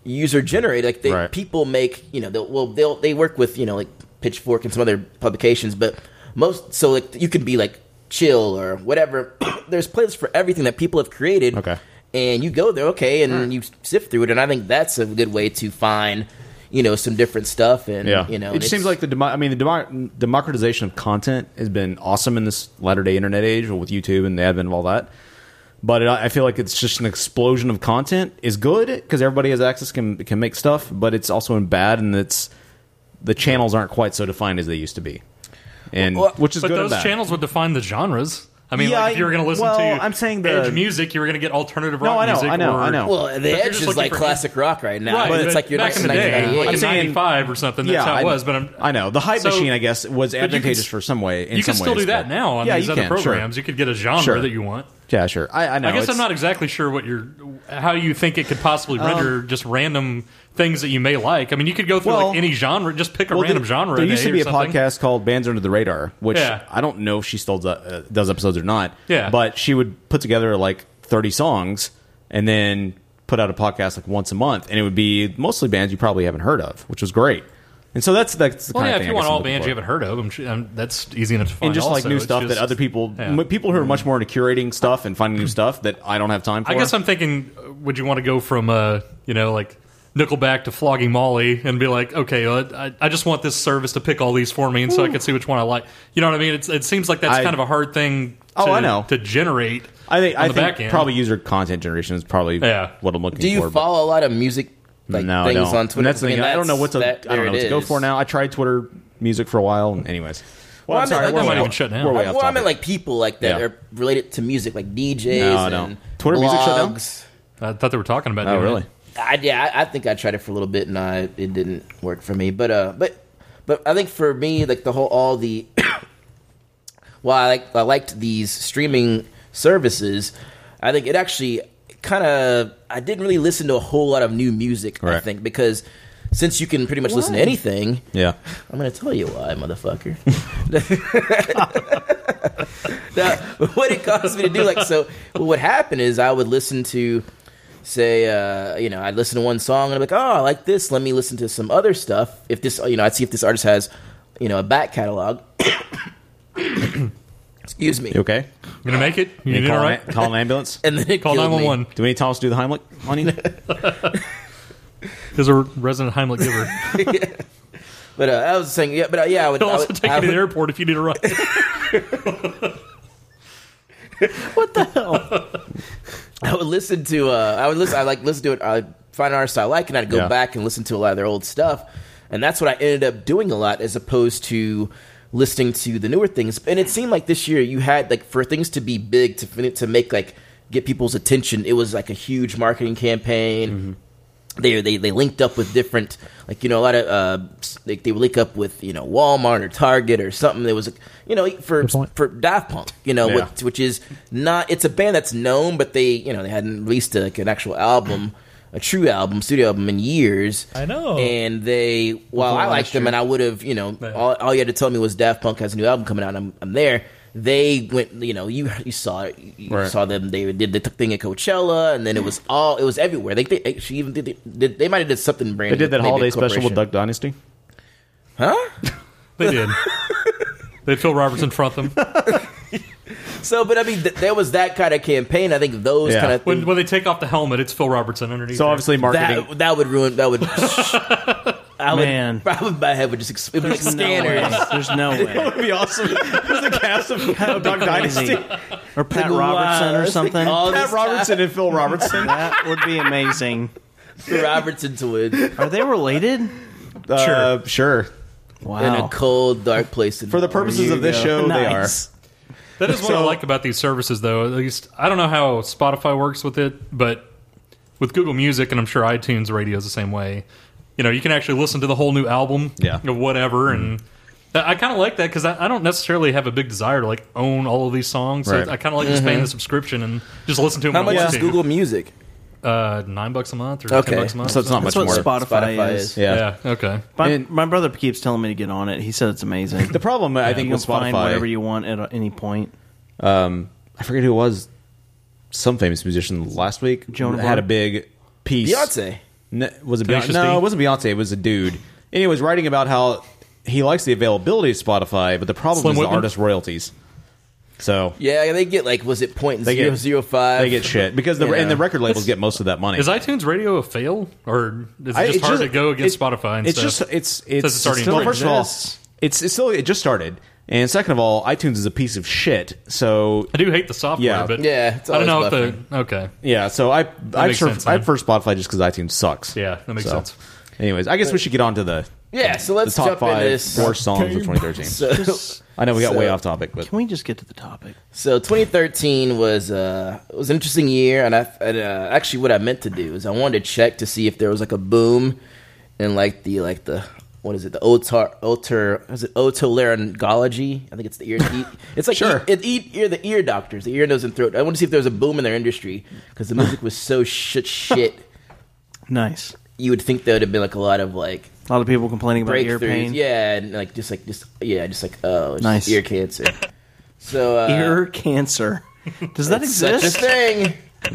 [SPEAKER 10] user generated. Like they,
[SPEAKER 1] Right.
[SPEAKER 10] people make you know they'll, well they'll they work with you know like Pitchfork and some other publications, but most so like you could be like chill or whatever. there's playlists for everything that people have created. Okay. And you go there, okay, and
[SPEAKER 1] Mm.
[SPEAKER 10] you sift through it, and I think that's a good way to find, you know, some different stuff, and
[SPEAKER 1] yeah,
[SPEAKER 10] you know,
[SPEAKER 1] it
[SPEAKER 10] and
[SPEAKER 1] just
[SPEAKER 10] it's-
[SPEAKER 1] seems like the demo- I mean the demo- democratization of content has been awesome in this latter day internet age with YouTube and the advent of all that. But it, I feel like it's just an explosion of content is good because everybody has access can can make stuff, but it's also in bad and it's the channels aren't quite so defined as they used to be, and which is
[SPEAKER 3] but
[SPEAKER 1] good. and
[SPEAKER 3] those
[SPEAKER 1] bad.
[SPEAKER 3] channels would define the genres. I mean,
[SPEAKER 1] Yeah,
[SPEAKER 3] like if you were going to listen
[SPEAKER 1] well,
[SPEAKER 3] to
[SPEAKER 1] I'm saying the-
[SPEAKER 3] edge music, you were going to get alternative
[SPEAKER 1] No,
[SPEAKER 3] rock
[SPEAKER 1] I know,
[SPEAKER 3] music.
[SPEAKER 1] I know,
[SPEAKER 3] or-
[SPEAKER 1] I know.
[SPEAKER 10] Well, the
[SPEAKER 3] But if you're
[SPEAKER 10] edge
[SPEAKER 3] just
[SPEAKER 10] is
[SPEAKER 3] looking
[SPEAKER 10] like
[SPEAKER 3] for-
[SPEAKER 10] classic rock right now.
[SPEAKER 3] Right,
[SPEAKER 10] but
[SPEAKER 3] but
[SPEAKER 10] it's like you're
[SPEAKER 3] back
[SPEAKER 10] like
[SPEAKER 3] in the day,
[SPEAKER 10] 1998.
[SPEAKER 3] like in
[SPEAKER 10] I'm saying-
[SPEAKER 3] 95 or something, that's how it
[SPEAKER 1] I-
[SPEAKER 3] was. But I'm,
[SPEAKER 1] I know the hype
[SPEAKER 3] So-
[SPEAKER 1] machine, I guess, was
[SPEAKER 3] But you can
[SPEAKER 1] advantageous
[SPEAKER 3] s-
[SPEAKER 1] for some way. In
[SPEAKER 3] you can
[SPEAKER 1] some
[SPEAKER 3] still
[SPEAKER 1] ways,
[SPEAKER 3] do that
[SPEAKER 1] but-
[SPEAKER 3] now on
[SPEAKER 1] yeah,
[SPEAKER 3] these
[SPEAKER 1] you
[SPEAKER 3] other
[SPEAKER 1] can, sure.
[SPEAKER 3] programs. You could get a genre
[SPEAKER 1] Sure.
[SPEAKER 3] that you want.
[SPEAKER 1] Yeah, sure. I, I know.
[SPEAKER 3] I guess
[SPEAKER 1] it's-
[SPEAKER 3] I'm not exactly sure what your how you think it could possibly
[SPEAKER 1] Um,
[SPEAKER 3] render just random things that you may like. I mean, you could go through
[SPEAKER 1] Well-
[SPEAKER 3] like any genre, just pick a
[SPEAKER 1] Well,
[SPEAKER 3] random
[SPEAKER 1] there,
[SPEAKER 3] genre.
[SPEAKER 1] There
[SPEAKER 3] a
[SPEAKER 1] used
[SPEAKER 3] day
[SPEAKER 1] to be
[SPEAKER 3] or
[SPEAKER 1] a
[SPEAKER 3] something.
[SPEAKER 1] podcast called Bands Under the Radar, which
[SPEAKER 3] Yeah.
[SPEAKER 1] I don't know if she still do, uh, does episodes or not.
[SPEAKER 3] Yeah.
[SPEAKER 1] but she would put together like 30 songs and then put out a podcast like once a month, and it would be mostly bands you probably haven't heard of, which was great. And so that's that's the
[SPEAKER 3] Well,
[SPEAKER 1] kind
[SPEAKER 3] yeah,
[SPEAKER 1] of
[SPEAKER 3] if
[SPEAKER 1] thing.
[SPEAKER 3] you
[SPEAKER 1] I guess
[SPEAKER 3] want
[SPEAKER 1] I'm
[SPEAKER 3] all
[SPEAKER 1] looking
[SPEAKER 3] bands
[SPEAKER 1] for.
[SPEAKER 3] you haven't heard of, I'm, su- um, that's easy enough to find.
[SPEAKER 1] and just like
[SPEAKER 3] also.
[SPEAKER 1] new
[SPEAKER 3] It's
[SPEAKER 1] stuff that
[SPEAKER 3] just-
[SPEAKER 1] other people,
[SPEAKER 3] Yeah.
[SPEAKER 1] m- people who are much more into curating stuff and finding new stuff that I don't have time for.
[SPEAKER 3] I guess I'm thinking, uh, would you want to go from, uh, you know, like Nickelback to Flogging Molly and be like, okay, well, I, I just want this service to pick all these for me, and so I can see which one I like. You know what I mean? It's, it seems like that's
[SPEAKER 1] I-
[SPEAKER 3] kind of a hard thing. To,
[SPEAKER 1] Oh, I know.
[SPEAKER 3] to generate.
[SPEAKER 1] I think
[SPEAKER 3] on
[SPEAKER 1] I
[SPEAKER 3] the back
[SPEAKER 1] think
[SPEAKER 3] end.
[SPEAKER 1] probably user content generation is probably
[SPEAKER 3] Yeah.
[SPEAKER 1] what I'm looking
[SPEAKER 10] Do you
[SPEAKER 1] for. but-
[SPEAKER 10] follow a lot of music like
[SPEAKER 1] no, I
[SPEAKER 10] things
[SPEAKER 1] don't.
[SPEAKER 10] on
[SPEAKER 1] And
[SPEAKER 10] Twitter?
[SPEAKER 1] that's the
[SPEAKER 10] I mean,
[SPEAKER 1] thing. I don't know
[SPEAKER 10] that's-
[SPEAKER 1] what to.
[SPEAKER 10] that-
[SPEAKER 1] I don't
[SPEAKER 10] there
[SPEAKER 1] know
[SPEAKER 10] it
[SPEAKER 1] what to go
[SPEAKER 10] is.
[SPEAKER 1] for now. I tried Twitter music for a while. And anyways, well,
[SPEAKER 10] I
[SPEAKER 1] I'm
[SPEAKER 10] meant,
[SPEAKER 1] sorry,
[SPEAKER 10] like,
[SPEAKER 1] we're
[SPEAKER 10] you
[SPEAKER 1] way
[SPEAKER 10] know,
[SPEAKER 1] off-
[SPEAKER 10] Well,
[SPEAKER 1] We're way off
[SPEAKER 10] well, I
[SPEAKER 1] topic.
[SPEAKER 10] meant like people like that
[SPEAKER 1] Yeah.
[SPEAKER 10] are related to music, like DJs.
[SPEAKER 1] No, I
[SPEAKER 10] and
[SPEAKER 1] don't. Twitter music shut down?
[SPEAKER 10] blogs.
[SPEAKER 3] I thought they were talking about. doing
[SPEAKER 1] Oh,
[SPEAKER 3] it.
[SPEAKER 1] really?
[SPEAKER 10] I yeah, I, I think I tried it for a little bit and I it didn't work for me. But uh, but but I think for me, like the whole all the well, I like I liked these streaming services. I think it actually kind of I didn't really listen to a whole lot of new music. I
[SPEAKER 1] Right.
[SPEAKER 10] think because since you can pretty much listen to
[SPEAKER 1] Why?
[SPEAKER 10] anything,
[SPEAKER 1] Yeah.
[SPEAKER 10] I'm gonna tell you why, motherfucker. now, what it caused me to do, like, so what happened is I would listen to, say, uh, you know, I'd listen to one song and I'm like, oh, I like this. Let me listen to some other stuff. If this, you know, I'd see if this artist has, you know, a back catalog. Excuse me.
[SPEAKER 1] You okay?
[SPEAKER 3] You gonna make it? You
[SPEAKER 1] Need
[SPEAKER 3] doing
[SPEAKER 1] call,
[SPEAKER 3] all
[SPEAKER 1] an-
[SPEAKER 3] right?
[SPEAKER 1] call an ambulance.
[SPEAKER 10] and then it
[SPEAKER 3] Call
[SPEAKER 10] killed me.
[SPEAKER 3] 911.
[SPEAKER 1] Do we need Thomas to do the Heimlich money?
[SPEAKER 3] Is a resident Heimlich giver.
[SPEAKER 10] But uh, I was saying, yeah, but uh, yeah, I would
[SPEAKER 3] He'll also
[SPEAKER 10] I would,
[SPEAKER 3] take
[SPEAKER 10] I
[SPEAKER 3] you to the
[SPEAKER 10] would-
[SPEAKER 3] airport if you need a ride.
[SPEAKER 10] I would listen to uh, I would listen I like listen to it I find an artist I like and I'd go
[SPEAKER 9] Yeah.
[SPEAKER 10] back and listen to a lot of their old stuff and that's what I ended up doing a lot as opposed to listening to the newer things and it seemed like this year you had like for things to be big to fin- to make like get people's attention it was like a huge marketing campaign they they they linked up with different like you know a lot of uh s- like they would link up with you know Walmart or Target or something that was you know for for Daft Punk you know
[SPEAKER 9] Yeah.
[SPEAKER 10] with, which is not it's a band that's known but they you know they hadn't released a, like an actual album a true album studio album in years I know and they while
[SPEAKER 9] Before
[SPEAKER 10] I liked
[SPEAKER 9] last
[SPEAKER 10] them
[SPEAKER 9] year.
[SPEAKER 10] and I would have you know all, all you had to tell me was Daft Punk has a new album coming out and I'm I'm there they went you know you you saw it you
[SPEAKER 9] Right.
[SPEAKER 10] saw them. They did the thing at Coachella, and then it was all it was everywhere. They, they she even did, did they might have did something
[SPEAKER 1] They
[SPEAKER 10] brand.
[SPEAKER 1] did that
[SPEAKER 10] maybe a
[SPEAKER 1] holiday special with
[SPEAKER 10] corporation.
[SPEAKER 1] Duck Dynasty.
[SPEAKER 10] huh?
[SPEAKER 3] they did. They'd Phil Robertson front them.
[SPEAKER 10] So, but I mean, th- there was that kind of campaign. I think those kind of
[SPEAKER 3] when, when they take off the helmet, it's Phil Robertson underneath. there.
[SPEAKER 10] that, that would ruin that would. I would,
[SPEAKER 3] Man.
[SPEAKER 10] I would, my head would just ex- it would be like
[SPEAKER 6] There's no
[SPEAKER 10] scanners.
[SPEAKER 6] way. There's no way. That
[SPEAKER 1] would be awesome. There's a cast of Duck Dynasty.
[SPEAKER 6] or Pat Robertson
[SPEAKER 1] uh,
[SPEAKER 6] or something.
[SPEAKER 1] Pat Robertson and Phil Robertson.
[SPEAKER 6] that would be amazing.
[SPEAKER 10] The Robertsons would.
[SPEAKER 6] Are they related?
[SPEAKER 1] Uh, sure.
[SPEAKER 6] Wow.
[SPEAKER 10] In a cold, dark place. For the
[SPEAKER 1] purposes of this show, they are.
[SPEAKER 3] That is what I
[SPEAKER 1] So-
[SPEAKER 3] like about these services, though. At least I don't know how Spotify works with it, but with Google Music, and I'm sure iTunes Radio is the same way. You know, you can actually listen to the whole new album,
[SPEAKER 1] Yeah.
[SPEAKER 3] or whatever, and I, I kind of like that because I, I don't necessarily have a big desire to like own all of these songs. So
[SPEAKER 10] Right.
[SPEAKER 3] I kind of like just paying
[SPEAKER 10] Mhm.
[SPEAKER 3] the
[SPEAKER 1] Mm-hmm.
[SPEAKER 3] subscription and just listen to them.
[SPEAKER 10] How
[SPEAKER 3] when
[SPEAKER 10] much
[SPEAKER 3] I want to.
[SPEAKER 10] is Google Music?
[SPEAKER 3] Uh, nine bucks a month or
[SPEAKER 10] Okay.
[SPEAKER 3] ten bucks a month.
[SPEAKER 10] So it's not
[SPEAKER 6] That's what Spotify, is.
[SPEAKER 1] Yeah.
[SPEAKER 3] Yeah, Okay.
[SPEAKER 6] My, my brother keeps telling me to get on it. He said it's amazing. The
[SPEAKER 1] problem, I think,
[SPEAKER 6] you
[SPEAKER 1] with
[SPEAKER 6] can find
[SPEAKER 1] Spotify-
[SPEAKER 6] whatever you want at any point.
[SPEAKER 1] Um, I forget who it was. Some famous musician last week
[SPEAKER 6] Joan of
[SPEAKER 1] had a
[SPEAKER 6] Arc?
[SPEAKER 1] big piece.
[SPEAKER 6] Beyonce.
[SPEAKER 1] N- was it
[SPEAKER 6] Tenacious
[SPEAKER 1] Beyonce? No,
[SPEAKER 6] D?
[SPEAKER 1] it wasn't Beyonce. It was a dude. And he was writing about how he likes the availability of Spotify, but the problem
[SPEAKER 10] Slim
[SPEAKER 1] is the
[SPEAKER 10] Whitman?
[SPEAKER 1] artist royalties. So
[SPEAKER 10] Yeah, they get like was it point
[SPEAKER 1] They get-
[SPEAKER 10] zero zero five?
[SPEAKER 1] they get shit because the
[SPEAKER 10] You
[SPEAKER 1] and the
[SPEAKER 10] know.
[SPEAKER 1] record labels get most of that money.
[SPEAKER 3] Is iTunes Radio a fail, or is it just
[SPEAKER 1] I-
[SPEAKER 3] hard to go against
[SPEAKER 1] it-
[SPEAKER 3] Spotify? And
[SPEAKER 1] it's
[SPEAKER 3] stuff?
[SPEAKER 1] just it's
[SPEAKER 3] Says
[SPEAKER 1] it's,
[SPEAKER 3] it's already
[SPEAKER 1] well. First of all,
[SPEAKER 3] exists.
[SPEAKER 1] it's it's still it just started, and second of all, iTunes is a piece of shit. So
[SPEAKER 3] I do hate the software,
[SPEAKER 1] Yeah.
[SPEAKER 3] but
[SPEAKER 1] Yeah, it's
[SPEAKER 3] I don't know
[SPEAKER 1] always
[SPEAKER 3] if the okay.
[SPEAKER 1] yeah, so I I
[SPEAKER 3] makes
[SPEAKER 1] prefer,
[SPEAKER 3] sense,
[SPEAKER 1] I
[SPEAKER 3] man.
[SPEAKER 1] prefer Spotify just because iTunes sucks.
[SPEAKER 3] Yeah, that makes
[SPEAKER 1] So,
[SPEAKER 3] sense.
[SPEAKER 1] Anyways, I guess we should get on to the
[SPEAKER 10] Yeah, so
[SPEAKER 1] the
[SPEAKER 10] let's
[SPEAKER 1] top
[SPEAKER 10] jump into
[SPEAKER 1] five
[SPEAKER 10] this.
[SPEAKER 1] worst songs of 2013.
[SPEAKER 10] So-
[SPEAKER 1] I know we got
[SPEAKER 10] so-
[SPEAKER 1] way off topic, but
[SPEAKER 6] Can we just get to the topic?
[SPEAKER 10] So 2013 was uh, it was an interesting year, and I and, uh, actually what I meant to do is I wanted to check to see if there was like a boom in like the like the what is it the otar otor is it otolaryngology? I think it's the ear. e- it's like
[SPEAKER 1] Sure.
[SPEAKER 10] e- it, e- ear the ear doctors, the ear nose and throat. I want to see if there was a boom in their industry because the music was so shit shit.
[SPEAKER 6] Nice.
[SPEAKER 10] You would think there would have been like a lot of like
[SPEAKER 6] A lot of people complaining about ear
[SPEAKER 10] breakthroughs,
[SPEAKER 6] pain.
[SPEAKER 10] yeah, and like just like just yeah, just like oh, it's
[SPEAKER 6] Nice.
[SPEAKER 10] ear cancer. So uh,
[SPEAKER 6] ear cancer. Does that
[SPEAKER 10] it's
[SPEAKER 6] exist?
[SPEAKER 10] Such a thing.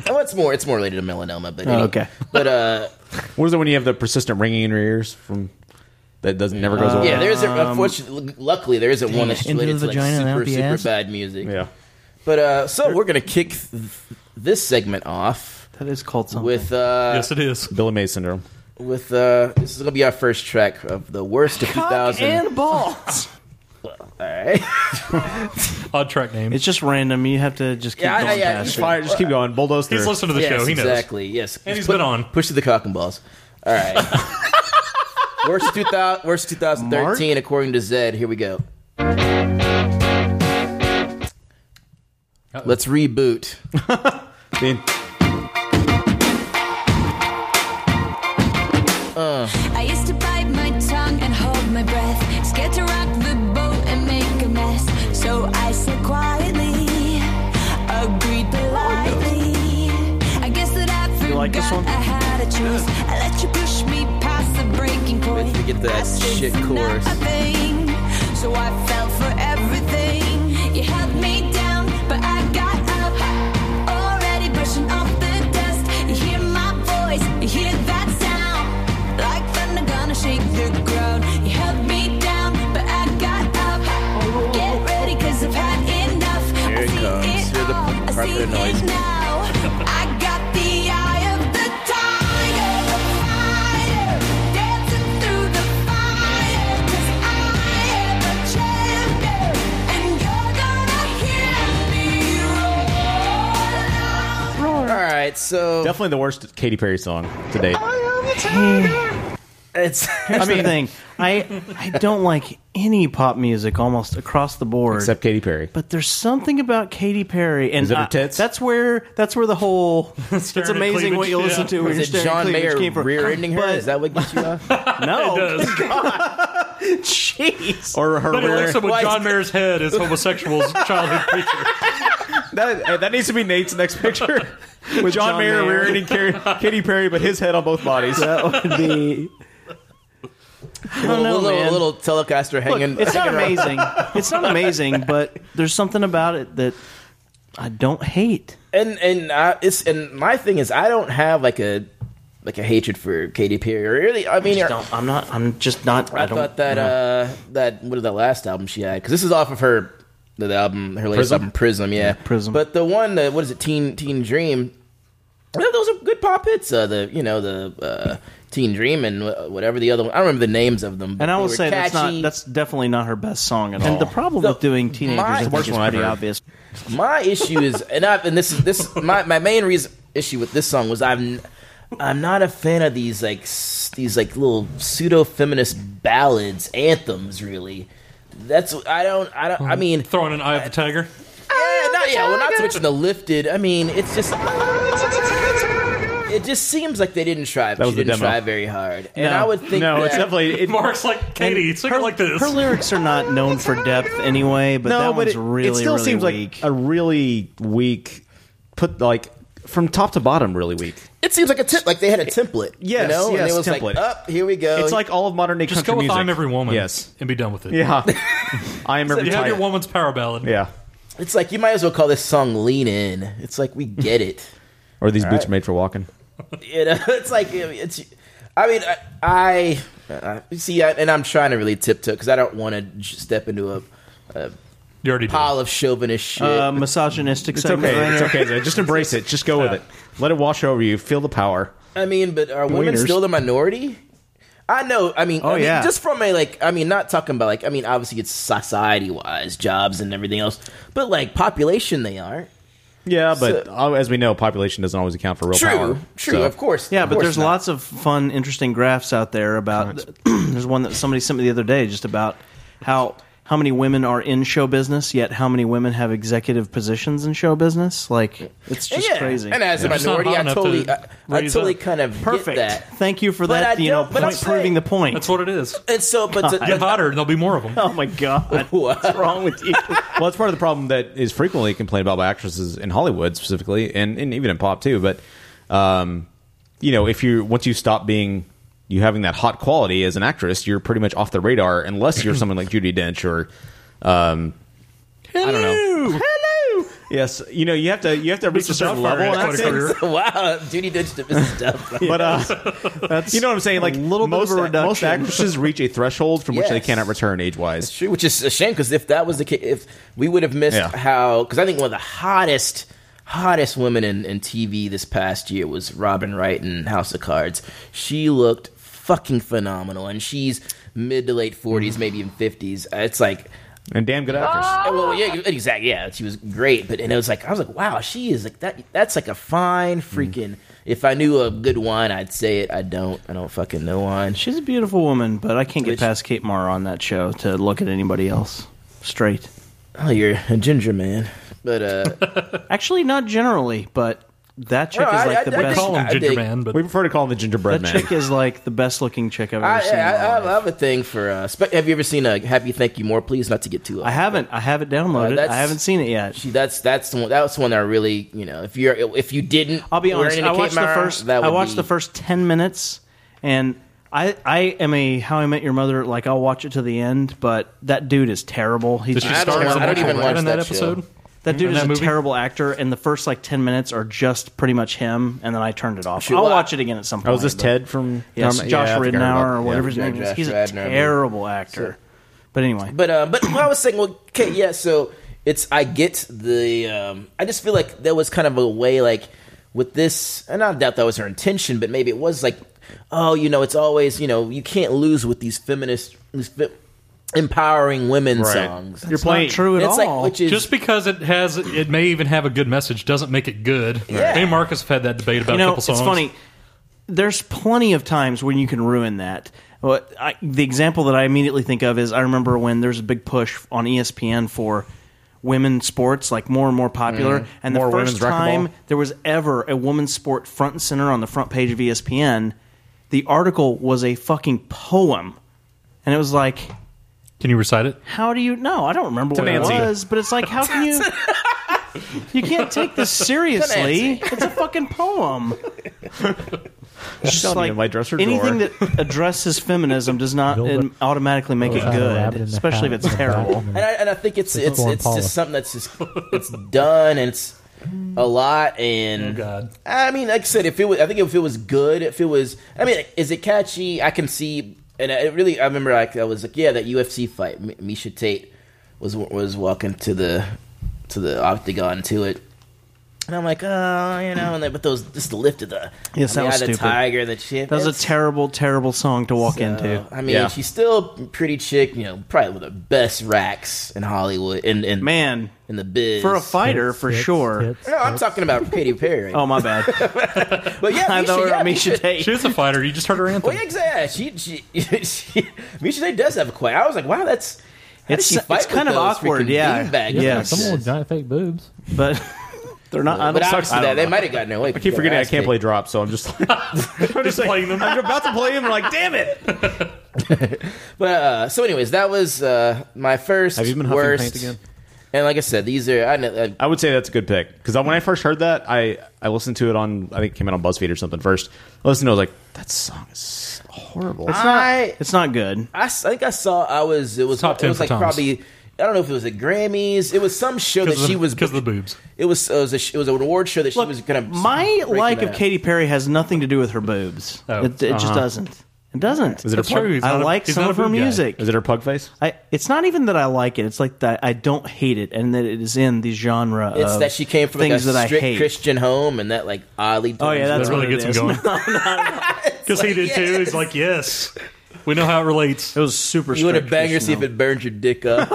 [SPEAKER 10] Oh, it's more. It's more related to melanoma, but
[SPEAKER 1] Oh,
[SPEAKER 10] any-
[SPEAKER 1] okay.
[SPEAKER 10] But uh,
[SPEAKER 1] what is it when you have the persistent ringing in your ears from that doesn't never goes away?
[SPEAKER 10] yeah, there isn't.
[SPEAKER 6] Um,
[SPEAKER 10] Unfortunately, luckily, there isn't one that's
[SPEAKER 6] Into
[SPEAKER 10] related
[SPEAKER 6] the
[SPEAKER 10] to like
[SPEAKER 6] vagina and
[SPEAKER 10] super
[SPEAKER 6] out the
[SPEAKER 10] super
[SPEAKER 6] ass.
[SPEAKER 10] bad music.
[SPEAKER 1] Yeah.
[SPEAKER 10] But uh, so we're gonna kick th- this segment off.
[SPEAKER 6] That is called something.
[SPEAKER 10] With uh,
[SPEAKER 3] yes, it is
[SPEAKER 1] Billy May syndrome.
[SPEAKER 10] With uh, this is gonna be our first track of the worst of 2000.
[SPEAKER 6] and balls.
[SPEAKER 10] All right.
[SPEAKER 3] Odd track name.
[SPEAKER 6] It's just random. You have to just keep
[SPEAKER 10] Yeah, I-
[SPEAKER 6] going
[SPEAKER 10] yeah,
[SPEAKER 6] past
[SPEAKER 10] he's
[SPEAKER 6] it.
[SPEAKER 10] fine. Just keep
[SPEAKER 1] going. Bulldoze
[SPEAKER 3] He's through. listened to the
[SPEAKER 10] Yes,
[SPEAKER 3] show. He knows.
[SPEAKER 10] exactly. Yes,
[SPEAKER 3] And he's
[SPEAKER 10] Put-
[SPEAKER 3] been on.
[SPEAKER 10] Push to the cock and balls. All right. worst, 2000, worst 2013, according to Zed. Here we go. Let's reboot. uh.
[SPEAKER 9] I used to bite my tongue and hold my breath, scared to rock the boat and make a mess. So I said quietly, agreed politely. I guess that I
[SPEAKER 10] You
[SPEAKER 9] forgot
[SPEAKER 10] like this one?
[SPEAKER 9] I had a choice. I let you push me past the breaking
[SPEAKER 10] Wait
[SPEAKER 9] point.
[SPEAKER 10] till we get to that shit chorus.
[SPEAKER 9] Nothing, so I fell for everything. You held me down, but I got up. Already brushing off the dust. You hear my voice, you hear that sound. Like thunder gonna shake the ground. You held me down, but I got up.
[SPEAKER 10] Oh.
[SPEAKER 9] Get ready, cause I've had enough.
[SPEAKER 10] Here
[SPEAKER 9] I
[SPEAKER 10] it
[SPEAKER 9] see
[SPEAKER 10] comes.
[SPEAKER 9] it
[SPEAKER 10] Hear the
[SPEAKER 9] all. I see
[SPEAKER 10] carpet noise.
[SPEAKER 9] it now. I got the eye of the tiger, the fighter, dancing through the fire. 'Cause I am a champion, and you're gonna hear me roar.
[SPEAKER 10] All right, so
[SPEAKER 1] definitely the worst Katy Perry song to date.
[SPEAKER 10] It's
[SPEAKER 6] Here's the thing. I I don't like any pop music almost across the board
[SPEAKER 1] except Katy Perry.
[SPEAKER 6] But there's something about Katy Perry and
[SPEAKER 1] Is it her
[SPEAKER 6] I- that's where that's where the whole it's
[SPEAKER 10] Staring at
[SPEAKER 6] amazing what you
[SPEAKER 10] cleavage,
[SPEAKER 6] listen
[SPEAKER 10] yeah.
[SPEAKER 6] to when
[SPEAKER 10] Was
[SPEAKER 6] you're
[SPEAKER 10] it
[SPEAKER 6] staring
[SPEAKER 10] John
[SPEAKER 6] at cleavage
[SPEAKER 10] Mayer
[SPEAKER 6] came from.
[SPEAKER 10] rear-ending her?
[SPEAKER 6] But-
[SPEAKER 10] Is that what gets you off?
[SPEAKER 6] no,
[SPEAKER 3] does.
[SPEAKER 6] jeez.
[SPEAKER 1] Or her
[SPEAKER 3] But Alexa with
[SPEAKER 1] Why is-
[SPEAKER 3] John Mayer's head is homosexual's childhood preacher.
[SPEAKER 1] That, hey, that needs to be Nate's next picture. With John,
[SPEAKER 3] John
[SPEAKER 1] Mayer
[SPEAKER 3] Mayer.
[SPEAKER 1] rear-ending Car- Katy Perry, but his head on both bodies.
[SPEAKER 6] That would be.
[SPEAKER 10] A little,
[SPEAKER 6] know,
[SPEAKER 10] little,
[SPEAKER 6] man.
[SPEAKER 10] little Telecaster
[SPEAKER 6] Look,
[SPEAKER 10] hanging.
[SPEAKER 6] it's not
[SPEAKER 10] hanging around.
[SPEAKER 6] amazing. it's not amazing, but there's something about it that I don't hate.
[SPEAKER 10] and and I, it's and my thing is I don't have like a like a hatred for Katy Perry. Or Really, I mean,
[SPEAKER 6] I don't, I'm not. I'm just not. I,
[SPEAKER 10] I
[SPEAKER 6] don't.
[SPEAKER 10] thought that
[SPEAKER 6] no.
[SPEAKER 10] uh that what is that last album she had? Because this is off of her the album her latest
[SPEAKER 6] Prism?
[SPEAKER 10] album Prism, yeah. Prism. But the one that what is it? Teen Teen Dream. Yeah, Those are good pop hits. Uh, the you know the uh, Teen Dream and wh- whatever the other one. I don't remember the names of them. but
[SPEAKER 6] and I
[SPEAKER 10] they
[SPEAKER 6] will
[SPEAKER 10] were
[SPEAKER 6] say that's
[SPEAKER 10] catchy.
[SPEAKER 6] not. That's definitely not her best song at all.
[SPEAKER 10] And the
[SPEAKER 6] problem with doing teenagers
[SPEAKER 10] my-
[SPEAKER 6] I
[SPEAKER 10] It's the
[SPEAKER 6] think,
[SPEAKER 10] worst
[SPEAKER 6] is
[SPEAKER 10] one I've
[SPEAKER 6] pretty
[SPEAKER 10] heard.
[SPEAKER 6] obvious.
[SPEAKER 10] My issue is, and I and this is this my my main reason issue with this song was I'm I'm not a fan of these like s- these like little pseudo feminist ballads anthems really. That's I don't I don't I mean
[SPEAKER 3] throwing an eye of the tiger.
[SPEAKER 10] Yeah, not, yeah, we're not switching to lifted. I mean, it's just it just seems like they didn't try.
[SPEAKER 1] That was
[SPEAKER 10] she
[SPEAKER 1] the
[SPEAKER 10] didn't
[SPEAKER 1] demo.
[SPEAKER 10] try very hard, and I would think
[SPEAKER 1] No,
[SPEAKER 10] that-
[SPEAKER 1] it's definitely it,
[SPEAKER 3] Mark's like Katie. It's her, like this.
[SPEAKER 6] Her lyrics are not known for depth anyway, but that one's
[SPEAKER 1] it,
[SPEAKER 6] really,
[SPEAKER 1] it still
[SPEAKER 6] really
[SPEAKER 1] seems
[SPEAKER 6] weak.
[SPEAKER 1] like a really weak put like from top to bottom really weak.
[SPEAKER 10] It seems like a tip, like they had a template.
[SPEAKER 1] Yes,
[SPEAKER 10] you know? and
[SPEAKER 1] yes,
[SPEAKER 10] it was
[SPEAKER 1] template.
[SPEAKER 10] like up here we go.
[SPEAKER 1] It's like all of modern day
[SPEAKER 3] Just
[SPEAKER 1] country
[SPEAKER 3] go with
[SPEAKER 1] music.
[SPEAKER 3] "I'm Every Woman."
[SPEAKER 1] Yes.
[SPEAKER 3] and be done with it.
[SPEAKER 1] Yeah, I am
[SPEAKER 3] So
[SPEAKER 1] every
[SPEAKER 3] you have
[SPEAKER 1] tiger.
[SPEAKER 3] your woman's power ballad.
[SPEAKER 1] yeah,
[SPEAKER 10] It's like you might as well call this song "Lean In." It's like we get it.
[SPEAKER 1] or these
[SPEAKER 10] All
[SPEAKER 1] boots
[SPEAKER 10] right.
[SPEAKER 1] are made for walking.
[SPEAKER 10] you know, it's like it's. I mean, I, I I- see, I, and I'm trying to really tiptoe because I don't want to j- step into a, a
[SPEAKER 3] you already
[SPEAKER 10] pile of chauvinist shit.
[SPEAKER 6] uh, misogynistic.
[SPEAKER 1] It's
[SPEAKER 6] segment
[SPEAKER 1] okay.
[SPEAKER 6] right
[SPEAKER 1] it's
[SPEAKER 6] here.
[SPEAKER 1] okay. Zay. Just embrace it. Just go with it. Let it wash over you. Feel the power.
[SPEAKER 10] I mean, but are women
[SPEAKER 1] Wieners.
[SPEAKER 10] still the minority? I know. I mean,
[SPEAKER 1] Oh,
[SPEAKER 10] I mean,
[SPEAKER 1] yeah.
[SPEAKER 10] just from a like, I mean, not talking about like, I mean, obviously it's society wise, jobs and everything else, but like population, they aren't.
[SPEAKER 1] Yeah, but uh, as we know, population doesn't always account for real power. so-
[SPEAKER 10] course.
[SPEAKER 6] Yeah,
[SPEAKER 10] of
[SPEAKER 6] but
[SPEAKER 10] course
[SPEAKER 6] there's
[SPEAKER 10] not.
[SPEAKER 6] lots of fun, interesting graphs out there about. there's one that somebody sent me the other day, just about how how many women are in show business, yet how many women have executive positions in show business. Like it's just
[SPEAKER 10] yeah.
[SPEAKER 6] crazy.
[SPEAKER 10] And as a
[SPEAKER 6] Yeah.
[SPEAKER 10] minority, I totally, I, I totally kind of
[SPEAKER 6] Perfect.
[SPEAKER 10] get that.
[SPEAKER 6] Thank you for
[SPEAKER 10] But
[SPEAKER 6] that.
[SPEAKER 10] I
[SPEAKER 6] you know,
[SPEAKER 10] don't- but I'm
[SPEAKER 6] point, proving the point.
[SPEAKER 3] That's what it is.
[SPEAKER 10] And so, but to-
[SPEAKER 3] Get hotter, and there'll be more of them.
[SPEAKER 6] Oh my god,
[SPEAKER 10] what's
[SPEAKER 6] wrong with you?
[SPEAKER 1] well, it's part of the problem that is frequently complained about by actresses in Hollywood specifically, and, and even in pop too. But um, you know, if you once you stop being you having that hot quality as an actress, you're pretty much off the radar unless you're someone like Judy Dench or um, I don't know.
[SPEAKER 10] Hello.
[SPEAKER 1] Yes, you know you have to you have to reach a certain level. in that sense.
[SPEAKER 10] wow, Judy Dench to Mrs. Doubtfire.
[SPEAKER 1] But uh, you know what I'm saying? Like little
[SPEAKER 6] bit of
[SPEAKER 1] most,
[SPEAKER 6] a
[SPEAKER 1] most
[SPEAKER 6] reduction.
[SPEAKER 1] actresses reach a threshold from which they
[SPEAKER 10] Yes.
[SPEAKER 1] cannot return age wise.
[SPEAKER 10] True, which is a shame because if that was the case, if we would have missed
[SPEAKER 1] Yeah.
[SPEAKER 10] how, because I think one of the hottest, hottest women in, in TV this past year was Robin Wright in House of Cards. She looked fucking phenomenal, and she's mid to late forties, maybe even fifties. It's like.
[SPEAKER 1] And damn good actress.
[SPEAKER 6] Ah.
[SPEAKER 10] Oh, Well, yeah,
[SPEAKER 6] Mm-hmm.
[SPEAKER 10] exactly. Yeah, she was great, but and it was like I was like, wow, she is like that. That's like a fine freaking If I knew a good wine, I'd say it. I don't. I don't fucking know wine.
[SPEAKER 6] She's a beautiful woman, but I can't get past Kate Mara on that show to look at anybody else straight.
[SPEAKER 10] Oh, you're a ginger man. But uh
[SPEAKER 6] actually, not generally, but that chick
[SPEAKER 10] Well,
[SPEAKER 6] is
[SPEAKER 10] I-
[SPEAKER 6] like
[SPEAKER 10] I-
[SPEAKER 6] the
[SPEAKER 10] I
[SPEAKER 6] best.
[SPEAKER 10] dig- Call him I Ginger dig- Man, but-
[SPEAKER 1] we prefer to call him the gingerbread
[SPEAKER 6] that
[SPEAKER 1] man.
[SPEAKER 6] chick is like the best looking chick I've ever
[SPEAKER 10] I,
[SPEAKER 6] seen. in my
[SPEAKER 10] I, I, I have a thing for. Uh, spe- have you ever seen a Happy Thank You More Please? Not to get too. Uh,
[SPEAKER 6] I haven't. I have it downloaded.
[SPEAKER 10] that's-
[SPEAKER 6] I haven't seen it yet.
[SPEAKER 10] She, that's that's the one. That's one that I really you know. If you're if you didn't,
[SPEAKER 6] I'll be
[SPEAKER 10] learn
[SPEAKER 6] honest.
[SPEAKER 10] into
[SPEAKER 6] I
[SPEAKER 10] Kate
[SPEAKER 6] watched the
[SPEAKER 10] Mara,
[SPEAKER 6] first.
[SPEAKER 10] That
[SPEAKER 6] I
[SPEAKER 10] would
[SPEAKER 6] watched
[SPEAKER 10] be-
[SPEAKER 6] the first ten minutes, and I I am a How I Met Your Mother. Like I'll watch it to the end, but that dude is terrible. He's
[SPEAKER 3] Did she
[SPEAKER 6] just
[SPEAKER 3] star
[SPEAKER 6] terrible.
[SPEAKER 3] as a I don't even bachelorette watch in that that show. episode?
[SPEAKER 6] That dude
[SPEAKER 3] In
[SPEAKER 6] is
[SPEAKER 3] that
[SPEAKER 6] a
[SPEAKER 3] movie?
[SPEAKER 6] terrible actor, and the first like ten minutes are just pretty much him, and then I turned it off.
[SPEAKER 10] Shoot,
[SPEAKER 6] I'll
[SPEAKER 10] well,
[SPEAKER 6] watch it again at some point.
[SPEAKER 1] Oh, is this
[SPEAKER 6] but-
[SPEAKER 1] Ted from-
[SPEAKER 6] Yes, Josh
[SPEAKER 1] Yeah, I think I heard about-
[SPEAKER 6] Ridnour or
[SPEAKER 1] yeah.
[SPEAKER 6] whatever his
[SPEAKER 1] Yeah,
[SPEAKER 6] name is.
[SPEAKER 1] Josh
[SPEAKER 6] He's a
[SPEAKER 10] Radnor, but-
[SPEAKER 6] terrible actor. But anyway,
[SPEAKER 10] But uh, but I was saying, well, okay, yeah. So it's I get the. Um, I just feel like there was kind of a way like with this, and I doubt that was her intention, but maybe it was like, oh, you know, it's always you know you can't lose with these feminist, these fe- empowering women
[SPEAKER 3] Right.
[SPEAKER 10] songs.
[SPEAKER 3] You're That's not playing- true at
[SPEAKER 10] it's
[SPEAKER 3] all.
[SPEAKER 10] Like, which is
[SPEAKER 3] Just because it has, it may even have a good message, doesn't make it good.
[SPEAKER 10] Yeah.
[SPEAKER 3] Me and Marcus have had that debate about
[SPEAKER 6] you know,
[SPEAKER 3] a couple songs.
[SPEAKER 6] It's funny. There's plenty of times when you can ruin that. What I, the example that I immediately think of is I remember when there's a big push on E ESPN for women sports, like more and more popular.
[SPEAKER 1] Mhm.
[SPEAKER 6] And the
[SPEAKER 1] More
[SPEAKER 6] first
[SPEAKER 1] women's racquetball.
[SPEAKER 6] time there was ever a women's sport front and center on the front page of E ESPN, the article was a fucking poem, and it was like,
[SPEAKER 3] "Can you recite it? Oh,
[SPEAKER 6] How do you? No, I don't remember
[SPEAKER 3] To
[SPEAKER 6] what
[SPEAKER 3] Nancy.
[SPEAKER 6] it was, but it's like, how can you? You can't take this seriously. It's a fucking poem. It's just
[SPEAKER 1] Shut me
[SPEAKER 6] like
[SPEAKER 1] in my dresser
[SPEAKER 6] anything that addresses feminism does not um, automatically make it
[SPEAKER 10] Build a
[SPEAKER 6] good,
[SPEAKER 10] rabbit in the
[SPEAKER 6] especially if
[SPEAKER 10] hat.
[SPEAKER 6] it's terrible.
[SPEAKER 10] and I, and I think it's
[SPEAKER 6] It's
[SPEAKER 10] it's
[SPEAKER 6] Lauren
[SPEAKER 10] it's
[SPEAKER 6] Paula.
[SPEAKER 10] just something that's just it's done and it's a lot and
[SPEAKER 6] Mm-hmm.
[SPEAKER 3] Oh, God.
[SPEAKER 10] I mean, like I said, if it was, I think if it was good, if it was, I mean, is it catchy? I can see, and it really, I remember, like I was like, yeah, that UFC fight, M- Misha Tate was was walking to the to the octagon to it. And I'm like, oh, you know, and then, but those just the lift of the
[SPEAKER 6] Yes,
[SPEAKER 10] I mean,
[SPEAKER 6] that was
[SPEAKER 10] the
[SPEAKER 6] stupid.
[SPEAKER 10] tiger and the chip.
[SPEAKER 6] That was a
[SPEAKER 10] It's-
[SPEAKER 6] terrible, terrible song to walk into.
[SPEAKER 10] I mean, she's still a pretty chick, you know, probably one of the best racks in Hollywood. And, and
[SPEAKER 6] man,
[SPEAKER 10] in the biz
[SPEAKER 6] For a fighter, for Hits, hits, sure. hits,
[SPEAKER 10] no, I'm
[SPEAKER 6] hits.
[SPEAKER 10] talking about Katy Perry.
[SPEAKER 6] Oh, my bad.
[SPEAKER 10] but yeah,
[SPEAKER 6] I
[SPEAKER 10] Misha,
[SPEAKER 6] thought it was
[SPEAKER 10] yeah,
[SPEAKER 6] Misha Tate.
[SPEAKER 3] She is a fighter. You just heard her anthem.
[SPEAKER 10] Well, yeah, exactly. She, she, she, Misha Tate does have a quite. I was like, wow, that's. How
[SPEAKER 6] It's-
[SPEAKER 10] did she fight
[SPEAKER 6] it's kind of
[SPEAKER 10] with those
[SPEAKER 6] awkward,
[SPEAKER 10] freaking
[SPEAKER 6] yeah.
[SPEAKER 10] beanbag
[SPEAKER 6] Yeah,
[SPEAKER 10] bitches?
[SPEAKER 6] someone
[SPEAKER 1] with
[SPEAKER 14] giant fake boobs.
[SPEAKER 6] But they're not. I
[SPEAKER 10] But
[SPEAKER 6] don't-
[SPEAKER 10] obviously
[SPEAKER 6] I don't
[SPEAKER 10] that- they
[SPEAKER 6] know.
[SPEAKER 10] might have gotten away.
[SPEAKER 1] I keep forgetting I can't play drop, so I'm just
[SPEAKER 3] I'm just playing them.
[SPEAKER 1] I'm about to play them. and Like, damn it!
[SPEAKER 10] But uh, so, anyways, that was uh, my first.
[SPEAKER 1] Have you been huffing
[SPEAKER 10] worst.
[SPEAKER 1] paint again?
[SPEAKER 10] And like I said, these are. I, know, I,
[SPEAKER 1] I would say that's a good pick because when I first heard that, I I listened to it on I think it came out on BuzzFeed or something first. I listened to it, I was like, that song is horrible.
[SPEAKER 10] It's not- I-
[SPEAKER 6] It's not good.
[SPEAKER 10] I, s- I think I saw. I was. It was.
[SPEAKER 1] Top
[SPEAKER 10] it
[SPEAKER 1] 10
[SPEAKER 10] was
[SPEAKER 1] for
[SPEAKER 10] like
[SPEAKER 1] Tom's.
[SPEAKER 10] probably. I don't know if it was the Grammys. It was some show that
[SPEAKER 6] of the-
[SPEAKER 10] she was
[SPEAKER 6] 'cause
[SPEAKER 10] of the
[SPEAKER 3] boobs.
[SPEAKER 10] It was. It was, a, sh- it was an award show that she was going to.
[SPEAKER 6] My like of Katy Perry has nothing to do with her boobs.
[SPEAKER 3] Oh.
[SPEAKER 6] it it just
[SPEAKER 1] Uh-huh.
[SPEAKER 6] doesn't. It doesn't.
[SPEAKER 1] Is it a plug?
[SPEAKER 6] I like some of her music.
[SPEAKER 1] Is it her pug face?
[SPEAKER 6] I, it's not even that I like it. It's like that I don't hate it, and that it is in the genre.
[SPEAKER 10] It's
[SPEAKER 6] of
[SPEAKER 10] that she came from like,
[SPEAKER 6] uh, things
[SPEAKER 10] a
[SPEAKER 6] that I
[SPEAKER 10] strict
[SPEAKER 6] hate.
[SPEAKER 10] Christian home and that like oddly.
[SPEAKER 6] Oh, yeah, that's That really what it gets him is. going.
[SPEAKER 3] Because he did too. He's like, yes. We know how it relates. It
[SPEAKER 6] was super.
[SPEAKER 10] You want to bang her, see if it burns your dick up.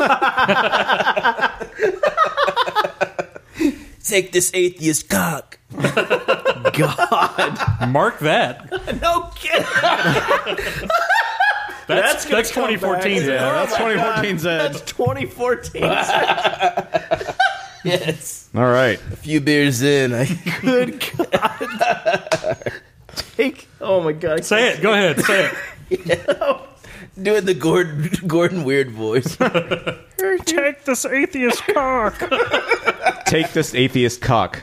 [SPEAKER 10] Take this atheist cock.
[SPEAKER 3] God, mark that.
[SPEAKER 10] no kidding.
[SPEAKER 3] That's that's, 2014.
[SPEAKER 1] Yeah, that's
[SPEAKER 10] 2014's
[SPEAKER 1] Ed.
[SPEAKER 6] That's 2014.
[SPEAKER 10] yes.
[SPEAKER 1] All right.
[SPEAKER 10] A few beers in. I
[SPEAKER 6] Good God. Take. Oh my God.
[SPEAKER 3] Say it. Go ahead. Say it.
[SPEAKER 10] Doing the Gordon Gordon weird voice.
[SPEAKER 6] Take this atheist cock.
[SPEAKER 1] Take this atheist cock.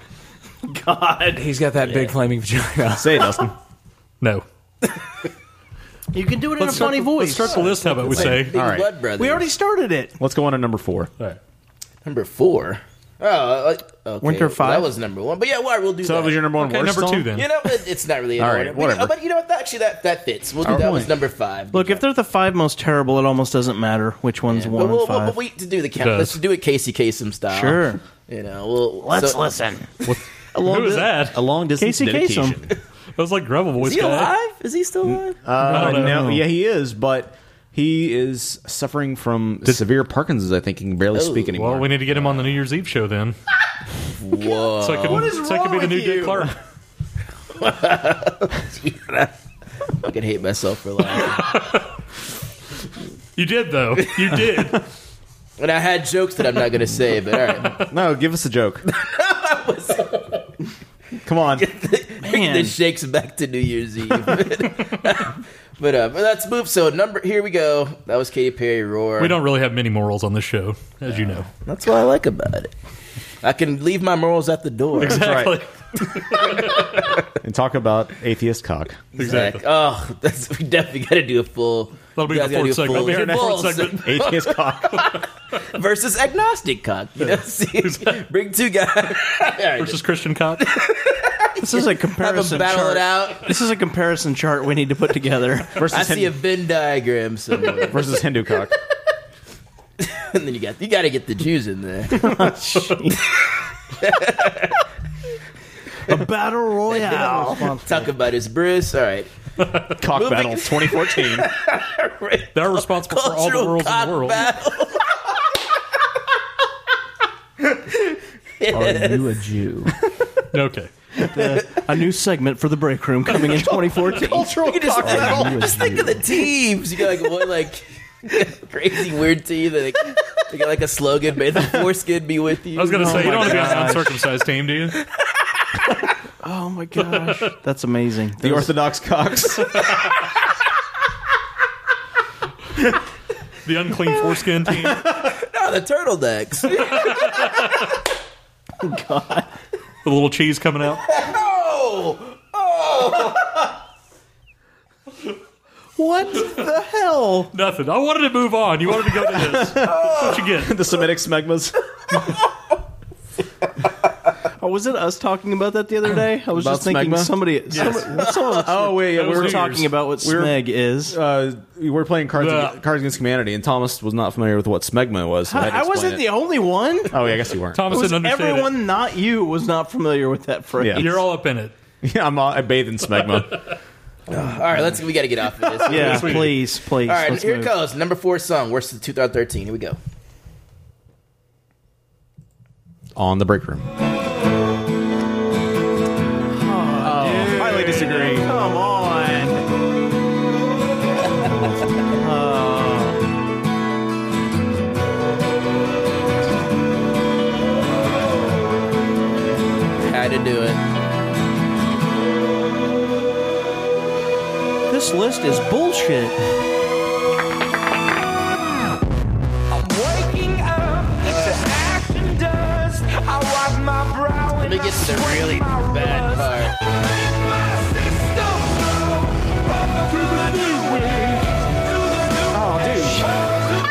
[SPEAKER 6] God.
[SPEAKER 14] He's got that big flaming vagina.
[SPEAKER 1] Say it, Dustin.
[SPEAKER 3] No.
[SPEAKER 6] You can do it in a
[SPEAKER 3] Let's start
[SPEAKER 6] funny
[SPEAKER 3] the-
[SPEAKER 6] voice.
[SPEAKER 3] let's start the list, how about we say?
[SPEAKER 1] All right.
[SPEAKER 10] Blood Brothers.
[SPEAKER 6] We already started it.
[SPEAKER 1] Let's go on to number four.
[SPEAKER 10] Number four. Oh, uh, okay.
[SPEAKER 1] Winter
[SPEAKER 10] Well,
[SPEAKER 1] five?
[SPEAKER 10] that was number one. But yeah, why we'll do
[SPEAKER 1] So
[SPEAKER 10] that.
[SPEAKER 1] that was your number one Okay, worst number two song? then.
[SPEAKER 10] You know, it, it's not really. in
[SPEAKER 1] All
[SPEAKER 10] order.
[SPEAKER 1] right,
[SPEAKER 10] But-
[SPEAKER 1] whatever.
[SPEAKER 10] But, you know what? that- Actually, that that fits. We'll do
[SPEAKER 6] All
[SPEAKER 10] that.
[SPEAKER 6] right.
[SPEAKER 10] Was number five.
[SPEAKER 6] Look, if they're the five most terrible, it almost doesn't matter which one's one
[SPEAKER 10] but we'll,
[SPEAKER 6] and
[SPEAKER 10] we'll,
[SPEAKER 6] 5
[SPEAKER 10] we'll wait to do the
[SPEAKER 6] It
[SPEAKER 10] count.
[SPEAKER 6] does.
[SPEAKER 10] Let's do it Casey Kasem style.
[SPEAKER 6] Sure.
[SPEAKER 10] You know, we'll,
[SPEAKER 6] Let's
[SPEAKER 10] so-
[SPEAKER 6] listen.
[SPEAKER 1] long
[SPEAKER 3] Who is
[SPEAKER 1] di-
[SPEAKER 3] that?
[SPEAKER 1] A long distance
[SPEAKER 3] Casey
[SPEAKER 1] dedication.
[SPEAKER 3] Kasem. That was like Gravel Voice
[SPEAKER 10] Is he
[SPEAKER 3] guy.
[SPEAKER 10] alive? Is he still alive?
[SPEAKER 1] Uh,
[SPEAKER 3] I don't know.
[SPEAKER 1] no, yeah, he is, but he is suffering from severe Parkinson's. I think he can barely speak anymore.
[SPEAKER 3] Well, we need to get him on the New Year's Eve show then.
[SPEAKER 10] Whoa!
[SPEAKER 3] So I can, so I can be the new Dick Clark.
[SPEAKER 10] I can hate myself for laughing.
[SPEAKER 3] You did though. You did.
[SPEAKER 10] and I had jokes that I'm not going to say, but all right.
[SPEAKER 1] No, give us a joke. Come on.
[SPEAKER 10] this shakes back to New Year's Eve. but uh, but let's move. So number here we go. That was Katy Perry roar.
[SPEAKER 3] We don't really have many morals on this show, as you know.
[SPEAKER 10] That's what I like about it. I can leave my morals at the door.
[SPEAKER 3] Exactly.
[SPEAKER 1] and talk about atheist cock.
[SPEAKER 10] Exactly. Oh, that's, we definitely got to do a full.
[SPEAKER 1] That'll be
[SPEAKER 10] we
[SPEAKER 1] the
[SPEAKER 10] gotta do
[SPEAKER 1] fourth segment. That'll be our
[SPEAKER 10] a full- full
[SPEAKER 1] next segment.
[SPEAKER 10] segment.
[SPEAKER 1] Atheist
[SPEAKER 10] versus agnostic cock. You know, see, bring two guys
[SPEAKER 3] versus Christian cock.
[SPEAKER 6] This is a comparison
[SPEAKER 10] battle
[SPEAKER 6] chart.
[SPEAKER 10] it out.
[SPEAKER 6] This is a comparison chart we need to put together.
[SPEAKER 10] I see a Venn diagram somewhere.
[SPEAKER 1] Versus Hindu cock.
[SPEAKER 10] and then you got you got to get the Jews in there.
[SPEAKER 6] a battle royale.
[SPEAKER 10] Talk about his Bruce. All right.
[SPEAKER 1] Cock
[SPEAKER 10] Moving-
[SPEAKER 1] battles 2014.
[SPEAKER 3] They're responsible for all the
[SPEAKER 10] Cultural
[SPEAKER 3] morals in
[SPEAKER 10] cock
[SPEAKER 3] the world.
[SPEAKER 10] battle.
[SPEAKER 6] Are you
[SPEAKER 10] Yes.
[SPEAKER 6] a Jew?
[SPEAKER 3] okay.
[SPEAKER 6] a new segment for the break room coming in 2014.
[SPEAKER 10] You can just,
[SPEAKER 6] cock battle.
[SPEAKER 10] just think of the teams. You got like one like crazy weird team that like, they got like a slogan, "May the foreskin be with you."
[SPEAKER 3] I was gonna
[SPEAKER 10] Oh
[SPEAKER 3] say you
[SPEAKER 10] my
[SPEAKER 3] don't want to be on an
[SPEAKER 10] gosh.
[SPEAKER 3] uncircumcised team, do you?
[SPEAKER 6] Oh my gosh, that's amazing.
[SPEAKER 1] The Orthodox cocks.
[SPEAKER 3] The unclean foreskin team.
[SPEAKER 10] No, the turtlenecks.
[SPEAKER 3] God. The little cheese coming out.
[SPEAKER 10] oh, oh.
[SPEAKER 6] What the hell?
[SPEAKER 3] Nothing. I wanted to move on. You wanted to go to this. That's what you get.
[SPEAKER 1] the Semitic smegmas.
[SPEAKER 6] Oh, was it us talking about that the other day? I was
[SPEAKER 1] About
[SPEAKER 6] just thinking
[SPEAKER 1] smegma?
[SPEAKER 6] somebody. somebody- someone-
[SPEAKER 1] Oh wait, yeah,
[SPEAKER 6] That
[SPEAKER 1] we
[SPEAKER 6] was
[SPEAKER 1] were
[SPEAKER 6] New Year's. We were- is.
[SPEAKER 1] Uh, we were playing Cards,
[SPEAKER 6] Blah.
[SPEAKER 1] Cards Against Humanity, and Thomas was not familiar with what smegma was. So I, had to
[SPEAKER 6] I
[SPEAKER 1] explain
[SPEAKER 6] wasn't
[SPEAKER 1] it.
[SPEAKER 6] the only one.
[SPEAKER 1] Oh, yeah, I guess you weren't.
[SPEAKER 6] It was everyone, not you, was not familiar with that phrase.
[SPEAKER 1] Yeah. You're
[SPEAKER 3] all up in it.
[SPEAKER 1] Yeah, I'm. All, I bathe in smegma.
[SPEAKER 10] All right, let's. We got to get off of this.
[SPEAKER 6] Yeah, please, please.
[SPEAKER 10] All right,
[SPEAKER 6] let's
[SPEAKER 10] here
[SPEAKER 6] move.
[SPEAKER 10] it goes. Number four song. Worst of 2013. Here we go.
[SPEAKER 1] on the break room. highly disagree.
[SPEAKER 6] Come on.
[SPEAKER 10] Had to do it.
[SPEAKER 6] This list is bullshit.
[SPEAKER 15] Waking up to ash and dust. I wipe my brow and
[SPEAKER 10] Let me get to the really bad part.
[SPEAKER 15] Oh,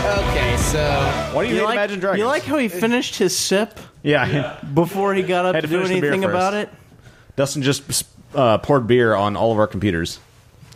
[SPEAKER 10] Okay, so
[SPEAKER 1] Why do you, hate
[SPEAKER 6] like,
[SPEAKER 1] Imagine Dragons?
[SPEAKER 6] You like how he finished his sip
[SPEAKER 1] Yeah,
[SPEAKER 6] before he got up
[SPEAKER 1] Had
[SPEAKER 6] to,
[SPEAKER 1] to
[SPEAKER 6] do
[SPEAKER 1] finish the beer
[SPEAKER 6] anything
[SPEAKER 1] first.
[SPEAKER 6] about it?
[SPEAKER 1] Dustin just uh, poured beer on all of our computers.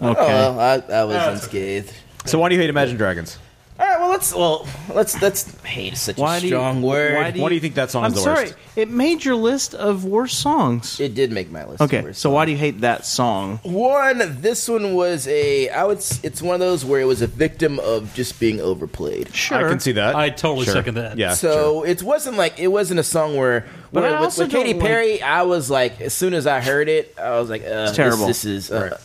[SPEAKER 10] Oh, well, I, I was unscathed.
[SPEAKER 1] So why do you hate Imagine Dragons?
[SPEAKER 10] All right, well let's well let's let's hate is such
[SPEAKER 6] Why
[SPEAKER 10] a
[SPEAKER 6] do you-
[SPEAKER 10] strong word.
[SPEAKER 6] why do Why do you- you
[SPEAKER 1] think that song
[SPEAKER 6] I'm sorry. It made your list of worst songs.
[SPEAKER 10] It did make my list. of
[SPEAKER 6] Okay,
[SPEAKER 10] worst.
[SPEAKER 6] so why do you hate that song?
[SPEAKER 10] One, this one was a I would s- it's one of those where it was a victim of just being overplayed.
[SPEAKER 1] I can see that.
[SPEAKER 3] I totally
[SPEAKER 1] Sure.
[SPEAKER 3] second that.
[SPEAKER 1] Yeah.
[SPEAKER 10] So it wasn't like it wasn't a song where,
[SPEAKER 6] But
[SPEAKER 10] where
[SPEAKER 6] I
[SPEAKER 10] with,
[SPEAKER 6] also
[SPEAKER 10] with Katy
[SPEAKER 6] don't like-
[SPEAKER 10] Perry, I was like as soon as I heard it, I was like, uh, this-
[SPEAKER 6] terrible.
[SPEAKER 10] This, is. Uh,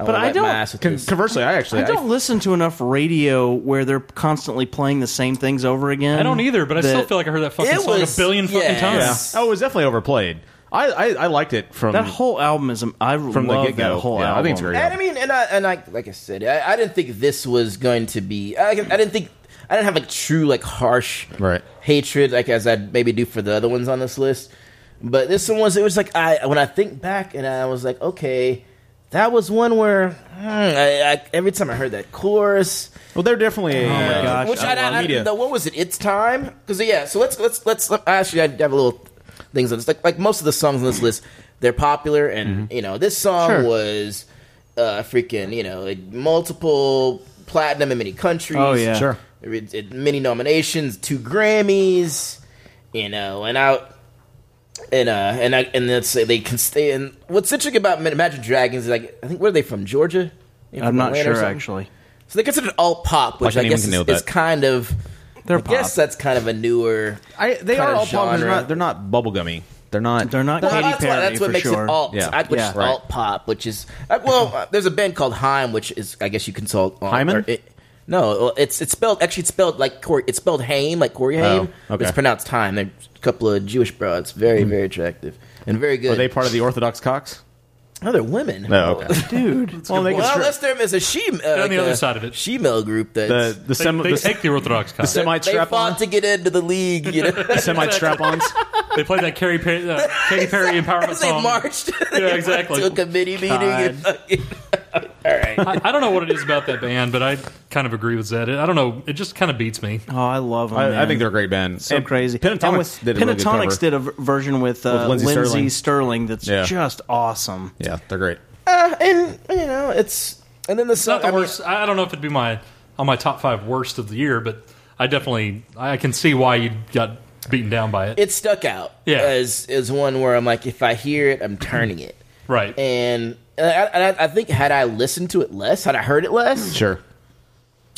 [SPEAKER 10] I
[SPEAKER 6] But
[SPEAKER 10] wanna
[SPEAKER 6] I
[SPEAKER 10] wipe my
[SPEAKER 6] don't-
[SPEAKER 10] ass with this.
[SPEAKER 1] Conversely, I actually
[SPEAKER 6] I don't listen to enough radio where they're constantly playing the same things over again.
[SPEAKER 3] I don't either, but I still
[SPEAKER 6] that-
[SPEAKER 3] feel like I heard that fucking
[SPEAKER 10] It
[SPEAKER 3] song
[SPEAKER 10] was-
[SPEAKER 3] a billion fucking
[SPEAKER 10] yeah.
[SPEAKER 3] times.
[SPEAKER 1] Oh, it was definitely overplayed. I, I, I liked it from
[SPEAKER 6] that whole album is. I
[SPEAKER 1] from the
[SPEAKER 6] love
[SPEAKER 1] get
[SPEAKER 6] that
[SPEAKER 1] go.
[SPEAKER 6] whole
[SPEAKER 1] yeah,
[SPEAKER 6] album.
[SPEAKER 1] I think it's great.
[SPEAKER 10] And I mean, and I and I like I said, I, I didn't think this was going to be. I, I didn't think I didn't have a true like harsh
[SPEAKER 1] Right.
[SPEAKER 10] hatred like as I maybe do for the other ones on this list. But this one was it was like I when I think back and I was like, okay, that was one where hmm, I, I, every time I heard that chorus,
[SPEAKER 1] Well, they're definitely a,
[SPEAKER 6] Oh my
[SPEAKER 1] uh,
[SPEAKER 6] gosh,
[SPEAKER 10] which I,
[SPEAKER 1] a lot of
[SPEAKER 10] I, I
[SPEAKER 1] media.
[SPEAKER 10] the, what was it? It's time because yeah. So let's let's let's actually I have a little things on this. Like like most of the songs on this list, they're popular, and you know this song
[SPEAKER 6] Mm-hmm. Sure.
[SPEAKER 10] was uh, freaking you know like, multiple platinum in many countries.
[SPEAKER 6] Oh, yeah. Sure.
[SPEAKER 10] It- it- many nominations, two Grammys. You know, and out and uh and I and that's they can stay. And what's interesting about Imagine Dragons is like I think where are they from Georgia? They're
[SPEAKER 6] I'm
[SPEAKER 10] from
[SPEAKER 6] not
[SPEAKER 10] Atlanta
[SPEAKER 6] sure
[SPEAKER 10] or something?
[SPEAKER 6] actually.
[SPEAKER 10] So they considered alt pop,
[SPEAKER 1] I
[SPEAKER 10] which I,
[SPEAKER 1] didn't even
[SPEAKER 10] guess is,
[SPEAKER 1] know that.
[SPEAKER 10] is kind of I guess that's kind of a newer.
[SPEAKER 1] I, they
[SPEAKER 10] kind
[SPEAKER 1] are
[SPEAKER 10] of
[SPEAKER 1] all pop. They're
[SPEAKER 10] genre.
[SPEAKER 1] not, they're not bubblegummy. They're not. They're
[SPEAKER 10] Well, that's, what, that's what makes it alt.
[SPEAKER 1] Yeah.
[SPEAKER 10] I, which is
[SPEAKER 1] Right.
[SPEAKER 10] alt pop, which is uh, well, uh, there's a band called Heim, which is I guess you consult on,
[SPEAKER 1] Hyman?
[SPEAKER 10] it, no, well, it's it's spelled actually it's spelled like Corey. It's spelled Haim, like Corey
[SPEAKER 1] Oh,
[SPEAKER 10] Haim. but It's
[SPEAKER 1] okay.
[SPEAKER 10] pronounced Heim. They're a couple of Jewish broads, very very attractive and very good.
[SPEAKER 1] Are they part of the Orthodox Cox?
[SPEAKER 10] No, they're women.
[SPEAKER 1] No, Oh, okay.
[SPEAKER 10] dude.
[SPEAKER 1] Well,
[SPEAKER 10] Well,
[SPEAKER 1] they can stri-
[SPEAKER 10] unless there is a she uh,
[SPEAKER 1] on
[SPEAKER 10] like
[SPEAKER 1] the other
[SPEAKER 10] a
[SPEAKER 1] side
[SPEAKER 3] of it,
[SPEAKER 10] female group that
[SPEAKER 1] The- the They- sem- they the- take the Orthodox
[SPEAKER 10] The
[SPEAKER 1] Cox. Semite
[SPEAKER 10] they
[SPEAKER 1] strap-on?
[SPEAKER 10] fought to get into the league. You know,
[SPEAKER 1] Semite strap-ons.
[SPEAKER 3] They played that Carrie Perry, uh, Katy Perry empowerment
[SPEAKER 10] they
[SPEAKER 3] song.
[SPEAKER 10] marched.
[SPEAKER 3] Yeah, exactly.
[SPEAKER 10] To a committee meeting.
[SPEAKER 3] God.
[SPEAKER 10] and All right.
[SPEAKER 3] I, I don't know what it is about that band, but I kind of agree with Zed. I don't know. It just kind of beats me.
[SPEAKER 6] Oh, I love them.
[SPEAKER 1] I, I
[SPEAKER 6] man.
[SPEAKER 1] think they're a great band.
[SPEAKER 6] so
[SPEAKER 1] And
[SPEAKER 6] crazy.
[SPEAKER 1] Pentatonics
[SPEAKER 6] And with-
[SPEAKER 1] did a really good cover.
[SPEAKER 6] Pentatonics did a v- version with, uh,
[SPEAKER 1] With Lindsey
[SPEAKER 6] Lindsey,
[SPEAKER 1] Sterling.
[SPEAKER 6] Sterling. that's
[SPEAKER 1] Yeah.
[SPEAKER 6] just awesome.
[SPEAKER 1] Yeah, they're great.
[SPEAKER 10] Uh, and you know, it's and then the
[SPEAKER 3] song. Not the worst. I I don't know if it'd be my on my top five worst of the year, but I definitely I can see why you got beaten down by it.
[SPEAKER 10] it stuck out.
[SPEAKER 3] Yeah.
[SPEAKER 10] as as one where I'm like, if I hear it, I'm turning it.
[SPEAKER 3] Right.
[SPEAKER 10] And and I, and I, I think had I listened to it less, had I heard it less,
[SPEAKER 1] Sure.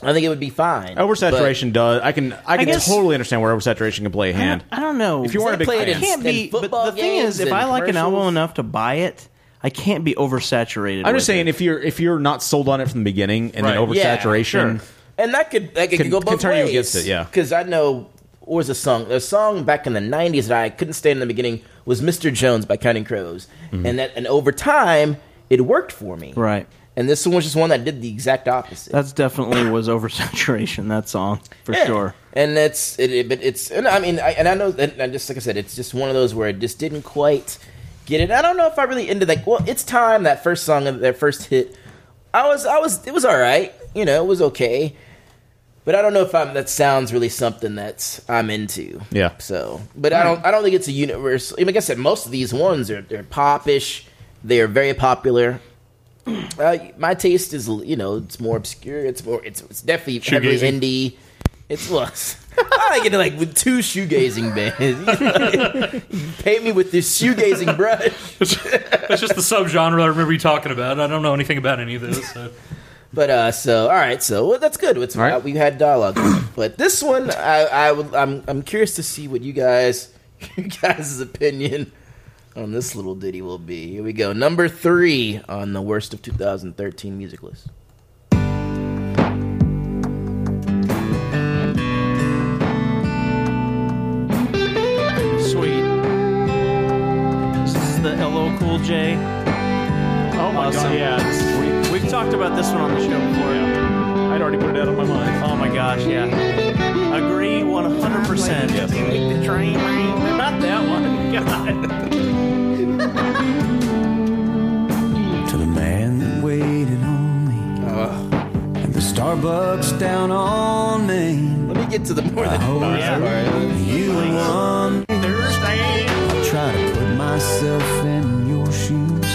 [SPEAKER 10] I think it would be fine.
[SPEAKER 1] Oversaturation does. I can. I
[SPEAKER 10] I
[SPEAKER 1] can
[SPEAKER 10] guess-
[SPEAKER 1] totally understand where oversaturation can play a hand.
[SPEAKER 6] I don't know.
[SPEAKER 1] If you weren't a big
[SPEAKER 10] They play
[SPEAKER 1] fan,
[SPEAKER 10] it in-
[SPEAKER 6] can't be.
[SPEAKER 10] in
[SPEAKER 6] But
[SPEAKER 10] football
[SPEAKER 6] the thing
[SPEAKER 10] games
[SPEAKER 6] is, if
[SPEAKER 10] and
[SPEAKER 6] I like an album
[SPEAKER 10] commercials.
[SPEAKER 6] enough to buy it, I can't be oversaturated.
[SPEAKER 1] I'm just
[SPEAKER 6] with it.
[SPEAKER 1] saying if you're if you're not sold on it from the beginning and then
[SPEAKER 10] Right. Yeah,
[SPEAKER 1] oversaturation.
[SPEAKER 10] sure. and that could that could
[SPEAKER 1] Can-
[SPEAKER 10] go
[SPEAKER 1] can
[SPEAKER 10] both
[SPEAKER 1] turn you
[SPEAKER 10] ways.
[SPEAKER 1] against it, yeah.
[SPEAKER 10] because I know what was a song a song back in the '90s that I couldn't stand in the beginning was "Mr. Jones" by Counting Crows, and that and over time it worked for me.
[SPEAKER 6] Mm-hmm. Right.
[SPEAKER 10] And this one was just one that did the exact opposite.
[SPEAKER 6] That's definitely was oversaturation. That song for
[SPEAKER 10] Yeah.
[SPEAKER 6] sure.
[SPEAKER 10] And it's it, it- but it's and I mean I, and I know and I just like I said it's just one of those where it just didn't quite get it. I don't know if I really ended like well it's time that first song of their first hit. I was I was it was all right you know it was okay, but I don't know if I'm that sounds really something that's I'm into.
[SPEAKER 1] Yeah.
[SPEAKER 10] So, but I don't I don't think it's a universal. I mean, like I said, most of these ones are they're popish, they are very popular. Uh, my taste is you know it's more obscure. It's more it's it's definitely heavily
[SPEAKER 3] Shoegazing.
[SPEAKER 10] indie. It's was. I like it like with two shoegazing bands. You Paint me with this shoegazing brush.
[SPEAKER 3] That's just the subgenre I remember you talking about. I don't know anything about any of those. So.
[SPEAKER 10] But uh, so all right, so well, that's good. It's, uh, we had dialogue, but this one, I, I would, I'm, I'm curious to see what you guys, you guys' opinion on this little ditty will be. Here we go, number three on the worst of 2013 music list.
[SPEAKER 6] Sweet. This is the LL Cool J.
[SPEAKER 12] Oh my god, yeah. this-
[SPEAKER 6] We've talked about this one on the show before.
[SPEAKER 12] I'd already put it out of my mind.
[SPEAKER 6] Oh my gosh, yeah. Agree 100%.
[SPEAKER 12] Not that one.
[SPEAKER 24] to the man that waited on me and the Starbucks down on Main.
[SPEAKER 10] Let me get to the more than
[SPEAKER 1] Uh, Oh,
[SPEAKER 24] you won. I try to put myself in your shoes,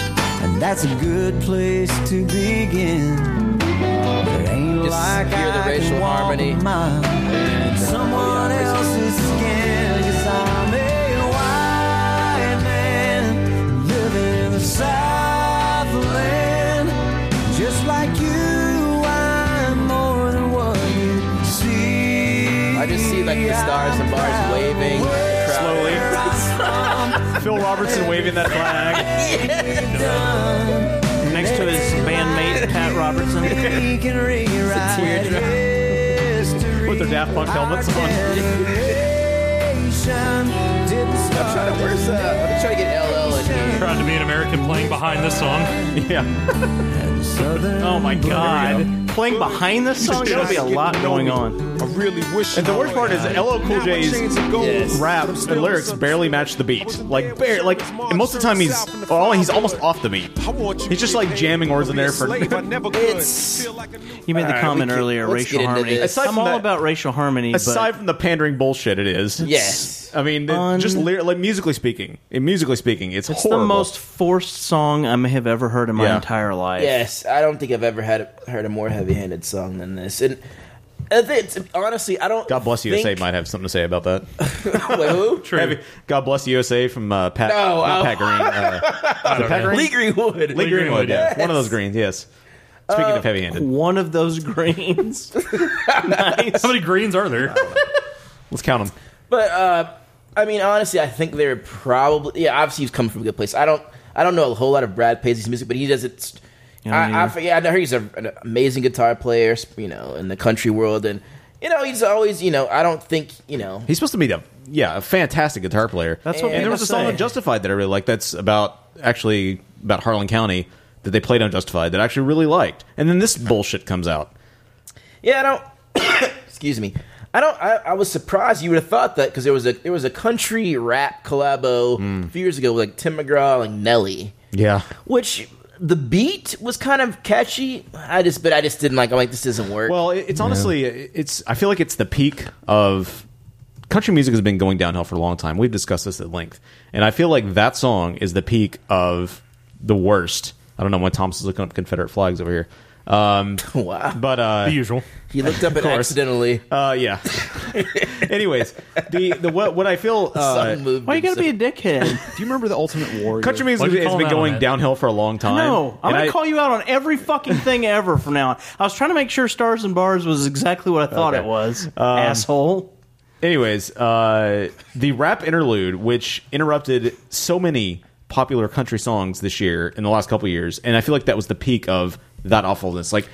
[SPEAKER 24] and that's a good place to begin. It ain't
[SPEAKER 10] Just
[SPEAKER 24] like
[SPEAKER 10] hear the
[SPEAKER 24] I
[SPEAKER 10] racial
[SPEAKER 24] can walk
[SPEAKER 10] harmony.
[SPEAKER 24] a mile in someone else's skin. 'Cause I'm a white man living in the Southland. Just like you, I'm more than what you see.
[SPEAKER 10] I just see like the stars and bars waving.
[SPEAKER 24] Slowly.
[SPEAKER 1] Phil Robertson waving that
[SPEAKER 24] flag.
[SPEAKER 6] Next to his bandmate, Pat Robertson.
[SPEAKER 24] We can rewrite history.
[SPEAKER 1] With their Daft Punk helmets
[SPEAKER 24] Our generation didn't
[SPEAKER 10] I'm trying to, where's, uh, I'm trying to get LL in here.
[SPEAKER 3] Proud to be an American playing behind this song.
[SPEAKER 1] Yeah.
[SPEAKER 6] Oh my god. Playing behind this song, there'll be a lot going on.
[SPEAKER 1] I really wish. And the worst part is LL Cool J's rap and lyrics barely match the beat. Like, bare, like and most of the time he's oh he's almost off the beat. He's just like jamming words in there for.
[SPEAKER 24] It's
[SPEAKER 6] You made
[SPEAKER 1] All
[SPEAKER 6] the
[SPEAKER 1] right,
[SPEAKER 6] comment
[SPEAKER 1] we can-
[SPEAKER 6] earlier,
[SPEAKER 1] let's get
[SPEAKER 6] racial
[SPEAKER 1] into
[SPEAKER 6] harmony.
[SPEAKER 1] this. Aside
[SPEAKER 6] I'm
[SPEAKER 1] from
[SPEAKER 6] all
[SPEAKER 1] that-
[SPEAKER 6] about racial harmony,
[SPEAKER 1] Aside from the pandering bullshit, it is. It's-
[SPEAKER 6] Yes.
[SPEAKER 1] I mean, it- just lyri- like musically speaking, in musically speaking, it's,
[SPEAKER 6] but it's
[SPEAKER 1] horrible.
[SPEAKER 6] the most forced song I may have ever heard in my
[SPEAKER 1] Yeah.
[SPEAKER 6] entire life.
[SPEAKER 10] Yes, I don't think I've ever had heard a more heavy-handed song than this. And I think it's, honestly, I don't.
[SPEAKER 1] God bless
[SPEAKER 10] think-
[SPEAKER 1] USA might have something to say about that.
[SPEAKER 10] Wait, who?
[SPEAKER 1] Heavy- God bless USA from uh, Pat.
[SPEAKER 10] No,
[SPEAKER 1] not
[SPEAKER 10] oh.
[SPEAKER 1] Pat Green. Uh, is it Pat Green?
[SPEAKER 10] Lee Greenwood.
[SPEAKER 1] Lee Greenwood, yeah. One of those greens, yes.
[SPEAKER 10] Uh,
[SPEAKER 1] Speaking of heavy handed.
[SPEAKER 6] One of those greens.
[SPEAKER 3] How many greens are there?
[SPEAKER 1] Let's count them.
[SPEAKER 10] But uh, I mean, honestly, I think they're probably yeah. Obviously, he's coming from a good place. I don't I don't know a whole lot of Brad Paisley's music, but he does it.
[SPEAKER 6] Yeah, me
[SPEAKER 10] I, I
[SPEAKER 6] neither.
[SPEAKER 10] forget. I know he's a, an amazing guitar player, sp- you know, in the country world, and you know he's always, you know, I don't think, you know,
[SPEAKER 1] He's supposed to be the yeah, a fantastic guitar player.
[SPEAKER 10] That's what
[SPEAKER 1] And there
[SPEAKER 10] people
[SPEAKER 1] was a song
[SPEAKER 10] say.
[SPEAKER 1] on Justified that I really liked. That's about actually about Harlan County that they played on Justified that I actually really liked. And then this bullshit comes out.
[SPEAKER 10] yeah, I don't. excuse me, I don't. I, I was surprised you would have thought that because there was a there was a country rap collabo a few years ago with like Tim McGraw and Nelly.
[SPEAKER 1] Yeah.
[SPEAKER 10] which the beat was kind of catchy. I just, but I just didn't like. I'm like, this doesn't work.
[SPEAKER 1] Well, it- it's honestly, it's. I feel like it's the peak of country music has been going downhill for a long time. We've discussed this at length, and I feel like that song is the peak of the worst. I don't know why Thomas is looking up Confederate flags over here. Um,
[SPEAKER 10] wow,
[SPEAKER 1] but uh,
[SPEAKER 3] The usual.
[SPEAKER 10] He looked up
[SPEAKER 1] Of
[SPEAKER 10] it
[SPEAKER 1] course.
[SPEAKER 10] accidentally.
[SPEAKER 1] Uh, yeah. Anyways, the the what what I feel. Uh,
[SPEAKER 6] Why you gotta be a dickhead?
[SPEAKER 1] Do you remember the Ultimate Warrior? Country
[SPEAKER 6] Why'd
[SPEAKER 1] music
[SPEAKER 6] you
[SPEAKER 1] has
[SPEAKER 6] call him
[SPEAKER 1] been
[SPEAKER 6] out on
[SPEAKER 1] going
[SPEAKER 6] that?
[SPEAKER 1] downhill for a long time.
[SPEAKER 6] No, I'm
[SPEAKER 1] and
[SPEAKER 6] gonna
[SPEAKER 1] I-
[SPEAKER 6] call you out on every fucking thing ever from now on. I was trying to make sure Stars and Bars was exactly what I thought
[SPEAKER 1] Okay.
[SPEAKER 6] it was.
[SPEAKER 1] Um,
[SPEAKER 6] Asshole.
[SPEAKER 1] Anyways, uh, the rap interlude, which interrupted so many popular country songs this year in the last couple years, and I feel like that was the peak of that awfulness. Like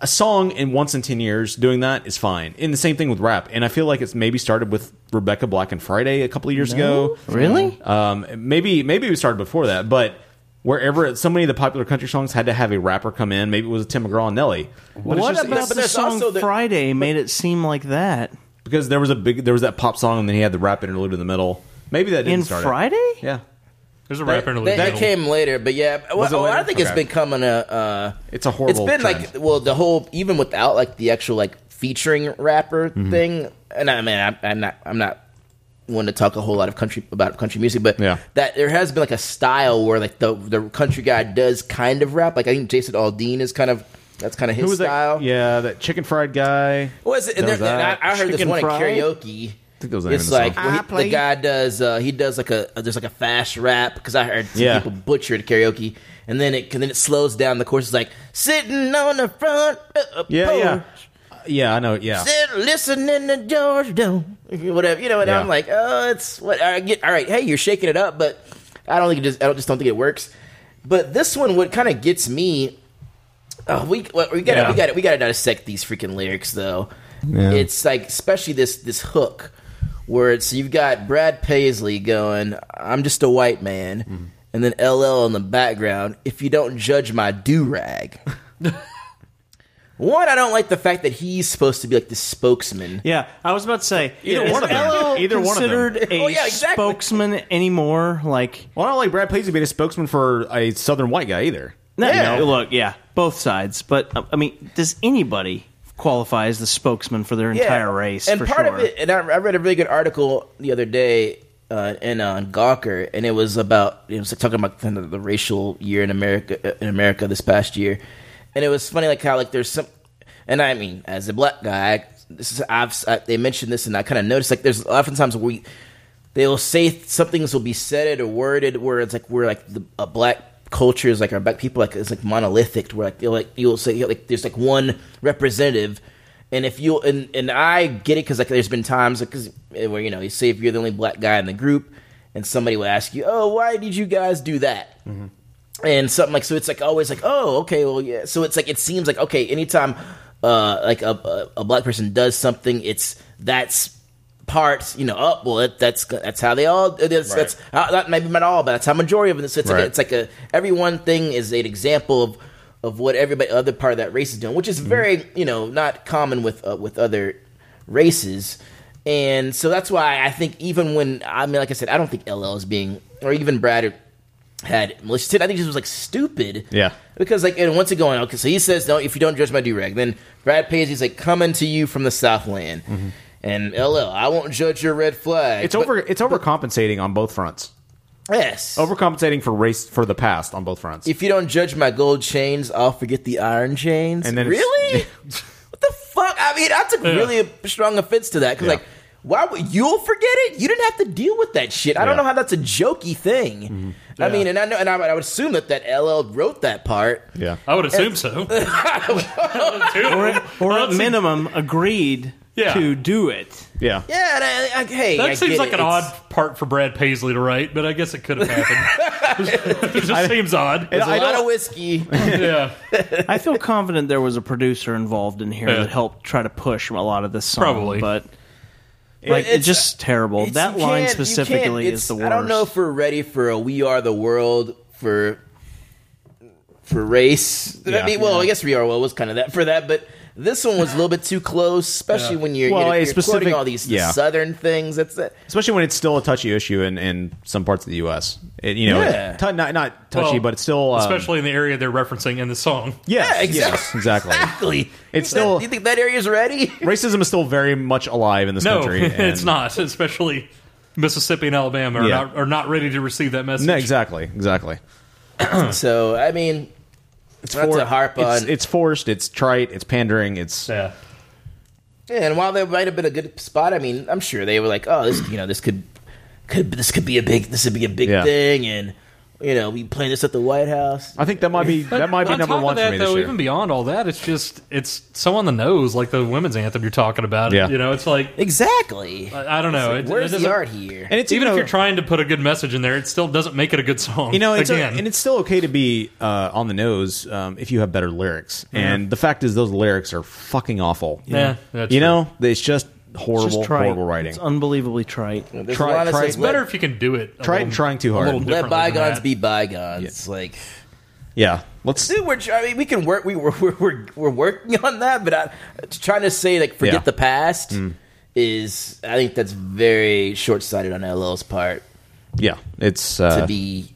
[SPEAKER 1] a song in once in ten years doing that is fine. And the same thing with rap. And I feel like it's maybe started with Rebecca Black and Friday a couple of years
[SPEAKER 6] No?
[SPEAKER 1] ago.
[SPEAKER 6] Really?
[SPEAKER 1] Um, maybe maybe we started before that, but wherever so many of the popular country songs had to have a rapper come in. Maybe it was Tim McGraw and Nelly. But it's
[SPEAKER 6] what
[SPEAKER 1] just-
[SPEAKER 6] about the song Friday made it seem like that?
[SPEAKER 1] because there was a big there was that pop song and then he had the rap interlude in the middle. Maybe that didn't
[SPEAKER 6] In
[SPEAKER 1] start it.
[SPEAKER 6] Friday?
[SPEAKER 1] Yeah.
[SPEAKER 3] There's
[SPEAKER 1] a
[SPEAKER 10] that, that came later, but yeah, well,
[SPEAKER 1] Was it
[SPEAKER 10] oh, I
[SPEAKER 1] later?
[SPEAKER 10] think it's
[SPEAKER 1] Okay.
[SPEAKER 10] becoming a. Uh,
[SPEAKER 1] It's a horrible.
[SPEAKER 10] It's been
[SPEAKER 1] trend.
[SPEAKER 10] like well, the whole even without like the actual like featuring rapper
[SPEAKER 1] Mm-hmm.
[SPEAKER 10] thing, and I mean, I, I'm not, I'm not one to talk a whole lot of country about country music, but
[SPEAKER 1] Yeah.
[SPEAKER 10] that there has been like a style where like the the country guy does kind of rap. Like I think Jason Aldean is kind of that's kind of
[SPEAKER 1] Who
[SPEAKER 10] his
[SPEAKER 1] was
[SPEAKER 10] style.
[SPEAKER 1] that? Yeah, that chicken fried guy.
[SPEAKER 10] Was it? And,
[SPEAKER 1] There
[SPEAKER 10] there, and
[SPEAKER 1] that.
[SPEAKER 10] I, I heard this
[SPEAKER 1] Chicken
[SPEAKER 10] one at
[SPEAKER 1] fried?
[SPEAKER 10] karaoke.
[SPEAKER 1] I think that was the name of
[SPEAKER 10] It's
[SPEAKER 1] the
[SPEAKER 10] like
[SPEAKER 1] song.
[SPEAKER 10] well, he-
[SPEAKER 1] I
[SPEAKER 10] the
[SPEAKER 1] played-
[SPEAKER 10] guy does. Uh, he does like a there's like a fast rap because I heard some
[SPEAKER 1] Yeah.
[SPEAKER 10] people butcher it at karaoke, and then it and then it slows down. The course is like sitting on the front. Uh,
[SPEAKER 1] Yeah,
[SPEAKER 10] porch,
[SPEAKER 1] yeah, yeah. I know. Yeah,
[SPEAKER 10] Sit, listening to George Dome, whatever you know, and
[SPEAKER 1] Yeah.
[SPEAKER 10] I'm like, oh, it's what I get. All right, hey, you're shaking it up, but I don't think it just, I don't just don't think it works. But this one, what kind of gets me, oh, we well, we gotta
[SPEAKER 1] Yeah.
[SPEAKER 10] we gotta we gotta dissect these freaking lyrics though.
[SPEAKER 1] Yeah.
[SPEAKER 10] It's like especially this this hook where it's you've got Brad Paisley going, I'm just a white man, and then LL in the background. If you don't judge my do rag. One, I don't like the fact that he's supposed to be like the spokesman.
[SPEAKER 6] Yeah, I was about to say
[SPEAKER 10] Either
[SPEAKER 6] is
[SPEAKER 10] one of them.
[SPEAKER 6] LL
[SPEAKER 10] Either one of them.
[SPEAKER 6] considered a
[SPEAKER 10] Oh, yeah, exactly.
[SPEAKER 6] spokesman anymore? Like,
[SPEAKER 1] well, I don't like Brad Paisley being a spokesman for a Southern white guy either.
[SPEAKER 6] no,
[SPEAKER 1] You know?
[SPEAKER 6] look, yeah, both sides. But I- I mean, does anybody qualify as the spokesman for their entire race?
[SPEAKER 10] And
[SPEAKER 6] for
[SPEAKER 10] part
[SPEAKER 6] sure.
[SPEAKER 10] of it, and I, I read a really good article the other day uh, in on Gawker, and it was about it was talking about kind of the racial year in America uh, in America this past year, and it was funny like how like there's some, and I mean as a black guy, this is I've I, they mentioned this, and I kind of noticed like there's oftentimes we they will say th- some things will be said or worded where it's like we're like the, a black culture is like our black people like it's like monolithic where like you'll like you'll say like there's like one representative and if you and and I get it because like there's been times because where you know you say if you're the only black guy in the group and somebody will ask you oh why did you guys do that and something like so it's like always like oh okay well yeah so it's like it seems like okay anytime uh like a, a, a black person does something it's that's parts you know oh well that, that's that's how they all that's
[SPEAKER 1] Right.
[SPEAKER 10] that's uh, not maybe not all but that's how majority of it so it's like
[SPEAKER 1] Right.
[SPEAKER 10] a, it's like a every one thing is an example of of what everybody other part of that race is doing which
[SPEAKER 1] Mm-hmm.
[SPEAKER 10] is very you know not common with uh, with other races and so that's why I think even when I mean like I said I don't think LL is being or even Brad or had malicious intent. I think this was like stupid.
[SPEAKER 1] Yeah.
[SPEAKER 10] Because like and once it going okay, so he says no if you don't dress my do rag, then Brad Paisley's like coming to you from the Southland,
[SPEAKER 1] Mm-hmm.
[SPEAKER 10] and LL I won't judge your red flag.
[SPEAKER 1] It's over. It's overcompensating on both fronts.
[SPEAKER 10] Yes.
[SPEAKER 1] Overcompensating for race for the past on both fronts.
[SPEAKER 10] If you don't judge my gold chains, I'll forget the iron chains.
[SPEAKER 1] And then it's-
[SPEAKER 10] really, what the fuck? I mean, I took
[SPEAKER 1] Yeah.
[SPEAKER 10] really strong offense to that because like. Why would you'll forget it? You didn't have to deal with that shit. I don't
[SPEAKER 1] Yeah.
[SPEAKER 10] know how that's a jokey thing. I
[SPEAKER 1] Mm-hmm.
[SPEAKER 3] Yeah.
[SPEAKER 10] mean, and I know, and I, would- I would assume that that LL wrote that part.
[SPEAKER 3] uh,
[SPEAKER 1] Yeah,
[SPEAKER 3] I would assume so.
[SPEAKER 6] or, at- or at minimum, agreed
[SPEAKER 3] Yeah.
[SPEAKER 7] to do it.
[SPEAKER 1] Yeah.
[SPEAKER 10] Yeah, that, I- I- hey,
[SPEAKER 3] that
[SPEAKER 10] I
[SPEAKER 3] seems
[SPEAKER 10] get
[SPEAKER 3] like
[SPEAKER 10] it.
[SPEAKER 3] an
[SPEAKER 10] It's-
[SPEAKER 3] odd part for Brad Paisley to write, but I guess it could have happened. it just seems odd.
[SPEAKER 10] There's a lot of whiskey.
[SPEAKER 3] yeah.
[SPEAKER 6] I feel confident there was a producer involved in here
[SPEAKER 3] Yeah.
[SPEAKER 6] that helped try to push a lot of this song.
[SPEAKER 3] Probably.
[SPEAKER 6] but
[SPEAKER 10] It-
[SPEAKER 6] like it's,
[SPEAKER 10] it's-
[SPEAKER 6] just terrible.
[SPEAKER 10] It's-
[SPEAKER 6] that
[SPEAKER 10] you
[SPEAKER 6] line
[SPEAKER 10] can't- you can't-
[SPEAKER 6] specifically
[SPEAKER 10] it's-
[SPEAKER 6] is the worst.
[SPEAKER 10] I don't know if we're ready for a "We Are the World" for for race. I
[SPEAKER 6] Yeah.
[SPEAKER 10] mean, well,
[SPEAKER 6] Yeah.
[SPEAKER 10] I guess "We Are the World" was kind of that for that, but this one was a little bit too close, especially
[SPEAKER 1] Yeah.
[SPEAKER 10] when you're,
[SPEAKER 1] Well,
[SPEAKER 10] you're,
[SPEAKER 1] a
[SPEAKER 10] you're
[SPEAKER 1] specific-
[SPEAKER 10] quoting all these
[SPEAKER 1] yeah.
[SPEAKER 10] southern things. That's that.
[SPEAKER 1] Especially when it's still a touchy issue in, in some parts of the U.S. It, you know,
[SPEAKER 10] Yeah.
[SPEAKER 1] tou- not not touchy,
[SPEAKER 3] Well,
[SPEAKER 1] but it's still um,
[SPEAKER 3] especially in the area they're referencing in the song.
[SPEAKER 1] Yes,
[SPEAKER 10] Yeah, exactly.
[SPEAKER 1] yes, exactly.
[SPEAKER 10] Exactly.
[SPEAKER 1] It's still
[SPEAKER 10] Do you think that area's ready?
[SPEAKER 1] racism is still very much alive in this
[SPEAKER 3] no,
[SPEAKER 1] country. and-
[SPEAKER 3] it's not. Especially Mississippi and Alabama are
[SPEAKER 1] Yeah.
[SPEAKER 3] not are not ready to receive that message.
[SPEAKER 1] No, exactly, exactly.
[SPEAKER 10] so I mean, not
[SPEAKER 1] for-
[SPEAKER 10] to harp
[SPEAKER 1] it's,
[SPEAKER 10] on.
[SPEAKER 1] it's forced. It's trite. It's pandering. It's
[SPEAKER 3] yeah.
[SPEAKER 10] Yeah, and while there might have been a good spot, I mean, I'm sure they were like, "Oh, this, you know, this could, could, this could be a big, this would be a big
[SPEAKER 1] Yeah.
[SPEAKER 10] thing," and you know, we playing this at the White House.
[SPEAKER 1] I think that might be that might be
[SPEAKER 3] on
[SPEAKER 1] number
[SPEAKER 3] top
[SPEAKER 1] one
[SPEAKER 3] of that,
[SPEAKER 1] for me
[SPEAKER 3] though,
[SPEAKER 1] this year.
[SPEAKER 3] Even beyond all that, it's just it's so on the nose, like the women's anthem you're talking about.
[SPEAKER 1] Yeah.
[SPEAKER 3] you know, it's like
[SPEAKER 10] exactly.
[SPEAKER 3] I, I don't know. It-
[SPEAKER 10] It's like, where's
[SPEAKER 3] it
[SPEAKER 10] the
[SPEAKER 3] doesn't-
[SPEAKER 10] art here?
[SPEAKER 1] And it's
[SPEAKER 3] even
[SPEAKER 1] even
[SPEAKER 3] if
[SPEAKER 1] though-
[SPEAKER 3] you're trying to put a good message in there, it still doesn't make it a good song.
[SPEAKER 1] You know, it's
[SPEAKER 3] again,
[SPEAKER 1] and it's still okay to be uh, on the nose um, if you have better lyrics. And the fact is, those lyrics are fucking awful.
[SPEAKER 3] Yeah, that's
[SPEAKER 1] you know, it's just horrible,
[SPEAKER 6] trite.
[SPEAKER 1] horrible writing.
[SPEAKER 6] It's unbelievably trite.
[SPEAKER 10] There's a lot of
[SPEAKER 1] try-
[SPEAKER 10] says,
[SPEAKER 1] it's
[SPEAKER 10] let-
[SPEAKER 3] better if you can do it. a
[SPEAKER 1] Try
[SPEAKER 3] little-
[SPEAKER 1] and trying too hard.
[SPEAKER 3] A little
[SPEAKER 10] Let
[SPEAKER 3] differently than
[SPEAKER 10] bygones
[SPEAKER 3] that.
[SPEAKER 10] be bygones. Like,
[SPEAKER 1] yeah, let's.
[SPEAKER 10] dude, we're. try- I mean, we can work. We we're we're, we're, we're working on that, but I, trying to say like forget
[SPEAKER 1] Yeah.
[SPEAKER 10] the past is. I think that's very short sighted on LL's part.
[SPEAKER 1] Yeah, it's uh,
[SPEAKER 10] to be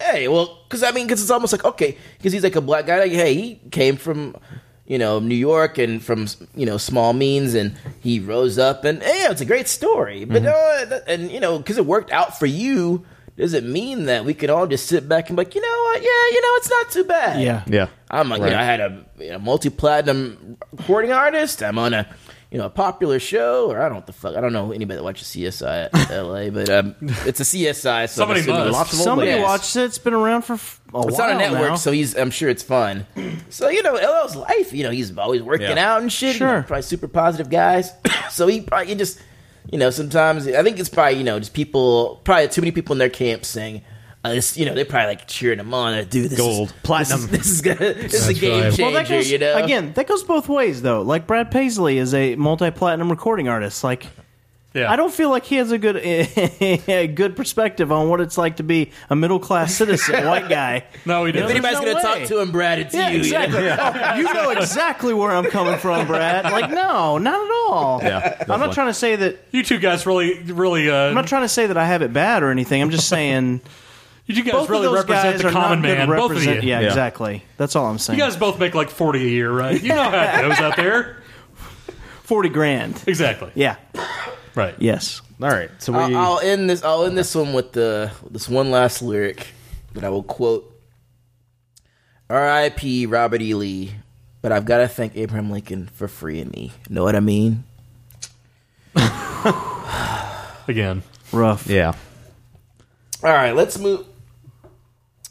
[SPEAKER 10] hey well because i mean because it's almost like okay because he's like a black guy like hey he came from you know new york and from you know small means and he rose up and yeah it's a great story but
[SPEAKER 1] Mm-hmm.
[SPEAKER 10] uh, th- and you know because it worked out for you doesn't mean that we can all just sit back and be like you know what yeah you know it's not too bad
[SPEAKER 6] Yeah.
[SPEAKER 1] yeah.
[SPEAKER 10] i'm like you know,
[SPEAKER 1] Right.
[SPEAKER 10] i had a you know, multi-platinum recording artist i'm on a you know, a popular show, or I don't know what the fuck. I don't know anybody that watches CSI at LA, but um, it's a CSI. So I'm
[SPEAKER 3] Somebody
[SPEAKER 10] assuming
[SPEAKER 3] must.
[SPEAKER 10] lots of old
[SPEAKER 6] Somebody
[SPEAKER 10] ladies
[SPEAKER 6] watched it. It's been around for f- a
[SPEAKER 10] it's
[SPEAKER 6] while
[SPEAKER 10] on a network,
[SPEAKER 6] now.
[SPEAKER 10] so he's. I'm sure it's fun. So you know, LL's life. You know, he's always working
[SPEAKER 6] Yeah.
[SPEAKER 10] out and shit.
[SPEAKER 6] Sure.
[SPEAKER 10] He's probably super positive guys. so he probably just, you know, sometimes I think it's probably you know just people probably too many people in their camp saying. Uh, this, you know, they're probably like cheering him on. Like, Dude, this
[SPEAKER 1] Gold.
[SPEAKER 10] is,
[SPEAKER 1] Platinum.
[SPEAKER 10] This is, this is, gonna, this is a
[SPEAKER 1] That's
[SPEAKER 10] game
[SPEAKER 1] right.
[SPEAKER 10] changer.
[SPEAKER 6] Well, that goes,
[SPEAKER 10] you know,
[SPEAKER 6] again, that goes both ways though. Like Brad Paisley is a multi-platinum recording artist. Like,
[SPEAKER 3] Yeah.
[SPEAKER 6] I don't feel like he has a good a good perspective on what it's like to be a middle class citizen, white guy.
[SPEAKER 3] No, he
[SPEAKER 10] if
[SPEAKER 3] doesn't.
[SPEAKER 10] anybody's
[SPEAKER 6] no
[SPEAKER 10] gonna
[SPEAKER 6] way.
[SPEAKER 10] talk to him, Brad, it's
[SPEAKER 6] Yeah,
[SPEAKER 10] you. you know?
[SPEAKER 6] exactly. Oh, you know exactly where I'm coming from, Brad. Like, no, not at all.
[SPEAKER 1] Yeah,
[SPEAKER 6] I'm
[SPEAKER 1] definitely.
[SPEAKER 6] not trying to say that.
[SPEAKER 3] You two guys really, really. Uh,
[SPEAKER 6] I'm not trying to say that I have it bad or anything. I'm just saying
[SPEAKER 3] you two
[SPEAKER 6] both
[SPEAKER 3] guys
[SPEAKER 6] of
[SPEAKER 3] really
[SPEAKER 6] those
[SPEAKER 3] represent
[SPEAKER 6] guys
[SPEAKER 3] the
[SPEAKER 6] are not
[SPEAKER 3] common
[SPEAKER 6] good
[SPEAKER 3] man. Both of you.
[SPEAKER 6] represent- Yeah, exactly. That's all I'm
[SPEAKER 3] You
[SPEAKER 6] saying.
[SPEAKER 3] guys both make like forty a year, right? You know how it goes out there.
[SPEAKER 6] Forty grand.
[SPEAKER 3] Exactly.
[SPEAKER 6] Yeah.
[SPEAKER 3] Right.
[SPEAKER 6] Yes.
[SPEAKER 1] All right, so we.
[SPEAKER 10] I'll, I'll end this. I'll end this one with the this one last lyric that I will quote. R.I.P. Robert E. Lee, but I've got to thank Abraham Lincoln for freeing me. Know what I mean?
[SPEAKER 3] Again.
[SPEAKER 6] Rough.
[SPEAKER 1] yeah,
[SPEAKER 10] All right, let's move.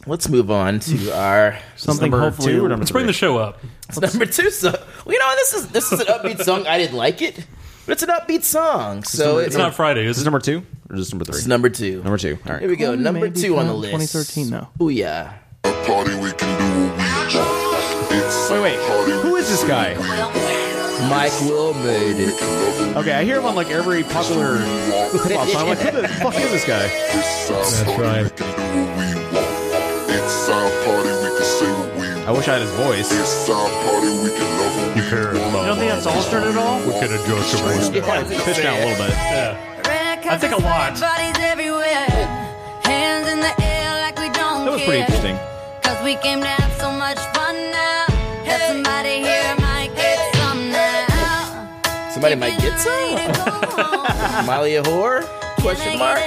[SPEAKER 10] Let's move on to our
[SPEAKER 6] Something
[SPEAKER 1] number
[SPEAKER 6] hopefully.
[SPEAKER 1] two or number
[SPEAKER 3] Let's bring the show up.
[SPEAKER 10] it's number two song. Well, you know, this is this is an upbeat song. I didn't like it, but it's an upbeat song. So
[SPEAKER 3] It's not Friday, is
[SPEAKER 1] Is this
[SPEAKER 3] it?
[SPEAKER 1] number two or is this number three?
[SPEAKER 10] It's number two.
[SPEAKER 1] Number two. All
[SPEAKER 10] Here
[SPEAKER 1] right.
[SPEAKER 10] we go. Number
[SPEAKER 6] Maybe
[SPEAKER 10] two on the
[SPEAKER 6] from
[SPEAKER 10] list.
[SPEAKER 6] 2013 though.
[SPEAKER 10] Booyah.
[SPEAKER 11] Party we can do what we want. It's
[SPEAKER 1] Wait, wait. Who is this guy?
[SPEAKER 10] Mike Will made it.
[SPEAKER 1] Okay, I hear him on like every popular pop song. I'm like, who the fuck is this guy?
[SPEAKER 11] It's our party we can do what we want. It's our party we can say what we want.
[SPEAKER 1] I wish I had his voice.
[SPEAKER 11] It's our party we can love what we want.
[SPEAKER 3] You don't think that's altered at all?
[SPEAKER 11] We could
[SPEAKER 3] adjust the
[SPEAKER 1] Pitch down a little bit.
[SPEAKER 3] Yeah.
[SPEAKER 9] I
[SPEAKER 3] think a lot.
[SPEAKER 9] Bodies everywhere. Hands in the air like we don't
[SPEAKER 1] That was pretty
[SPEAKER 9] care.
[SPEAKER 1] interesting.
[SPEAKER 9] Cause we came to have so much fun now. That somebody here might get some now.
[SPEAKER 10] Somebody might get some. Molly a whore? Question mark.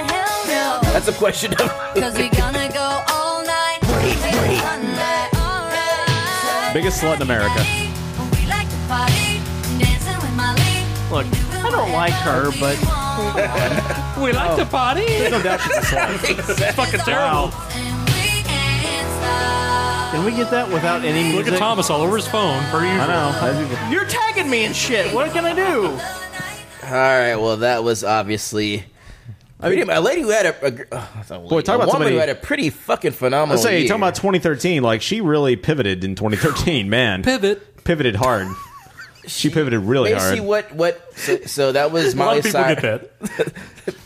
[SPEAKER 10] That's a question
[SPEAKER 9] Cause we gonna go all night. till sunlight. Alright.
[SPEAKER 1] Biggest slut in America.
[SPEAKER 9] We like to party. Dancing with Molly.
[SPEAKER 6] Look, I don't like her, but
[SPEAKER 3] We like
[SPEAKER 10] Oh.
[SPEAKER 3] to party.
[SPEAKER 1] No doubt she's a slut.
[SPEAKER 3] It's fucking terrible.
[SPEAKER 6] can we get that without any music?
[SPEAKER 3] Look at Thomas all over his phone. Per usual.
[SPEAKER 1] I know.
[SPEAKER 6] You're tagging me and shit. What can I do?
[SPEAKER 10] All right. Well, that was obviously. I mean, a lady who had a, a, oh, a lady,
[SPEAKER 1] Boy, talk
[SPEAKER 10] a
[SPEAKER 1] about
[SPEAKER 10] woman
[SPEAKER 1] somebody-
[SPEAKER 10] who had a pretty fucking phenomenal.
[SPEAKER 1] Let's say,
[SPEAKER 10] year.
[SPEAKER 1] talking about 2013, like she really pivoted in 2013, man.
[SPEAKER 10] Pivot.
[SPEAKER 1] Pivoted hard. she pivoted really
[SPEAKER 10] They
[SPEAKER 1] hard.
[SPEAKER 10] see what what. So, so that was
[SPEAKER 1] A lot
[SPEAKER 10] Miley
[SPEAKER 1] of people
[SPEAKER 10] Cyrus.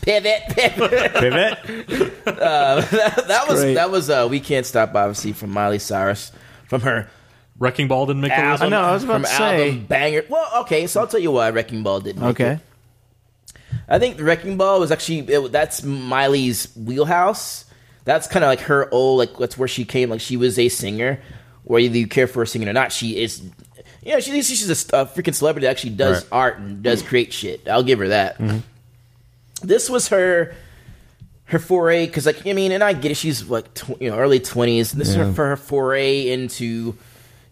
[SPEAKER 10] pivot, pivot,
[SPEAKER 1] Pivot?
[SPEAKER 10] Uh, that that was
[SPEAKER 1] great.
[SPEAKER 10] that was uh, we can't stop. Obviously, from Miley Cyrus, from her
[SPEAKER 3] Wrecking Ball didn't make the list.
[SPEAKER 10] album, from album banger. Well, okay, so I'll tell you why Wrecking Ball didn't. make
[SPEAKER 6] Okay.
[SPEAKER 10] it. I think the Wrecking Ball was actually it, that's Miley's wheelhouse. That's kind of like her old like that's where she came. Like she was a singer, whether you care for her singing or not, she is. You know, she's she's a, st- a freaking celebrity that actually does
[SPEAKER 7] Right.
[SPEAKER 10] art and does create shit. I'll give her that. This was her her foray because like I mean, and I get it. She's like tw- you know early twenties. This is
[SPEAKER 7] Yeah.
[SPEAKER 10] her, for her foray into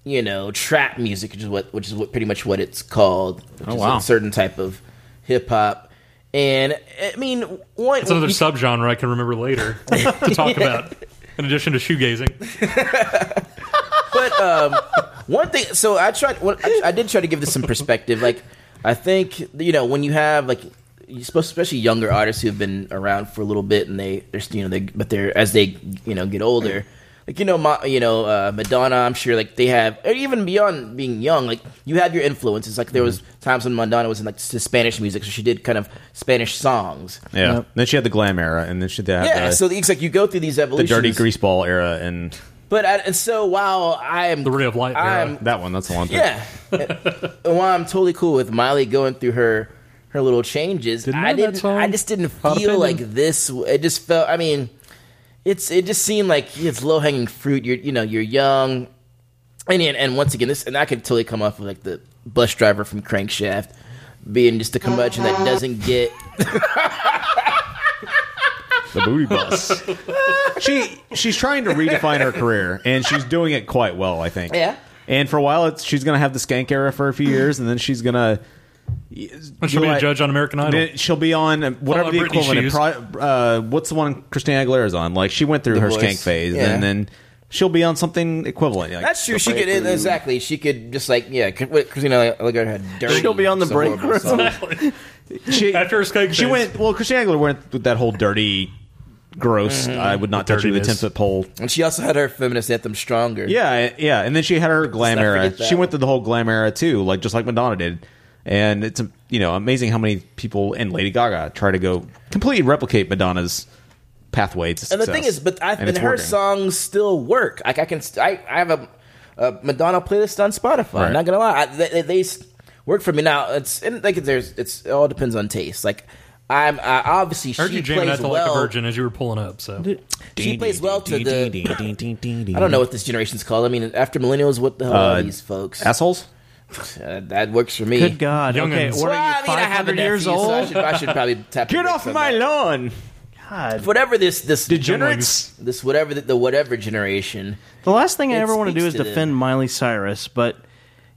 [SPEAKER 10] you know trap music, which is what which is what pretty much what it's called. Which
[SPEAKER 3] Oh,
[SPEAKER 10] is
[SPEAKER 3] wow.
[SPEAKER 10] a certain type of hip hop. And I mean, one
[SPEAKER 3] That's another
[SPEAKER 10] you-
[SPEAKER 3] subgenre I can remember later to talk
[SPEAKER 10] Yeah.
[SPEAKER 3] about. In addition to shoegazing,
[SPEAKER 10] but um, one thing. So I tried. Well, I, I did try to give this some perspective. Like I think you know when you have like you supposed especially younger artists who've been around for a little bit and they they're you know they but they're as they you know get older. Like you know, Ma, you know uh, Madonna. I'm sure like they have, or even beyond being young, like you have your influences. Like there was
[SPEAKER 1] Mm-hmm.
[SPEAKER 10] times when Madonna was in like s- Spanish music, so she did kind of Spanish songs.
[SPEAKER 1] yeah. Then she had the glam era, and then she had
[SPEAKER 10] yeah.
[SPEAKER 1] the,
[SPEAKER 10] so it's like you go through these
[SPEAKER 1] the
[SPEAKER 10] evolutions.
[SPEAKER 1] dirty greaseball era, and
[SPEAKER 10] But I, and so while I am the
[SPEAKER 3] ray of light,
[SPEAKER 10] I'm
[SPEAKER 1] that one. That's the one.
[SPEAKER 10] yeah. And while I'm totally cool with Miley going through her her little changes, I
[SPEAKER 3] know that
[SPEAKER 10] didn't. I just didn't
[SPEAKER 3] Hot
[SPEAKER 10] feel
[SPEAKER 3] opinion.
[SPEAKER 10] like this. It just felt. I mean, it's it just seemed like it's low hanging fruit. You're you know you're young, and, and and once again this and I could totally come off with like the bus driver from Crankshaft being just a curmudgeon that doesn't get
[SPEAKER 1] the booty bus. she she's trying to redefine her career, and she's doing it quite well, I think.
[SPEAKER 10] Yeah.
[SPEAKER 1] And for a while, it's, she's going to have the skank era for a few years, and then she's going to.
[SPEAKER 3] she'll be a judge on American Idol.
[SPEAKER 1] She'll be on uh, whatever
[SPEAKER 3] on
[SPEAKER 1] the
[SPEAKER 3] Britney's
[SPEAKER 1] equivalent.
[SPEAKER 3] shoes.
[SPEAKER 1] Pro, uh, what's the one Christina Aguilera's on? Like she went through
[SPEAKER 10] The
[SPEAKER 1] her
[SPEAKER 10] Voice.
[SPEAKER 1] skank phase,
[SPEAKER 10] Yeah.
[SPEAKER 1] and then she'll be on something equivalent. like
[SPEAKER 10] That's true.
[SPEAKER 1] The
[SPEAKER 10] She could
[SPEAKER 1] Break Room.
[SPEAKER 10] exactly. She could just like yeah. Christina Aguilera had dirty.
[SPEAKER 1] She'll be on the
[SPEAKER 10] it's a
[SPEAKER 1] break
[SPEAKER 10] horrible
[SPEAKER 1] room.
[SPEAKER 10] song.
[SPEAKER 1] She,
[SPEAKER 3] After her skank
[SPEAKER 1] she
[SPEAKER 3] phase.
[SPEAKER 1] went well. Christina Aguilera went with that whole dirty, gross.
[SPEAKER 10] Mhm.
[SPEAKER 1] I would not
[SPEAKER 10] The
[SPEAKER 1] touch you with a ten
[SPEAKER 10] dirtiness.
[SPEAKER 1] foot pole
[SPEAKER 10] And she also had her feminist anthem stronger.
[SPEAKER 1] Yeah, yeah. And then she had her glam
[SPEAKER 10] not
[SPEAKER 1] era.
[SPEAKER 10] forget that
[SPEAKER 1] She went through the whole glam era too, like just like Madonna did. And it's you know amazing how many people and Lady Gaga try to go completely replicate Madonna's pathway to
[SPEAKER 10] And the
[SPEAKER 1] success.
[SPEAKER 10] thing is, but I
[SPEAKER 1] And
[SPEAKER 10] and,
[SPEAKER 1] it's
[SPEAKER 10] her
[SPEAKER 1] working.
[SPEAKER 10] songs still work. Like I can, st- I, I have a, a Madonna playlist on Spotify.
[SPEAKER 1] Right.
[SPEAKER 10] Not gonna lie, I, they, they s- work for me now. It's and like there's, it's it all depends on taste. Like I'm I, obviously
[SPEAKER 3] I heard
[SPEAKER 10] she
[SPEAKER 3] you jamming
[SPEAKER 10] plays
[SPEAKER 3] out to like a
[SPEAKER 10] well.
[SPEAKER 3] virgin as you were pulling up. So
[SPEAKER 10] She plays well to the. I don't know what this generation's called. I mean, after millennials, what the hell
[SPEAKER 1] Uh,
[SPEAKER 10] are these folks?
[SPEAKER 1] assholes.
[SPEAKER 10] Uh, that works for me.
[SPEAKER 6] Good God. Okay,
[SPEAKER 10] Youngins.
[SPEAKER 6] what are
[SPEAKER 10] Well,
[SPEAKER 6] you,
[SPEAKER 10] I mean, I have a
[SPEAKER 6] 500 years
[SPEAKER 10] nephew, so I
[SPEAKER 6] old?
[SPEAKER 10] should- I should probably tap.
[SPEAKER 6] Get off my
[SPEAKER 1] lawn.
[SPEAKER 6] God.
[SPEAKER 10] Whatever this this
[SPEAKER 6] Degenerates?
[SPEAKER 10] This whatever the, the whatever generation.
[SPEAKER 6] The last thing I
[SPEAKER 10] It
[SPEAKER 6] ever want to do is
[SPEAKER 10] speaks to them.
[SPEAKER 6] defend Miley Cyrus, but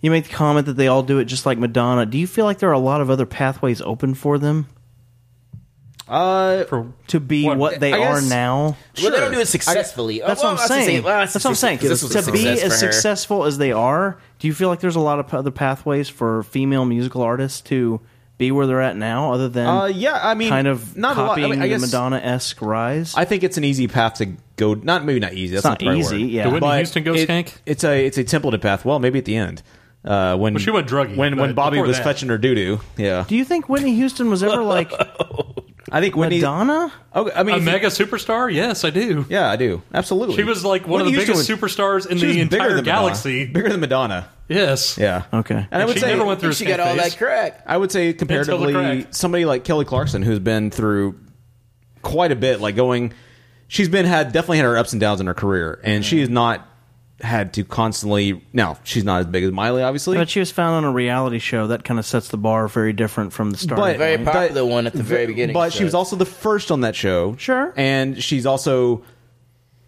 [SPEAKER 6] you make the comment that they all do it just like Madonna. Do you feel like there are a lot of other pathways open for them?
[SPEAKER 1] Uh,
[SPEAKER 6] to be what, they
[SPEAKER 10] I
[SPEAKER 6] are
[SPEAKER 10] guess-
[SPEAKER 6] now.
[SPEAKER 10] Well, they don't do it successfully. Oh,
[SPEAKER 6] That's
[SPEAKER 10] Well,
[SPEAKER 6] what I'm
[SPEAKER 10] that's the
[SPEAKER 6] saying.
[SPEAKER 10] same- well, that's
[SPEAKER 6] that's what I'm saying.
[SPEAKER 10] because this was a
[SPEAKER 6] To be
[SPEAKER 10] success
[SPEAKER 6] as
[SPEAKER 10] for her.
[SPEAKER 6] successful as they are, do you feel like there's a lot of other pathways for female musical artists to be where they're at now, other than
[SPEAKER 1] Uh, yeah, I mean,
[SPEAKER 6] kind of
[SPEAKER 1] not a lot. I
[SPEAKER 6] copying
[SPEAKER 1] mean, I
[SPEAKER 6] the
[SPEAKER 1] guess-
[SPEAKER 6] Madonna esque rise?
[SPEAKER 1] I think it's an easy path to go. Not maybe not easy.
[SPEAKER 6] It's
[SPEAKER 1] That's not,
[SPEAKER 6] not
[SPEAKER 1] the right
[SPEAKER 6] easy,
[SPEAKER 1] word.
[SPEAKER 6] yeah. Did Whitney
[SPEAKER 1] But
[SPEAKER 6] Houston go
[SPEAKER 1] it-
[SPEAKER 6] skank?
[SPEAKER 1] It's a it's a templated path. Well, maybe at the end uh, when
[SPEAKER 3] Well, she went druggy,
[SPEAKER 1] When when
[SPEAKER 3] but
[SPEAKER 1] Bobby
[SPEAKER 3] before
[SPEAKER 1] was
[SPEAKER 3] that-
[SPEAKER 1] fetching her doo doo. Yeah,
[SPEAKER 6] Do you think Whitney Houston was ever like
[SPEAKER 1] I think Whitney
[SPEAKER 6] Madonna?
[SPEAKER 1] Oh, I mean,
[SPEAKER 3] a
[SPEAKER 1] if you-
[SPEAKER 3] mega superstar? Yes, I do.
[SPEAKER 1] Yeah, I do. Absolutely.
[SPEAKER 3] She was like one of
[SPEAKER 1] Whitney
[SPEAKER 3] the biggest
[SPEAKER 1] Houston was-
[SPEAKER 3] superstars in
[SPEAKER 1] she was
[SPEAKER 3] the
[SPEAKER 1] bigger
[SPEAKER 3] entire
[SPEAKER 1] than Madonna.
[SPEAKER 3] galaxy.
[SPEAKER 1] Bigger than Madonna.
[SPEAKER 3] Yes.
[SPEAKER 1] Yeah.
[SPEAKER 6] Okay.
[SPEAKER 1] And, I would
[SPEAKER 3] she
[SPEAKER 1] say
[SPEAKER 3] never went through.
[SPEAKER 10] she
[SPEAKER 3] a
[SPEAKER 10] got all
[SPEAKER 3] phase.
[SPEAKER 10] that correct.
[SPEAKER 1] I would say comparatively
[SPEAKER 10] crack.
[SPEAKER 1] somebody like Kelly Clarkson who's been through quite a bit like going she's been had definitely had her ups and downs in her career and she has not had to constantly now she's not as big as Miley obviously
[SPEAKER 6] But she was found on a reality show that kind of sets the bar very different from the start.
[SPEAKER 1] But- Very popular
[SPEAKER 10] The one at the very beginning.
[SPEAKER 1] but she
[SPEAKER 10] so-
[SPEAKER 1] was also the first on that show sure and she's also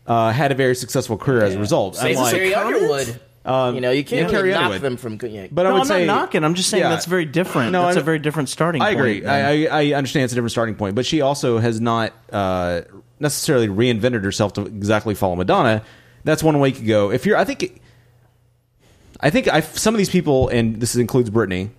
[SPEAKER 1] uh, had a very successful career as a result
[SPEAKER 10] Same as
[SPEAKER 1] Unlike-
[SPEAKER 10] Carrie Underwood.
[SPEAKER 1] Um,
[SPEAKER 10] you know, you
[SPEAKER 1] yeah,
[SPEAKER 10] can't
[SPEAKER 1] Carrie
[SPEAKER 10] really knock
[SPEAKER 1] Underwood.
[SPEAKER 10] them from. Yeah.
[SPEAKER 1] But I
[SPEAKER 6] no,
[SPEAKER 1] would
[SPEAKER 6] I'm
[SPEAKER 1] say-
[SPEAKER 6] not knocking. I'm just saying
[SPEAKER 1] Yeah.
[SPEAKER 6] that's very different.
[SPEAKER 1] No,
[SPEAKER 6] that's
[SPEAKER 1] I-
[SPEAKER 6] a very different starting.
[SPEAKER 1] I agree.
[SPEAKER 6] Point
[SPEAKER 1] I, I I understand it's a different starting point, but she also has not uh, necessarily reinvented herself to exactly follow Madonna. That's one way you could go. If you're, I think, I think I some of these people, and this includes Britney,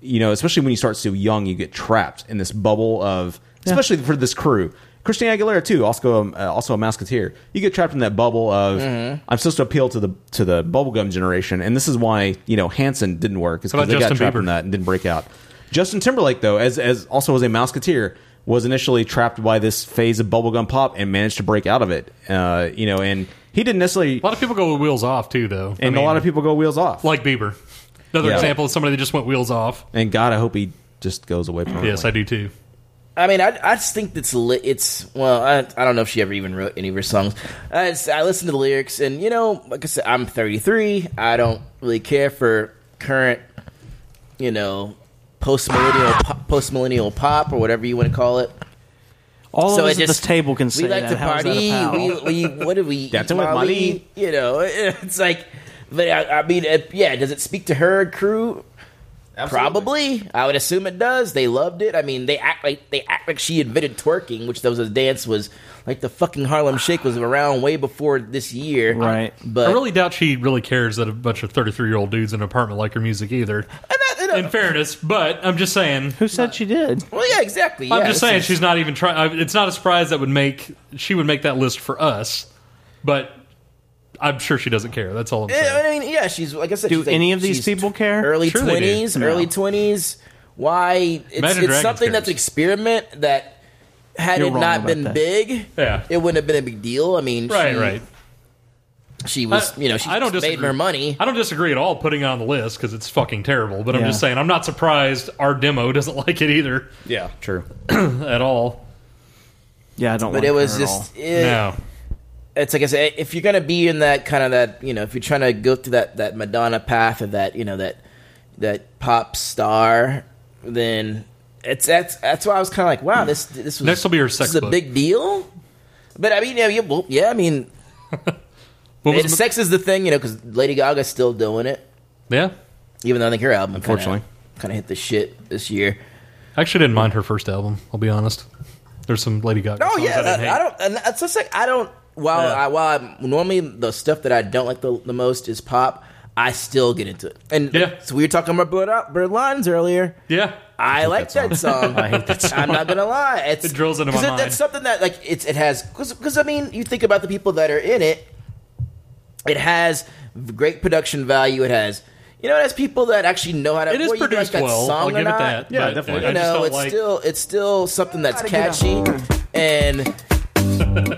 [SPEAKER 1] you know, especially when you start so young, you get trapped in this bubble of, especially for this crew. Christian Aguilera too, also um, uh, also a musketeer. You get trapped in that bubble of
[SPEAKER 3] Mm-hmm.
[SPEAKER 10] Mhm.
[SPEAKER 1] I'm supposed to appeal to the to the bubblegum generation, and this is why you know Hanson didn't work. It's
[SPEAKER 3] How
[SPEAKER 1] because
[SPEAKER 3] about
[SPEAKER 1] they got
[SPEAKER 3] Justin
[SPEAKER 1] trapped
[SPEAKER 3] Bieber?
[SPEAKER 1] in that uh, and didn't break out. Justin Timberlake though, as as also as a musketeer, was initially trapped by this phase of bubblegum pop and managed to break out of it. Uh, you know, and he didn't necessarily. A lot
[SPEAKER 3] of people go wheels off too, though,
[SPEAKER 1] and a lot of people go wheels off.
[SPEAKER 3] like Bieber. Another
[SPEAKER 1] Yeah.
[SPEAKER 3] example is somebody that just went wheels off.
[SPEAKER 1] And God, I hope he just goes away from
[SPEAKER 3] Yes, I do too.
[SPEAKER 10] I mean, I, I just think that's li- it's well, I, I don't know if she ever even wrote any of her songs. I, just- I listen to the lyrics, and you know, like I said, I'm 33. I don't really care for current, you know, post millennial post millennial pop or whatever you want to call it.
[SPEAKER 6] All
[SPEAKER 10] So
[SPEAKER 6] of
[SPEAKER 10] it
[SPEAKER 6] us at this
[SPEAKER 10] just-
[SPEAKER 6] table can say
[SPEAKER 10] we like
[SPEAKER 6] that.
[SPEAKER 10] to
[SPEAKER 6] How is that
[SPEAKER 10] party.
[SPEAKER 6] a pal?
[SPEAKER 10] we, we, what do we?
[SPEAKER 6] That's
[SPEAKER 10] eat,
[SPEAKER 6] what Molly eat.
[SPEAKER 10] You know, it's like, but I, I mean, it, yeah. Does it speak to her crew? Probably. I would assume it does. They loved it. I mean, they act like they act like she invented twerking, which that was a dance was like the fucking Harlem Shake was around way before this year. Right. But
[SPEAKER 3] I really doubt she really cares that a bunch of 33 year old dudes in an apartment like her music either. in fairness, but I'm just saying.
[SPEAKER 6] Who said she did?
[SPEAKER 10] Well, yeah, exactly.
[SPEAKER 3] I'm
[SPEAKER 10] yeah,
[SPEAKER 3] just
[SPEAKER 10] this
[SPEAKER 3] saying
[SPEAKER 10] is-
[SPEAKER 3] she's not even trying. It's not a surprise that would make she would make that list for us, but I'm sure she doesn't care. That's all I'm saying.
[SPEAKER 10] Yeah, I mean, yeah, she's like I said.
[SPEAKER 3] Do
[SPEAKER 10] she's like-
[SPEAKER 3] any of these
[SPEAKER 10] she's
[SPEAKER 3] people care?
[SPEAKER 10] Early
[SPEAKER 3] Sure they do.
[SPEAKER 10] twenties,
[SPEAKER 3] No.
[SPEAKER 10] early twenties. Why?
[SPEAKER 3] Imagine
[SPEAKER 10] It's, it's
[SPEAKER 3] Dragons
[SPEAKER 10] something
[SPEAKER 3] cares.
[SPEAKER 10] that's experiment that had
[SPEAKER 3] You're
[SPEAKER 10] it
[SPEAKER 3] wrong
[SPEAKER 10] not
[SPEAKER 3] about
[SPEAKER 10] been
[SPEAKER 3] that.
[SPEAKER 10] big,
[SPEAKER 3] Yeah.
[SPEAKER 10] it wouldn't have been a big deal. I mean,
[SPEAKER 3] Right,
[SPEAKER 10] she,
[SPEAKER 3] right.
[SPEAKER 10] She was, you know, she
[SPEAKER 3] I don't
[SPEAKER 10] made
[SPEAKER 3] disagree.
[SPEAKER 10] her money.
[SPEAKER 3] I don't disagree at all putting it on the list because it's fucking terrible. But I'm
[SPEAKER 10] Yeah.
[SPEAKER 3] just saying, I'm not surprised our demo doesn't like it either.
[SPEAKER 1] Yeah, true.
[SPEAKER 3] at all.
[SPEAKER 6] Yeah, I don't.
[SPEAKER 10] But
[SPEAKER 6] like
[SPEAKER 10] it was
[SPEAKER 6] her at
[SPEAKER 10] just
[SPEAKER 6] all.
[SPEAKER 10] eh, It's like I said, if you're gonna be in that kind of that, you know, if you're trying to go through that that Madonna path of that, you know, that that pop star, then it's that's that's why I was kind of like, wow, this this was
[SPEAKER 3] Hmm. Next will be her
[SPEAKER 10] this
[SPEAKER 3] sex
[SPEAKER 10] is a
[SPEAKER 3] book.
[SPEAKER 10] big deal. But I mean, yeah, yeah, well, yeah I mean,
[SPEAKER 3] was
[SPEAKER 10] and
[SPEAKER 3] Ma-
[SPEAKER 10] sex is the thing, you know, because Lady Gaga's still doing it.
[SPEAKER 3] Yeah,
[SPEAKER 10] even though I think her album,
[SPEAKER 3] Unfortunately.
[SPEAKER 10] kind of hit the shit this year.
[SPEAKER 3] I actually didn't mind her first album. I'll be honest. There's some Lady Gaga.
[SPEAKER 10] Oh
[SPEAKER 3] songs
[SPEAKER 10] yeah,
[SPEAKER 3] I didn't
[SPEAKER 10] that-
[SPEAKER 3] hate.
[SPEAKER 10] I don't. And that's just like I don't. While I while I, normally the stuff that I don't like the, the most is pop, I still get into it. And so we were talking about Bird, Bird Lines earlier.
[SPEAKER 3] Yeah,
[SPEAKER 10] I, like that song.
[SPEAKER 3] I hate that
[SPEAKER 10] I'm
[SPEAKER 3] song.
[SPEAKER 10] not gonna lie. It's,
[SPEAKER 3] It drills into my
[SPEAKER 10] 'cause
[SPEAKER 3] mind.
[SPEAKER 10] That's something that like it's it has because I mean you think about the people that are in it. It has great production value. It has. You know, it has people that actually know how to.
[SPEAKER 3] It is
[SPEAKER 10] whether you
[SPEAKER 3] produced
[SPEAKER 10] like that
[SPEAKER 3] well,
[SPEAKER 10] song
[SPEAKER 3] I'll
[SPEAKER 10] or
[SPEAKER 3] give it
[SPEAKER 10] not.
[SPEAKER 3] that, Yeah, but definitely. I
[SPEAKER 10] You
[SPEAKER 3] just
[SPEAKER 10] know,
[SPEAKER 3] don't
[SPEAKER 10] it's
[SPEAKER 3] like-
[SPEAKER 10] still it's still something that's
[SPEAKER 3] get up.
[SPEAKER 10] catchy and and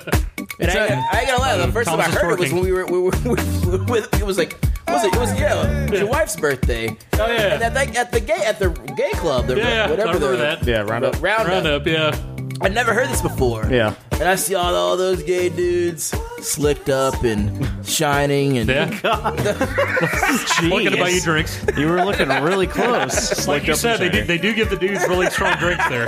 [SPEAKER 10] I, I ain't gonna lie, the first time I
[SPEAKER 3] Um, Thomas is
[SPEAKER 10] heard it was
[SPEAKER 3] twerking.
[SPEAKER 10] when we were, we were, we were with, it was like, was it, it was, yeah, it was your wife's birthday. Oh,
[SPEAKER 3] yeah.
[SPEAKER 10] And at, the- at the gay, at the gay club, the,
[SPEAKER 3] Yeah,
[SPEAKER 10] whatever.
[SPEAKER 3] I remember
[SPEAKER 10] the-
[SPEAKER 3] that.
[SPEAKER 1] Yeah, round up.
[SPEAKER 10] Round,
[SPEAKER 3] Round
[SPEAKER 10] up.
[SPEAKER 3] up, yeah.
[SPEAKER 10] I never heard this before.
[SPEAKER 1] Yeah.
[SPEAKER 10] And I see all, all those gay dudes slicked up and shining and.
[SPEAKER 3] Looking to buy you drinks.
[SPEAKER 6] You were looking really close.
[SPEAKER 3] like you said, they do, they do give the dudes really strong drinks there.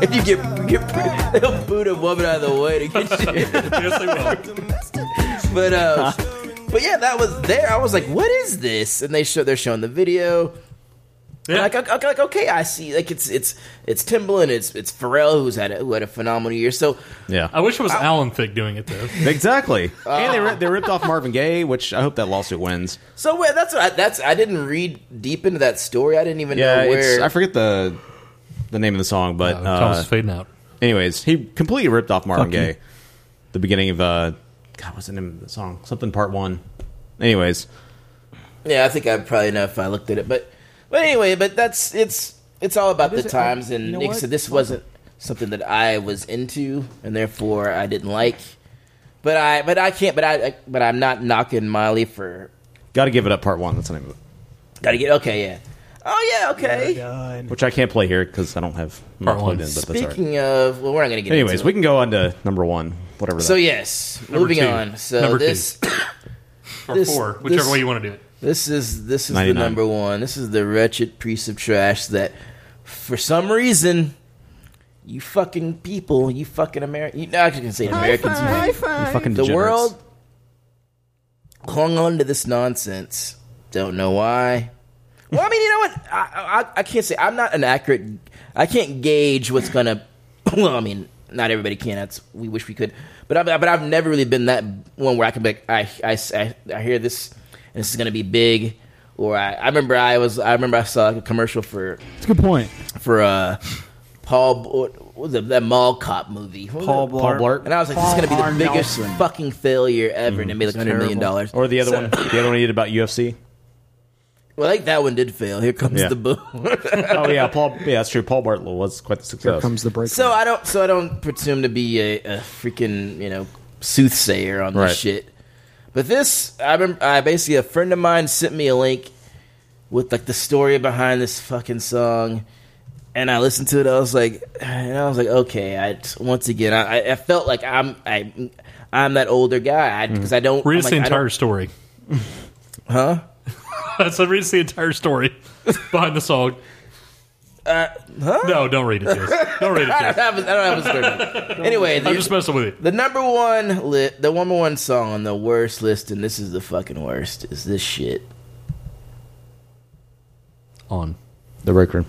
[SPEAKER 10] If you get, get they'll boot a woman out of the way to get you.
[SPEAKER 3] yes, they will.
[SPEAKER 10] But uh, but yeah, that was there. I was like, what is this? And they show they're showing the video. And Like, okay, like okay, I see. Like it's it's it's Timbaland, it's it's Pharrell who's had a, who had a phenomenal year. So
[SPEAKER 1] Yeah.
[SPEAKER 3] I wish it was Alan Thicke doing it though.
[SPEAKER 1] Exactly. and they, ri- they ripped off Marvin Gaye, which I hope that lawsuit wins.
[SPEAKER 10] so wait, that's what I, that's I didn't read deep into that story. I didn't even
[SPEAKER 1] yeah,
[SPEAKER 10] know
[SPEAKER 1] it's,
[SPEAKER 10] where.
[SPEAKER 1] I forget the the name of the song, but uh,
[SPEAKER 3] Thomas is fading out.
[SPEAKER 1] Anyways, he completely ripped off Marvin
[SPEAKER 3] Fuck you.
[SPEAKER 1] Gaye. The beginning of uh, God, what's the name of the song? Something Part One. Anyways,
[SPEAKER 10] yeah, I think I probably know if I looked at it, but but anyway, but that's it's it's all about the
[SPEAKER 25] is it?
[SPEAKER 10] times,
[SPEAKER 25] I-
[SPEAKER 10] and
[SPEAKER 25] you know
[SPEAKER 10] like I
[SPEAKER 25] what?
[SPEAKER 10] said, this wasn't something that I was into, and therefore I didn't like. But I but I can't. But I I- but I'm not knocking Miley for
[SPEAKER 1] got to give it up. Part One. That's the name of it.
[SPEAKER 10] gotta get okay. Yeah. Oh yeah. Okay.
[SPEAKER 1] Which I can't play here because I don't have I'm not
[SPEAKER 10] Part
[SPEAKER 1] plugged
[SPEAKER 10] One.
[SPEAKER 1] in. But that's all right.
[SPEAKER 10] Speaking of, well, we're not gonna get.
[SPEAKER 1] Anyways,
[SPEAKER 10] into
[SPEAKER 1] we
[SPEAKER 10] it.
[SPEAKER 1] can go on to number one, whatever.
[SPEAKER 10] So
[SPEAKER 1] that-
[SPEAKER 10] yes,
[SPEAKER 1] Number
[SPEAKER 10] moving
[SPEAKER 1] two.
[SPEAKER 10] on. So
[SPEAKER 1] Number two.
[SPEAKER 10] this
[SPEAKER 3] Or four, whichever way you wanna do it.
[SPEAKER 10] This is this is
[SPEAKER 1] 99.
[SPEAKER 10] the number one. This is the wretched piece of trash that, for some reason, you fucking people, you fucking American, you no, I can say Americans, you-
[SPEAKER 1] You fucking
[SPEAKER 10] the
[SPEAKER 1] degenerates.
[SPEAKER 10] world clung on to this nonsense. Don't know why. Well, I mean, you know what? I, I, I can't say I'm not an accurate. I can't gauge what's gonna. Well, I mean, not everybody can. That's we wish we could. But I, but I've never really been that one where I can be. Like, I, I I I hear this, and this is gonna be big, Or I, I remember I was I remember I saw a commercial for
[SPEAKER 7] It's a good point.
[SPEAKER 10] for uh Paul what was it, that mall cop movie What was
[SPEAKER 7] Paul
[SPEAKER 10] it?
[SPEAKER 7] Blart. Paul Blart.
[SPEAKER 10] and I was like this is
[SPEAKER 7] Paul
[SPEAKER 10] gonna be the
[SPEAKER 7] R.
[SPEAKER 10] biggest
[SPEAKER 7] Nelson. Mm,
[SPEAKER 10] fucking failure ever and it made like hundred million dollars
[SPEAKER 1] Or the other
[SPEAKER 10] So-
[SPEAKER 1] one, the other one he did about UFC.
[SPEAKER 10] well I think that one did fail here comes
[SPEAKER 1] Yeah.
[SPEAKER 10] the boom
[SPEAKER 1] oh yeah, Paul. Yeah, that's true. Paul Bartlett was quite the success.
[SPEAKER 7] break.
[SPEAKER 10] So I don't. So I don't presume to be a, a freaking you know soothsayer on this
[SPEAKER 1] Right.
[SPEAKER 10] shit. But this, I remember. I basically a friend of mine sent me a link with like the story behind this fucking song, and I listened to it. I was like, and I was like, okay. I once again, I, I- I felt like I'm I, I'm that older guy
[SPEAKER 7] Mm.
[SPEAKER 10] because I don't
[SPEAKER 3] Read
[SPEAKER 10] I'm
[SPEAKER 3] us
[SPEAKER 10] like,
[SPEAKER 3] the
[SPEAKER 10] I don't-
[SPEAKER 3] entire story.
[SPEAKER 10] Huh?
[SPEAKER 3] I said read us the entire story behind the song.
[SPEAKER 10] Uh, huh?
[SPEAKER 3] No, don't read it. Jason. Don't read it.
[SPEAKER 10] I, don't
[SPEAKER 3] Jason.
[SPEAKER 10] have, a- I don't have a story. anyway,
[SPEAKER 3] I'm just messing with you.
[SPEAKER 10] The number one li- the number one song on the worst list, and this is the fucking worst, is this shit.
[SPEAKER 1] On the break room.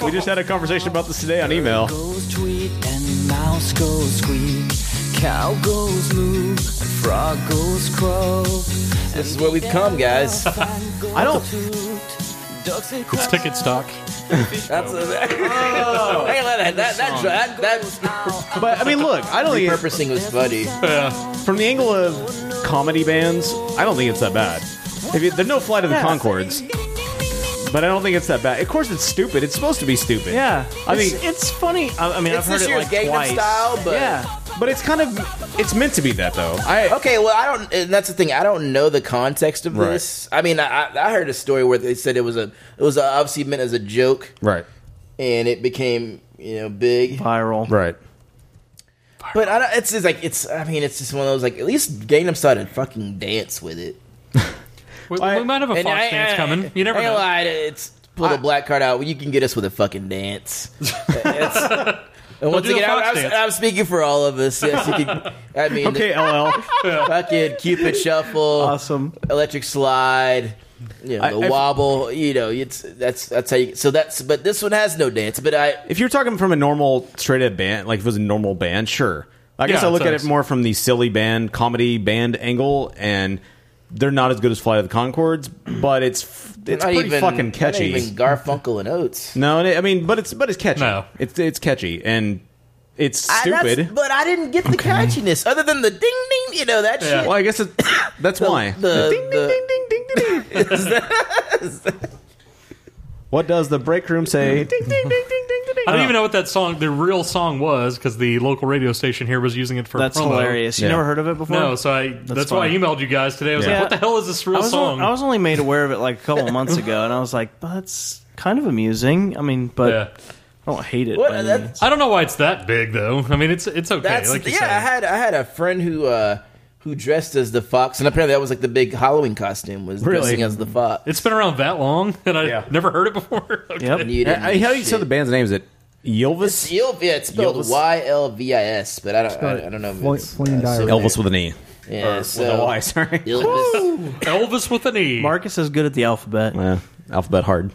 [SPEAKER 1] we just had a conversation about this today on email.
[SPEAKER 15] Goes tweet and mouse goes squeak. Cow goes moo and frog goes crow.
[SPEAKER 10] This is where we've come, guys.
[SPEAKER 15] I
[SPEAKER 10] don't-
[SPEAKER 15] Ducks and
[SPEAKER 3] It's ticket stock.
[SPEAKER 10] That's a,
[SPEAKER 6] Oh.
[SPEAKER 10] Hey, that, that, that, that, that,
[SPEAKER 1] But I mean, look, I don't think it-
[SPEAKER 10] repurposing was funny.
[SPEAKER 1] From the angle of comedy bands, I don't think it's that bad. If you, there's no Flight of the
[SPEAKER 6] Yeah.
[SPEAKER 1] Concords, but I don't think it's that bad. Of course, it's stupid. It's supposed to be stupid.
[SPEAKER 6] Yeah,
[SPEAKER 1] I
[SPEAKER 6] it's,
[SPEAKER 1] mean,
[SPEAKER 6] it's funny. I, I mean,
[SPEAKER 10] It's
[SPEAKER 6] I've heard
[SPEAKER 10] this
[SPEAKER 6] it
[SPEAKER 10] year's
[SPEAKER 6] like
[SPEAKER 10] Gangnam
[SPEAKER 6] twice.
[SPEAKER 10] Style, but-
[SPEAKER 6] yeah,
[SPEAKER 1] but it's kind of it's meant to be that though. I
[SPEAKER 10] okay, well, I don't. And that's the thing. I don't know the context of
[SPEAKER 1] Right.
[SPEAKER 10] this. I mean, I, I heard a story where they said it was a it was obviously meant as a joke,
[SPEAKER 1] Right.
[SPEAKER 10] and it became you know big.
[SPEAKER 6] viral.
[SPEAKER 1] Right.
[SPEAKER 10] But I don't, it's just like it's. I mean, it's just one of those like at least Gangnam Style did fucking dance with it.
[SPEAKER 3] We, we might have a
[SPEAKER 10] And
[SPEAKER 3] Fox
[SPEAKER 10] I- uh,
[SPEAKER 3] dance
[SPEAKER 10] I-
[SPEAKER 3] coming. You never
[SPEAKER 10] I ain't
[SPEAKER 3] know.
[SPEAKER 10] lied, it's pull the black card out. You can get us with a fucking dance. It's- and once
[SPEAKER 3] do the
[SPEAKER 10] again,
[SPEAKER 3] Fox
[SPEAKER 10] I, I'm,
[SPEAKER 3] dance.
[SPEAKER 10] I'm speaking for all of us. Yes, you can. I mean,
[SPEAKER 1] Okay, uh, LL.
[SPEAKER 10] fucking Cupid Shuffle, awesome, Electric Slide, you know,
[SPEAKER 1] I-
[SPEAKER 10] the
[SPEAKER 1] I've-
[SPEAKER 10] wobble. You know, it's that's that's how you. So that's but this one has no dance. But I
[SPEAKER 1] If you're talking from a normal straight up band, like if it was a normal band, sure. I guess
[SPEAKER 3] Yeah,
[SPEAKER 1] I look at
[SPEAKER 3] it's-
[SPEAKER 1] it more from the silly band, comedy band angle, and they're not as good as Flight of the Concords, but it's f- it's
[SPEAKER 10] not
[SPEAKER 1] pretty
[SPEAKER 10] even,
[SPEAKER 1] fucking
[SPEAKER 10] not
[SPEAKER 1] catchy.
[SPEAKER 10] even Garfunkel and Oates.
[SPEAKER 1] No, and it- I mean, but it's but it's catchy. No, it's it's catchy and it's
[SPEAKER 10] I- that's-
[SPEAKER 1] stupid.
[SPEAKER 10] but I didn't get the catchiness other than the ding ding. You know that
[SPEAKER 1] Yeah.
[SPEAKER 10] shit.
[SPEAKER 1] Well, I guess it, that's why.
[SPEAKER 10] the- the-
[SPEAKER 1] what does the break room say?
[SPEAKER 3] I don't even know what that song, the real song was, because the local radio station here was using it for. a
[SPEAKER 6] That's
[SPEAKER 3] promo.
[SPEAKER 6] hilarious. You Yeah. never heard of it before?
[SPEAKER 3] No, so I. That's, why I
[SPEAKER 6] funny.
[SPEAKER 3] emailed you guys today. I was
[SPEAKER 6] Yeah.
[SPEAKER 3] like, "What the hell is this real
[SPEAKER 6] I was
[SPEAKER 3] song?"
[SPEAKER 6] on- I was only made aware of it like a couple months ago, and I was like, but that's kind of amusing. I mean, but I don't hate it.
[SPEAKER 10] What-
[SPEAKER 6] by any
[SPEAKER 10] that's-
[SPEAKER 6] means.
[SPEAKER 3] I don't know why it's that big though. I mean, it's it's okay.
[SPEAKER 10] That's
[SPEAKER 3] like you
[SPEAKER 10] yeah. I
[SPEAKER 3] said.
[SPEAKER 10] had I had a friend who uh, who dressed as the fox, and apparently that was like the big Halloween costume was
[SPEAKER 3] Really?
[SPEAKER 10] dressing as the fox.
[SPEAKER 3] It's been around that long, and I never heard it before.
[SPEAKER 10] Yep. You didn't
[SPEAKER 1] I- I- how do you
[SPEAKER 10] shit.
[SPEAKER 1] say the band's name? Is it Yelvis?
[SPEAKER 10] Yelv- yeah, it's spelled
[SPEAKER 1] Yelvis?
[SPEAKER 10] Y L V I S, but I don't
[SPEAKER 1] Spell
[SPEAKER 10] I,
[SPEAKER 1] it
[SPEAKER 10] I don't know.
[SPEAKER 1] Flo-
[SPEAKER 10] If it's, uh,
[SPEAKER 1] Flame Diary. Elvis with an E.
[SPEAKER 10] Yeah,
[SPEAKER 1] Or with
[SPEAKER 10] so-
[SPEAKER 1] a Y, sorry.
[SPEAKER 10] Elvis.
[SPEAKER 3] Elvis with an E.
[SPEAKER 6] Marcus is good at the alphabet.
[SPEAKER 1] Yeah, alphabet hard.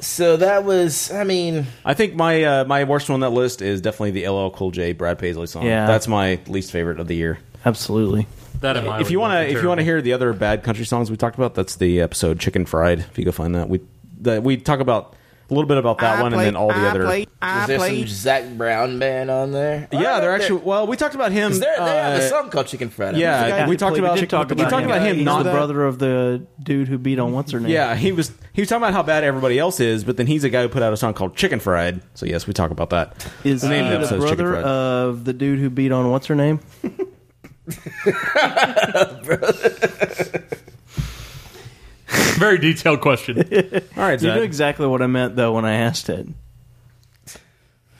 [SPEAKER 10] So that was. I mean,
[SPEAKER 1] I think my uh, my worst one on that list is definitely the LL Cool J Brad Paisley song.
[SPEAKER 6] Yeah.
[SPEAKER 1] that's my least favorite of the year.
[SPEAKER 6] Absolutely.
[SPEAKER 3] That and my
[SPEAKER 1] if you
[SPEAKER 3] would
[SPEAKER 1] want to
[SPEAKER 3] be
[SPEAKER 1] if you want
[SPEAKER 3] terrible.
[SPEAKER 1] to hear the other bad country songs we talked about, that's the episode Chicken Fried. If you go find that, we that we talk about a little bit about that one and then all the other.
[SPEAKER 10] Was there some Zach Brown band on there?
[SPEAKER 1] Yeah, they're actually well. We talked about him.
[SPEAKER 10] 'Cause they're- they have
[SPEAKER 1] uh,
[SPEAKER 10] a song called Chicken Fried.
[SPEAKER 1] Yeah,
[SPEAKER 6] Yeah,
[SPEAKER 1] we talked
[SPEAKER 6] played-
[SPEAKER 1] about
[SPEAKER 6] we did talk about
[SPEAKER 1] talked
[SPEAKER 6] him.
[SPEAKER 1] about him.
[SPEAKER 6] He's
[SPEAKER 1] not
[SPEAKER 6] the brother of the dude who beat on what's her name.
[SPEAKER 1] Yeah, he was he was talking about how bad everybody else is, but then he's a guy who put out a song called Chicken Fried. So yes, we talk about that.
[SPEAKER 6] Is
[SPEAKER 1] the name of the
[SPEAKER 6] he Uh, the
[SPEAKER 1] episode is Chicken
[SPEAKER 6] brother
[SPEAKER 1] Fried.
[SPEAKER 6] of the dude who beat on what's her name?
[SPEAKER 3] Very detailed question.
[SPEAKER 1] All right,
[SPEAKER 6] you
[SPEAKER 1] Zach.
[SPEAKER 6] knew exactly what I meant though when I asked it.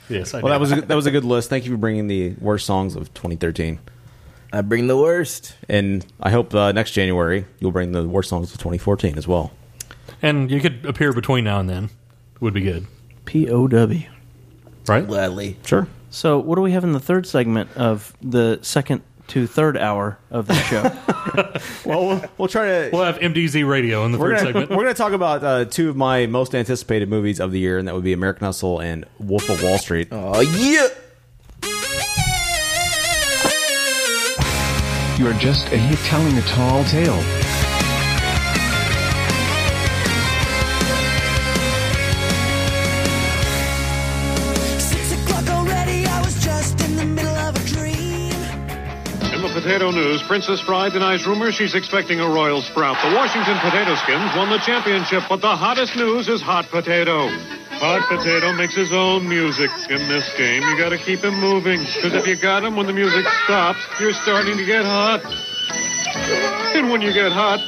[SPEAKER 3] Yes, I
[SPEAKER 1] well, that
[SPEAKER 3] did.
[SPEAKER 1] was a, that was a good list. Thank you for bringing the worst songs of 2013.
[SPEAKER 10] I bring the worst,
[SPEAKER 1] and I hope uh, next January you'll bring the worst songs of 2014 as well.
[SPEAKER 3] and you could appear between now and then. Would be good.
[SPEAKER 6] P O W.
[SPEAKER 3] Right.
[SPEAKER 10] Gladly.
[SPEAKER 1] Sure.
[SPEAKER 6] So, what do we have in the third segment of the second to third hour of the show.
[SPEAKER 1] well, we'll, we'll try to.
[SPEAKER 3] We'll have MDZ radio in the
[SPEAKER 1] We're
[SPEAKER 3] 3rd
[SPEAKER 1] gonna,
[SPEAKER 3] segment.
[SPEAKER 1] we're gonna talk about uh, two of my most anticipated movies of the year, and that would be American Hustle and Wolf of Wall Street.
[SPEAKER 10] Oh yeah!
[SPEAKER 7] You are just a hit telling a tall tale.
[SPEAKER 9] Six o'clock already, I was just in the middle of a dream.
[SPEAKER 5] In the potato news, Princess Fry denies rumors she's expecting a royal sprout. The Washington Potato Skins won the championship, but the hottest news is Hot Potato. Hot Potato makes his own music. In this game, you gotta keep him moving, because if you got him when the music stops, you're starting to get hot. And when you get hot,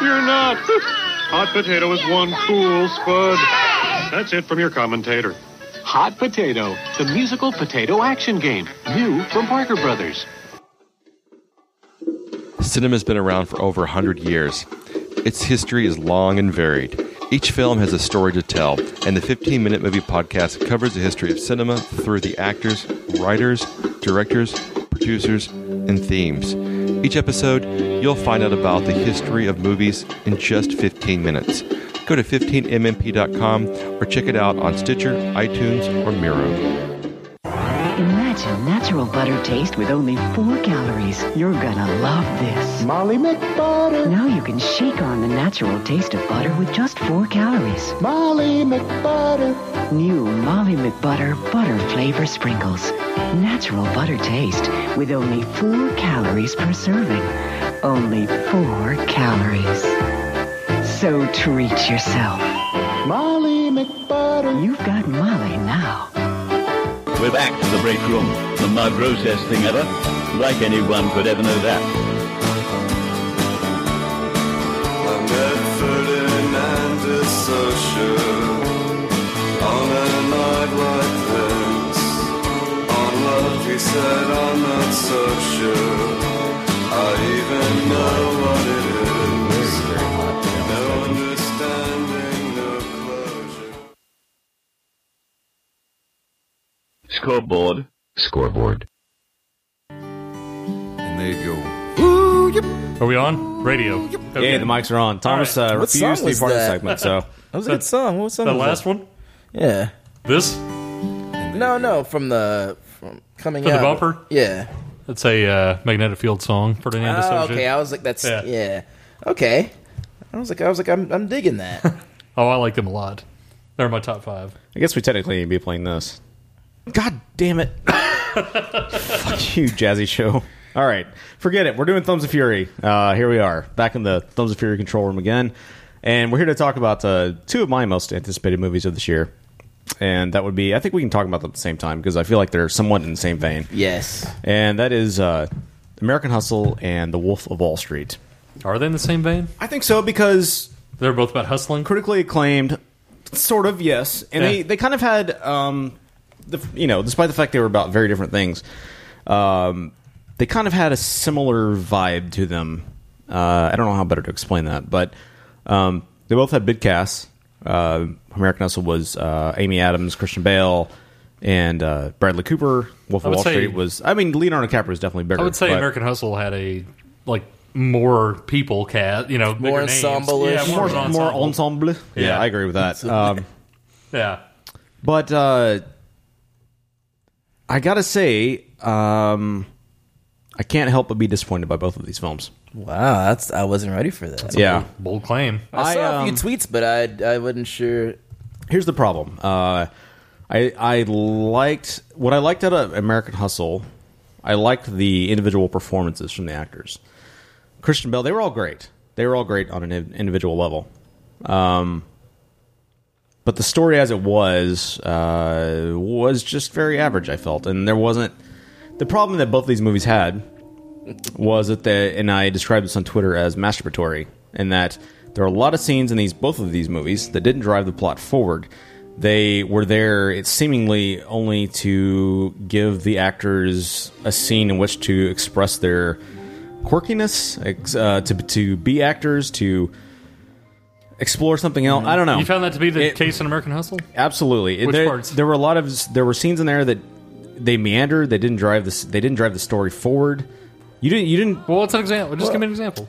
[SPEAKER 5] you're not. Hot Potato is one cool spud. That's it from your commentator. Hot Potato, the musical potato action game. New from Parker Brothers.
[SPEAKER 4] Cinema's been around for over 100 years. Its history is long and varied. Each film has a story to tell, and the 15 Minute Movie Podcast covers the history of cinema through the actors, writers, directors, producers, and themes. Each episode, you'll find out about the history of movies in just 15 minutes. Go to 15mmp.com or check it out on Stitcher, iTunes, or Miro.
[SPEAKER 13] Imagine natural butter taste with only four calories. You're gonna love this. Molly McButter. Now you can shake on the natural taste of butter with just four calories. Molly McButter. New Molly McButter butter flavor sprinkles. Natural butter taste with only four calories per serving. Only four calories. So treat yourself. Molly McButter. You've got Molly now.
[SPEAKER 8] We're back to the break room. The most grossest thing ever. Like anyone could ever know that.
[SPEAKER 26] met Ferdinand Saussure on a night like this. On love, he said, I'm not so sure. I even know what it is. No understanding, no closure.
[SPEAKER 8] Scoreboard. Scoreboard.
[SPEAKER 26] And there you go.
[SPEAKER 3] Are we on radio?
[SPEAKER 1] Yeah, the mics are on. Thomas uh,
[SPEAKER 10] What song
[SPEAKER 1] refused to be
[SPEAKER 10] was
[SPEAKER 1] part of the
[SPEAKER 10] that?
[SPEAKER 1] segment, so
[SPEAKER 10] That was a good song. What song
[SPEAKER 3] The
[SPEAKER 10] was
[SPEAKER 3] last
[SPEAKER 10] that?
[SPEAKER 3] one?
[SPEAKER 10] Yeah.
[SPEAKER 3] This?
[SPEAKER 10] No, no, from the from coming
[SPEAKER 3] For
[SPEAKER 10] out.
[SPEAKER 3] the bumper?
[SPEAKER 10] Yeah.
[SPEAKER 3] That's a uh, magnetic field song for the end
[SPEAKER 10] Oh, okay. I was like, that's yeah. Okay. I was like, I was like, I'm, I'm digging that.
[SPEAKER 3] Oh, I like them a lot. They're my top five.
[SPEAKER 1] I guess we technically need to be playing this. God damn it! Fuck you, Jazzy Show. All right, forget it. We're doing Thumbs of Fury. Uh, here we are, back in the Thumbs of Fury control room again, and we're here to talk about uh, two of my most anticipated movies of this year. And that would be, I think we can talk about them at the same time because I feel like they're somewhat in the same vein.
[SPEAKER 10] Yes.
[SPEAKER 1] And that is uh, American Hustle and The Wolf of Wall Street.
[SPEAKER 3] Are they in the same vein?
[SPEAKER 1] I think so because
[SPEAKER 3] they're both about hustling.
[SPEAKER 1] Critically acclaimed, sort of yes, and
[SPEAKER 3] Yeah.
[SPEAKER 1] they they kind of had um, the you know despite the fact they were about very different things, um, they kind of had a similar vibe to them. Uh, I don't know how better to explain that, but um, they both had big casts. Uh, American Hustle was uh, Amy Adams, Christian Bale, and uh, Bradley Cooper. Wolf
[SPEAKER 3] I
[SPEAKER 1] of
[SPEAKER 3] would
[SPEAKER 1] Wall
[SPEAKER 3] say-
[SPEAKER 1] Street was. I mean, Leonardo DiCaprio is definitely bigger.
[SPEAKER 3] I would say
[SPEAKER 1] but-
[SPEAKER 3] American Hustle had a like more people cat, you know, bigger
[SPEAKER 1] More
[SPEAKER 3] names. Yeah,
[SPEAKER 1] ensemble-ish.
[SPEAKER 3] more,
[SPEAKER 1] More-
[SPEAKER 3] ensemble.
[SPEAKER 1] more ensemble. Yeah,
[SPEAKER 3] Yeah.
[SPEAKER 1] I agree with that. Um,
[SPEAKER 3] Yeah.
[SPEAKER 1] But uh, I gotta say, um, I can't help but be disappointed by both of these films.
[SPEAKER 10] Wow, that's I wasn't ready for that.
[SPEAKER 1] yeah,
[SPEAKER 3] bold claim.
[SPEAKER 10] I,
[SPEAKER 1] I,
[SPEAKER 10] saw a
[SPEAKER 1] um,
[SPEAKER 10] few tweets, but I I wasn't sure.
[SPEAKER 1] Here's the problem. Uh, I I liked what I liked out of American Hustle. I liked the individual performances from the actors. Christian Bell, they were all great. They were all great on an in- individual level. Um, but the story as it was uh, was just very average. I felt, and there wasn't the problem that both of these movies had was that they and I described this on Twitter as masturbatory, in that there are a lot of scenes in these both of these movies that didn't drive the plot forward. They were there, it seemingly only to give the actors a scene in which to express their quirkiness, ex- uh, to to be actors, to explore something else. I don't know.
[SPEAKER 3] Mm-hmm. You found that to be the case in American Hustle?
[SPEAKER 1] Absolutely.
[SPEAKER 3] Which
[SPEAKER 1] there,
[SPEAKER 3] parts?
[SPEAKER 1] There were a lot of there were scenes in there that they meandered. They didn't drive this. They didn't drive the story forward. You didn't. You didn't.
[SPEAKER 3] Well, what's an example? Just give me an example.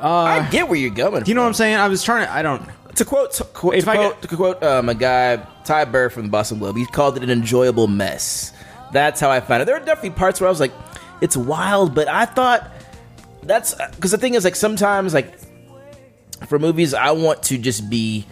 [SPEAKER 10] I get where you're going.
[SPEAKER 27] Do you know what I'm saying? I was trying to. I don't.
[SPEAKER 10] Uh, To quote, to quote, to quote, to quote um, a guy, Ty Burr from the Boston Globe, he called it an enjoyable mess. That's how I found it. There were definitely parts where I was like, it's wild, but I thought that's because the thing is, like, sometimes, like, for movies, I want to just be,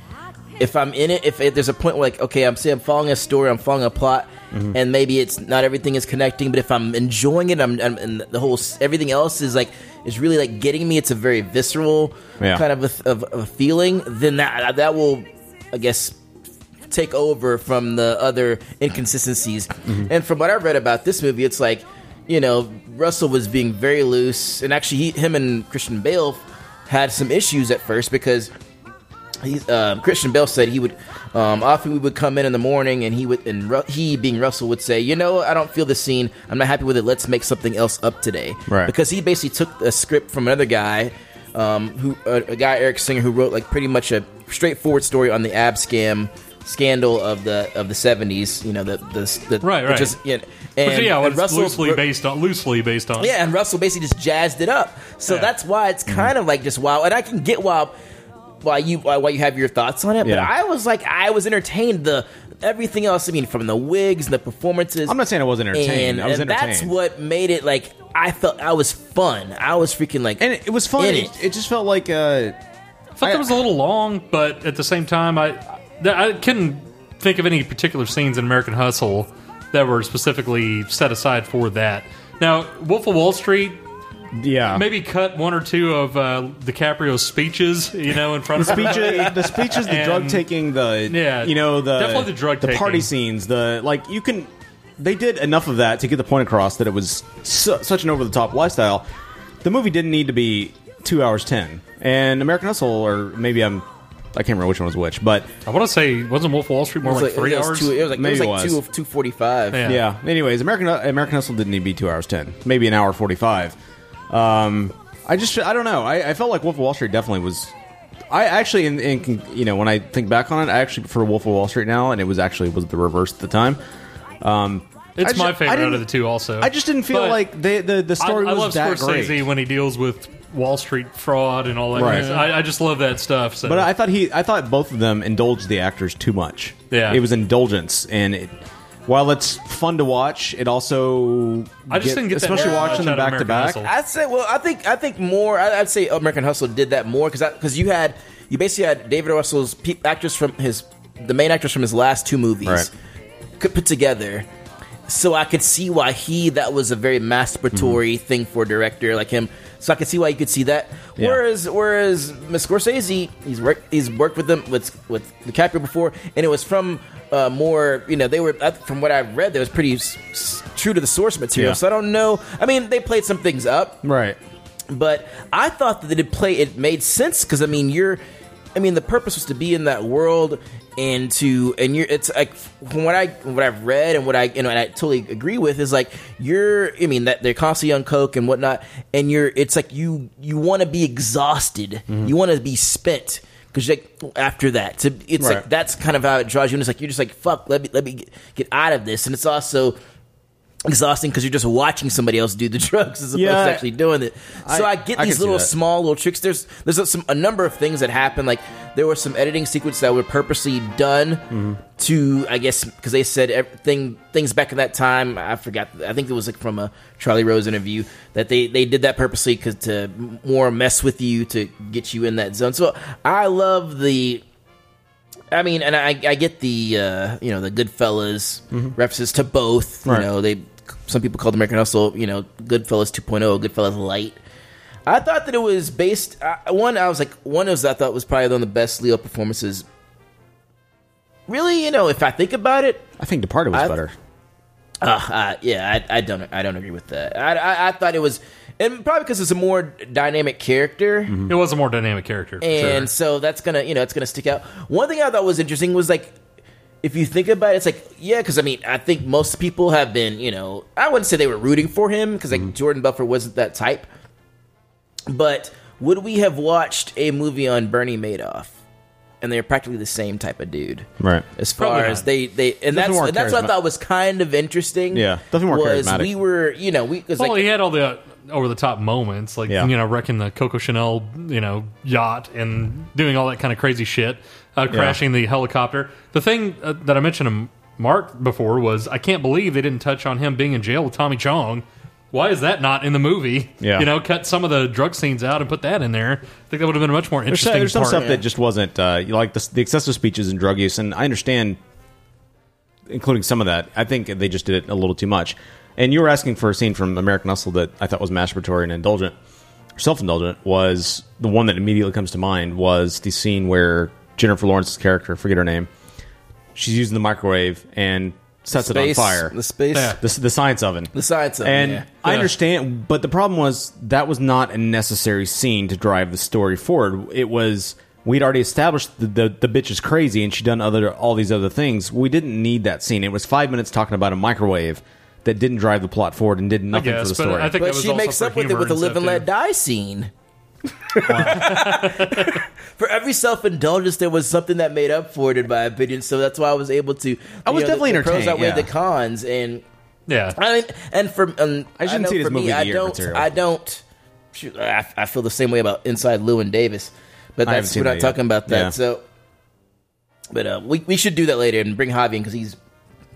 [SPEAKER 10] if I'm in it, if, if there's a point where, like, okay, I'm saying I'm following a story, I'm following a plot,
[SPEAKER 28] Mhm.
[SPEAKER 10] and maybe it's not everything is connecting, but if I'm enjoying it, I'm, I'm and the whole s- everything else is like is really like getting me. It's a very visceral
[SPEAKER 28] Yeah.
[SPEAKER 10] kind of a, th- of, of a feeling. Then that that will, I guess, take over from the other inconsistencies. And from what I've read about this movie, it's like you know Russell was being very loose, and actually he, him and Christian Bale had some issues at first because he's, um, Christian Bell said he would um, often we would come in in the morning and he would and Ru- he being Russell would say, you know, I don't feel the scene. I'm not happy with it. Let's make something else up today,
[SPEAKER 28] Right.
[SPEAKER 10] Because he basically took a script from another guy, um, who a, a guy Eric Singer who wrote like pretty much a straightforward story on the ab scam scandal of the of the 70s. You know the the, the
[SPEAKER 3] Right, right.
[SPEAKER 10] which is- yeah, and,
[SPEAKER 3] But yeah,
[SPEAKER 10] and
[SPEAKER 3] well, it's
[SPEAKER 10] Russell
[SPEAKER 3] loosely
[SPEAKER 10] wrote-
[SPEAKER 3] based on loosely based on.
[SPEAKER 10] yeah, and Russell basically just jazzed it up. So that's why it's
[SPEAKER 1] Mm-hmm.
[SPEAKER 10] kind of like just wow. And I can get why why you why, why you have your thoughts on it, but
[SPEAKER 28] Yeah.
[SPEAKER 10] I was like I was entertained the everything else. I mean, from the wigs and the performances.
[SPEAKER 1] I'm not saying I wasn't entertained.
[SPEAKER 10] And,
[SPEAKER 1] I was
[SPEAKER 10] and that's
[SPEAKER 1] entertained.
[SPEAKER 10] what made it like I felt I was fun. I was freaking like, and
[SPEAKER 1] it was fun.
[SPEAKER 10] In
[SPEAKER 1] It-
[SPEAKER 10] it.
[SPEAKER 1] just felt like uh,
[SPEAKER 3] I thought that was a little long, but at the same time, I that, I couldn't think of any particular scenes in American Hustle that were specifically set aside for that. Now, Wolf of Wall Street.
[SPEAKER 1] Yeah,
[SPEAKER 3] maybe cut one or two of uh, DiCaprio's speeches, you know, in
[SPEAKER 1] the
[SPEAKER 3] front of
[SPEAKER 1] speeches,
[SPEAKER 3] everybody.
[SPEAKER 1] the speeches, the
[SPEAKER 3] And-
[SPEAKER 1] drug taking, the
[SPEAKER 3] Yeah,
[SPEAKER 1] you know, the
[SPEAKER 3] definitely the drug
[SPEAKER 1] the party
[SPEAKER 3] taking.
[SPEAKER 1] scenes, the like you can. They did enough of that to get the point across that it was su- such an over the top lifestyle. The movie didn't need to be two hours ten, and American Hustle, or maybe I'm, I can't remember which one was which, but
[SPEAKER 3] I want to say wasn't Wolf of Wall Street more like, three
[SPEAKER 10] it was
[SPEAKER 3] hours?
[SPEAKER 10] Two, it was like
[SPEAKER 1] Maybe
[SPEAKER 10] it
[SPEAKER 1] it
[SPEAKER 10] was like
[SPEAKER 1] was.
[SPEAKER 10] two of two forty five.
[SPEAKER 1] Yeah. Anyways, American American Hustle didn't need to be two hours ten, maybe an hour forty five. Um, I just I don't know. I, I felt like Wolf of Wall Street definitely was. I actually, in, in you know, when I think back on it, I actually prefer Wolf of Wall Street now, and it was actually was the reverse at the time. Um, I
[SPEAKER 3] It's
[SPEAKER 1] just-
[SPEAKER 3] my
[SPEAKER 1] I
[SPEAKER 3] favorite out
[SPEAKER 1] didn't-
[SPEAKER 3] of the two, also.
[SPEAKER 1] I just didn't feel
[SPEAKER 3] But
[SPEAKER 1] like they, the the story
[SPEAKER 3] I, I love
[SPEAKER 1] was that
[SPEAKER 3] Scorsese
[SPEAKER 1] great.
[SPEAKER 3] when he deals with Wall Street fraud and all that.
[SPEAKER 1] Right.
[SPEAKER 3] Right. I, I just love that stuff. So.
[SPEAKER 1] But I thought he, I thought both of them indulged the actors too much.
[SPEAKER 3] Yeah.
[SPEAKER 1] it was indulgence, and it, while it's fun to watch, it also
[SPEAKER 10] I just didn't get that
[SPEAKER 1] especially
[SPEAKER 10] very
[SPEAKER 1] watching them
[SPEAKER 10] much
[SPEAKER 1] back to back.
[SPEAKER 10] I'd say, well, I think I think more. I- I'd say American Hustle did that more because because you had you basically had David O. Russell's pe- actors from his the main actors from his last two movies
[SPEAKER 1] Right.
[SPEAKER 10] could put together. So I could see why he that was a very masturbatory
[SPEAKER 28] Mm-hmm.
[SPEAKER 10] thing for a director like him. So I could see why you could see that.
[SPEAKER 28] Yeah.
[SPEAKER 10] Whereas whereas Miss Scorsese, he's worked he's worked with them with with DiCaprio before, and it was from uh, more you know they were uh, from what I've read, they was pretty s- s- true to the source material.
[SPEAKER 28] Yeah.
[SPEAKER 10] So I don't know. I mean, they played some things up,
[SPEAKER 1] right?
[SPEAKER 10] But I thought that it play it made sense because I mean you're, I mean the purpose was to be in that world and to and you're it's like from what I what I've read and what I you know and I totally agree with is like you're I mean that they're constantly on coke and whatnot and you're it's like you you want to be exhausted
[SPEAKER 28] Mm-hmm.
[SPEAKER 10] you want to be spent. Because like after that, to, it's like
[SPEAKER 28] Right.
[SPEAKER 10] that's kind of how it draws you in. It's like you're just like fuck. Let me let me get, get out of this, and it's also exhausting because you're just watching somebody else do the drugs as opposed
[SPEAKER 28] Yeah.
[SPEAKER 10] to actually doing it. So I,
[SPEAKER 28] I-
[SPEAKER 10] get
[SPEAKER 28] I can
[SPEAKER 10] these
[SPEAKER 28] see
[SPEAKER 10] little
[SPEAKER 28] that.
[SPEAKER 10] small little tricks. There's there's a, some a number of things that happen. Like there were some editing sequences that were purposely done
[SPEAKER 28] Mm-hmm.
[SPEAKER 10] to I guess because they said everything things back in that time. I forgot. I think it was like from a Charlie Rose interview that they they did that purposely because to more mess with you to get you in that zone. So I love the I mean, and I, I get the uh, you know the Goodfellas
[SPEAKER 28] Mm-hmm.
[SPEAKER 10] references to both. You know, they some people call the American Hustle you know Goodfellas 2.0, Goodfellas Light. I thought that it was based I one. I was like one of those I thought was probably one of the best Leo performances. Really, you know, if I think about it,
[SPEAKER 1] I think Departed was better.
[SPEAKER 10] uh, uh, yeah, I, I don't I don't agree with that. I, I, I thought it was, and probably because it's a more dynamic character.
[SPEAKER 3] it was a more dynamic character. for
[SPEAKER 10] And
[SPEAKER 3] sure.
[SPEAKER 10] so that's gonna, you know, it's gonna stick out. One thing I thought was interesting was like, if you think about it, it's like, yeah, because I mean, I think most people have been, you know, I wouldn't say they were rooting for him because like
[SPEAKER 1] Mm-hmm.
[SPEAKER 10] Jordan Buffer wasn't that type. But would we have watched a movie on Bernie Madoff? And they're practically the same type of dude,
[SPEAKER 1] Right.
[SPEAKER 10] As far
[SPEAKER 1] Probably not.
[SPEAKER 10] as they they,
[SPEAKER 1] Definitely
[SPEAKER 10] and that's
[SPEAKER 1] more
[SPEAKER 10] and that's what I
[SPEAKER 1] charisma-
[SPEAKER 10] thought was kind of interesting.
[SPEAKER 1] Yeah, definitely more
[SPEAKER 10] was
[SPEAKER 1] charismatic.
[SPEAKER 10] we were, you know, we because
[SPEAKER 3] well,
[SPEAKER 10] like
[SPEAKER 3] he had all the over the top moments, like
[SPEAKER 1] Yeah.
[SPEAKER 3] you know wrecking the Coco Chanel you know yacht and doing all that kind of crazy shit, uh,
[SPEAKER 1] Yeah.
[SPEAKER 3] crashing the helicopter. The thing uh, that I mentioned to Mark before was I can't believe they didn't touch on him being in jail with Tommy Chong. Why is that not in the movie?
[SPEAKER 1] Yeah.
[SPEAKER 3] you know, cut some of the drug scenes out and put that in there. I think that would have been a much more
[SPEAKER 1] There's,
[SPEAKER 3] interesting.
[SPEAKER 1] some- there's some
[SPEAKER 3] part.
[SPEAKER 1] stuff that just wasn't uh, you like the, the excessive speeches and drug use, and I understand, including some of that. I think they just did it a little too much. And you were asking for a scene from American Hustle that I thought was masturbatory and indulgent, self-indulgent. Was the one that immediately comes to mind was the scene where Jennifer Lawrence's character, I forget her name, she's using the microwave and sets
[SPEAKER 10] Space-
[SPEAKER 1] it on fire.
[SPEAKER 10] the space- Yeah.
[SPEAKER 1] the, the science oven,
[SPEAKER 10] The science of it,
[SPEAKER 1] and
[SPEAKER 10] yeah.
[SPEAKER 1] I
[SPEAKER 10] Yeah.
[SPEAKER 1] understand, but the problem was that was not a necessary scene to drive the story forward. It was we'd already established the the, the bitch is crazy and she done other all these other things. We didn't need that scene. It was five minutes talking about a microwave that didn't drive the plot forward and did nothing for the story.
[SPEAKER 10] but she makes up with it with a live and let die scene. for every self indulgence, there was something that made up for it, in my opinion. So that's why I was able to.
[SPEAKER 1] I was
[SPEAKER 10] you know, the-
[SPEAKER 1] definitely
[SPEAKER 10] the, Pros
[SPEAKER 1] entertained,
[SPEAKER 10] outweighed
[SPEAKER 1] yeah.
[SPEAKER 10] the cons, and
[SPEAKER 3] yeah,
[SPEAKER 10] I mean, and for um,
[SPEAKER 1] I shouldn't
[SPEAKER 10] know
[SPEAKER 1] see it as
[SPEAKER 10] for me,
[SPEAKER 1] movie of the
[SPEAKER 10] I
[SPEAKER 1] year
[SPEAKER 10] don't.
[SPEAKER 1] material.
[SPEAKER 10] I don't. Shoot, I, I feel the same way about Inside Lewin Davis, but
[SPEAKER 1] I haven't
[SPEAKER 10] that's
[SPEAKER 1] seen
[SPEAKER 10] we're not
[SPEAKER 1] that yet.
[SPEAKER 10] talking about that.
[SPEAKER 1] Yeah.
[SPEAKER 10] So, but uh, we we should do that later and bring Javi in because he's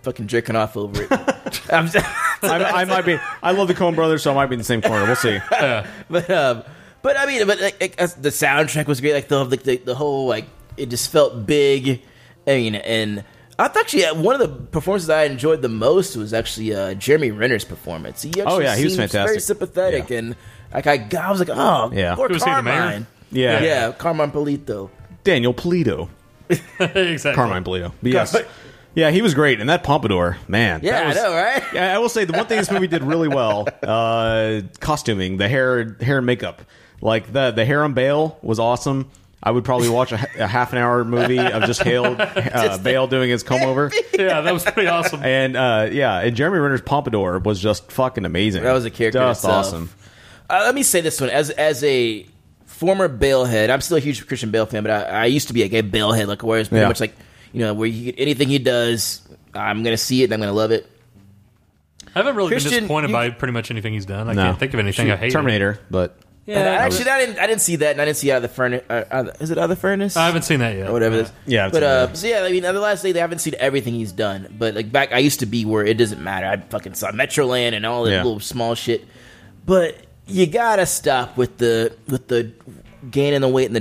[SPEAKER 10] fucking jerking off over it. I'm just-
[SPEAKER 1] I, I might be. I love the Coen Brothers, so I might be in the same corner. We'll see.
[SPEAKER 10] but um, but I mean, but like, like, as- the soundtrack was great. Like the, the the the whole like it just felt big. I mean, and I thought actually uh, one of the performances I enjoyed the most was actually uh, Jeremy Renner's performance. He actually
[SPEAKER 1] Oh, yeah, he was
[SPEAKER 10] seemed Very
[SPEAKER 1] fantastic.
[SPEAKER 10] sympathetic and like I, I was like, oh
[SPEAKER 1] Yeah.
[SPEAKER 10] poor
[SPEAKER 1] Who was he, the mayor?
[SPEAKER 10] Carmine.
[SPEAKER 1] Yeah.
[SPEAKER 10] yeah, Carmine Polito.
[SPEAKER 1] Daniel Polito,
[SPEAKER 3] exactly.
[SPEAKER 1] Carmine Polito. But yes. Yeah, he was great, and that pompadour, man.
[SPEAKER 10] Yeah,
[SPEAKER 1] that was,
[SPEAKER 10] I know, right?
[SPEAKER 1] Yeah, I will say the one thing this movie did really well: uh, costuming, the hair, hair and makeup. Like the the hair on Bale was awesome. I would probably watch a, a half an hour movie of just Hale uh, Bale doing his comb over.
[SPEAKER 3] Yeah, that was pretty awesome.
[SPEAKER 1] And uh, yeah, and Jeremy Renner's pompadour was just fucking amazing.
[SPEAKER 10] That was a character
[SPEAKER 1] Just
[SPEAKER 10] itself.
[SPEAKER 1] awesome.
[SPEAKER 10] Uh, let me say this one as as a former Bale head. I'm still a huge Christian Bale fan, but I, I used to be like a Bale head, like where it's pretty
[SPEAKER 1] Yeah.
[SPEAKER 10] much like you know where you, anything he does, I'm gonna see it and I'm gonna love it.
[SPEAKER 3] I haven't really
[SPEAKER 10] Christian,
[SPEAKER 3] been disappointed
[SPEAKER 10] you-
[SPEAKER 3] by pretty much anything he's done. I
[SPEAKER 1] No.
[SPEAKER 3] can't think of anything I hate.
[SPEAKER 1] Terminator, but
[SPEAKER 10] Yeah, actually, I didn't. I didn't see that, and I didn't see out of the furnace. Uh, Out of the- is it out of the furnace?
[SPEAKER 3] I haven't seen that yet.
[SPEAKER 10] Or whatever. It is.
[SPEAKER 1] Yeah, I've
[SPEAKER 10] but
[SPEAKER 1] seen
[SPEAKER 10] uh,
[SPEAKER 1] that.
[SPEAKER 10] so yeah, I mean, the last day I haven't seen everything he's done. But like back, I used to be where it doesn't matter. I fucking saw Metroland and all that
[SPEAKER 1] Yeah.
[SPEAKER 10] little small shit. But you gotta stop with the with the gaining the weight and the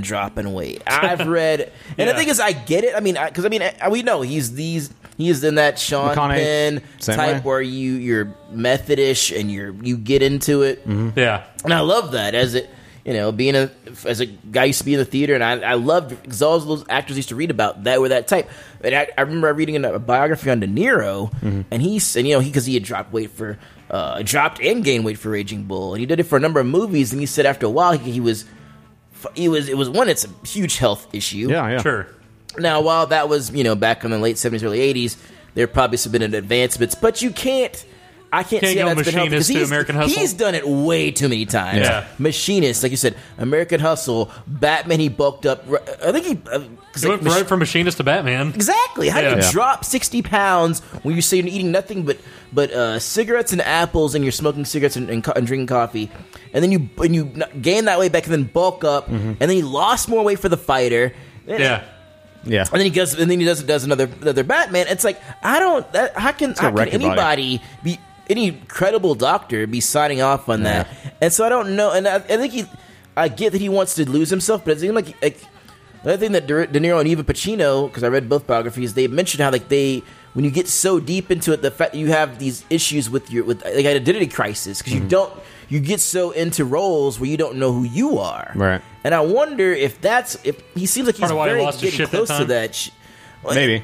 [SPEAKER 10] dropping weight. I've read, and the
[SPEAKER 1] Yeah.
[SPEAKER 10] thing is, I get it. I mean, because I, mean, I, we know he's these. He's in that Sean
[SPEAKER 1] McConaughey,
[SPEAKER 10] Penn
[SPEAKER 1] same
[SPEAKER 10] type
[SPEAKER 1] way.
[SPEAKER 10] where you you're Methodish and you're you get into it.
[SPEAKER 1] Mm-hmm.
[SPEAKER 3] Yeah.
[SPEAKER 10] And I love that as it, you know, being a as a guy used to be in the theater, and I, I loved because all those actors used to read about that were that type. And I, I remember reading a biography on De Niro, and he said, you know, he because he had dropped weight for uh, dropped and gained weight for Raging Bull, and he did it for a number of movies, and he said after a while he, he was he was it was one it's a huge health issue.
[SPEAKER 1] Yeah, yeah.
[SPEAKER 3] Sure.
[SPEAKER 10] Now, while that was you know back in the late seventies, early eighties, there probably some been advancements, but you can't. I can't,
[SPEAKER 3] Can't
[SPEAKER 10] see how
[SPEAKER 3] go
[SPEAKER 10] that's been helpful,
[SPEAKER 3] machinist
[SPEAKER 10] 'cause
[SPEAKER 3] to
[SPEAKER 10] he's-
[SPEAKER 3] American Hustle.
[SPEAKER 10] He's done it way too many times.
[SPEAKER 3] Yeah.
[SPEAKER 10] Machinist, like you said, American Hustle, Batman. He bulked up. I think he. Uh, 'cause
[SPEAKER 3] He
[SPEAKER 10] like
[SPEAKER 3] went
[SPEAKER 10] mach-
[SPEAKER 3] right from machinist to Batman.
[SPEAKER 10] Exactly. How do you
[SPEAKER 3] Yeah.
[SPEAKER 10] drop sixty pounds when you say you're eating nothing but but uh, cigarettes and apples, and you're smoking cigarettes and, and, co- and drinking coffee, and then you and you n- gain that weight back, and then bulk up, and then he lost more weight for the fighter. Then-
[SPEAKER 3] Mm-hmm. Yeah.
[SPEAKER 1] Yeah.
[SPEAKER 10] and then he goes, and then he does does another another Batman. It's like I don't. That, how can
[SPEAKER 1] gonna
[SPEAKER 10] how can
[SPEAKER 1] wreck your
[SPEAKER 10] anybody
[SPEAKER 1] body.
[SPEAKER 10] be any credible doctor be signing off on that? And so I don't know. And I, I think he, I get that he wants to lose himself, but it seems like, like another thing that De, De Niro and even Pacino, because I read both biographies, they mentioned how like they. When you get so deep into it, the fact that you have these issues with your with like an identity crisis because
[SPEAKER 1] Mm-hmm.
[SPEAKER 10] you don't you get so into roles where you don't know who you are,
[SPEAKER 1] Right.
[SPEAKER 10] And I wonder if that's if he seems like he's
[SPEAKER 3] Part of why I
[SPEAKER 10] very
[SPEAKER 3] lost his
[SPEAKER 10] getting
[SPEAKER 3] shit that
[SPEAKER 10] close to
[SPEAKER 3] time.
[SPEAKER 10] that. Sh-
[SPEAKER 1] Maybe.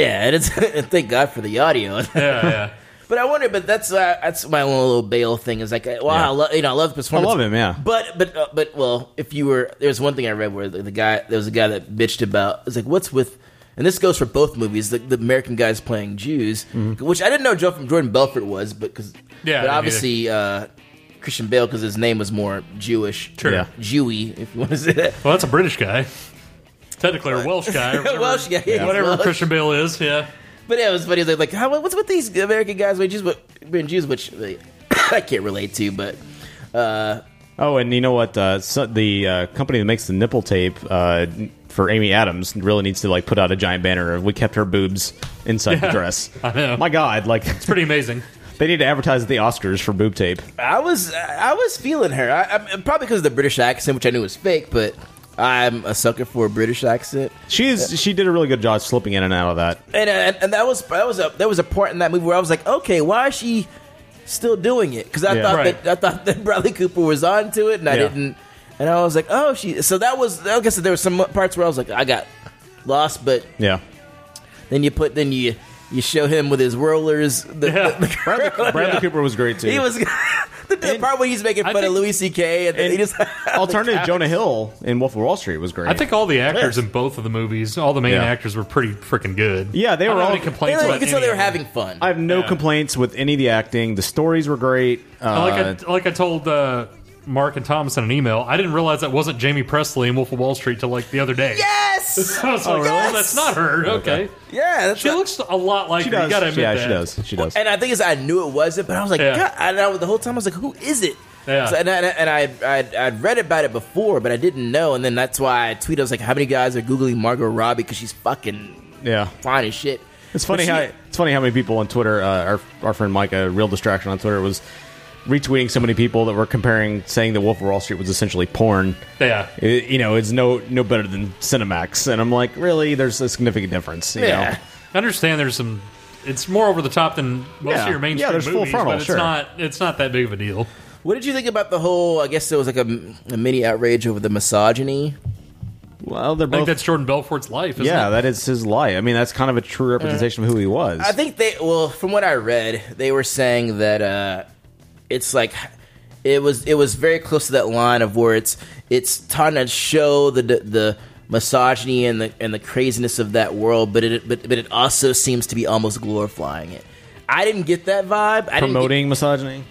[SPEAKER 10] yeah, and it's thank God for the audio.
[SPEAKER 3] yeah.
[SPEAKER 10] But I wonder. But that's uh, that's my only little Bale thing is like, wow, I love you know I love his
[SPEAKER 1] I
[SPEAKER 10] performance.
[SPEAKER 1] love him. Yeah.
[SPEAKER 10] But but uh, but well, if you were there's one thing I read where the, the guy there was a guy that bitched about it's like what's with and this goes for both movies the, the American guys playing Jews,
[SPEAKER 1] Mm-hmm.
[SPEAKER 10] which I didn't know Joe from Jordan Belfort was, but because
[SPEAKER 3] Yeah, I
[SPEAKER 10] but
[SPEAKER 3] didn't
[SPEAKER 10] obviously uh, Christian Bale because his name was more Jewish,
[SPEAKER 3] Sure. Yeah.
[SPEAKER 10] Jewy if you want to say that.
[SPEAKER 3] Well, that's a British guy. Technically, a Welsh guy. Or whatever,
[SPEAKER 10] Welsh guy, yeah,
[SPEAKER 3] Whatever
[SPEAKER 10] Welsh.
[SPEAKER 3] Christian Bale is, yeah.
[SPEAKER 10] But yeah, it was funny. Like, like how, what's with these American guys being Jews? But being Jews, which like, I can't relate to. But Uh,
[SPEAKER 1] Oh, and you know what? Uh, so the uh, company that makes the nipple tape uh, for Amy Adams really needs to like put out a giant banner of "We kept her boobs inside the
[SPEAKER 3] Yeah,
[SPEAKER 1] dress."
[SPEAKER 3] I know.
[SPEAKER 1] My God, like
[SPEAKER 3] It's pretty amazing.
[SPEAKER 1] they need to advertise at the Oscars for boob tape.
[SPEAKER 10] I was I was feeling her. I, I, probably because of the British accent, which I knew was fake, but I'm a sucker for a British accent.
[SPEAKER 1] She is. She did a really good job slipping in and out of that.
[SPEAKER 10] And, uh, and and that was that was a there was a part in that movie where I was like, okay, why is she still doing it? Because I
[SPEAKER 1] Yeah.
[SPEAKER 10] thought
[SPEAKER 1] Right.
[SPEAKER 10] that I thought that Bradley Cooper was onto it, and I
[SPEAKER 1] Yeah.
[SPEAKER 10] didn't. And I was like, oh, she. So that was I guess there were some parts where I was like, I got lost, but
[SPEAKER 1] Yeah.
[SPEAKER 10] then you put then you you show him with his rollers. The,
[SPEAKER 1] Yeah.
[SPEAKER 10] the- the
[SPEAKER 1] Bradley,
[SPEAKER 10] curl-
[SPEAKER 1] Bradley
[SPEAKER 10] Yeah.
[SPEAKER 1] Cooper was great too.
[SPEAKER 10] He was the, the part where he's making fun of Louis C.K. and, then he just
[SPEAKER 1] alternative Jonah Hill in Wolf of Wall Street was great.
[SPEAKER 3] I think all the actors
[SPEAKER 1] Yes.
[SPEAKER 3] in both of the movies, all the main
[SPEAKER 1] Yeah.
[SPEAKER 3] actors, were pretty freaking good.
[SPEAKER 1] Yeah, they
[SPEAKER 3] I don't
[SPEAKER 1] were
[SPEAKER 3] have
[SPEAKER 1] all-
[SPEAKER 3] any complaints.
[SPEAKER 1] They were-
[SPEAKER 3] about
[SPEAKER 1] you could tell
[SPEAKER 3] any
[SPEAKER 1] they
[SPEAKER 3] of
[SPEAKER 1] were
[SPEAKER 3] them.
[SPEAKER 10] having fun.
[SPEAKER 1] I have no
[SPEAKER 3] Yeah.
[SPEAKER 1] complaints with any of the acting. The stories were great. Uh,
[SPEAKER 3] like I like I told uh, Mark and Thomas in an email, I didn't realize that wasn't Jamie Presley in Wolf of Wall Street till like the other day.
[SPEAKER 10] Yes.
[SPEAKER 3] I was like, oh, that's not her. Okay.
[SPEAKER 10] Yeah,
[SPEAKER 3] she looks a lot like
[SPEAKER 1] She
[SPEAKER 3] her.
[SPEAKER 1] does.
[SPEAKER 3] You gotta admit
[SPEAKER 1] yeah,
[SPEAKER 3] that.
[SPEAKER 1] she does. She does.
[SPEAKER 10] And I think it's I knew it wasn't, but I was like,
[SPEAKER 1] Yeah.
[SPEAKER 10] God, and I, the whole time I was like, who is it?
[SPEAKER 1] Yeah.
[SPEAKER 10] So, and I, and I, I'd, I'd read about it before, but I didn't know. And then that's why I tweeted, I was like, how many guys are Googling Margot Robbie because she's fucking
[SPEAKER 1] Yeah.
[SPEAKER 10] fine as shit.
[SPEAKER 1] It's funny
[SPEAKER 10] But
[SPEAKER 1] how
[SPEAKER 10] she-
[SPEAKER 1] it's funny how many people on Twitter, uh, our our friend Micah, real distraction on Twitter, was retweeting so many people that were comparing, saying that Wolf of Wall Street was essentially porn.
[SPEAKER 3] Yeah.
[SPEAKER 1] It- you know, it's no no better than Cinemax, and I'm like, really? There's a significant difference. You know?
[SPEAKER 3] I understand there's some. It's more over the top than most
[SPEAKER 1] Yeah.
[SPEAKER 3] of your mainstream
[SPEAKER 1] Yeah, there's full
[SPEAKER 3] movies,
[SPEAKER 1] frontal,
[SPEAKER 3] but it's
[SPEAKER 1] sure.
[SPEAKER 3] not. It's not that big of a deal.
[SPEAKER 10] What did you think about the whole? I guess there was like a, a mini outrage over the misogyny.
[SPEAKER 1] Well, they're
[SPEAKER 3] I think that's Jordan Belfort's life. Isn't
[SPEAKER 1] yeah,
[SPEAKER 3] it?
[SPEAKER 1] that is his lie. I mean, that's kind of a true representation of who he was.
[SPEAKER 10] I think they well, from what I read, they were saying that uh, it's like it was it was very close to that line of where it's it's trying to show the the misogyny and the and the craziness of that world, but it but but it also seems to be almost glorifying it. I didn't get that vibe. I
[SPEAKER 1] Promoting misogyny.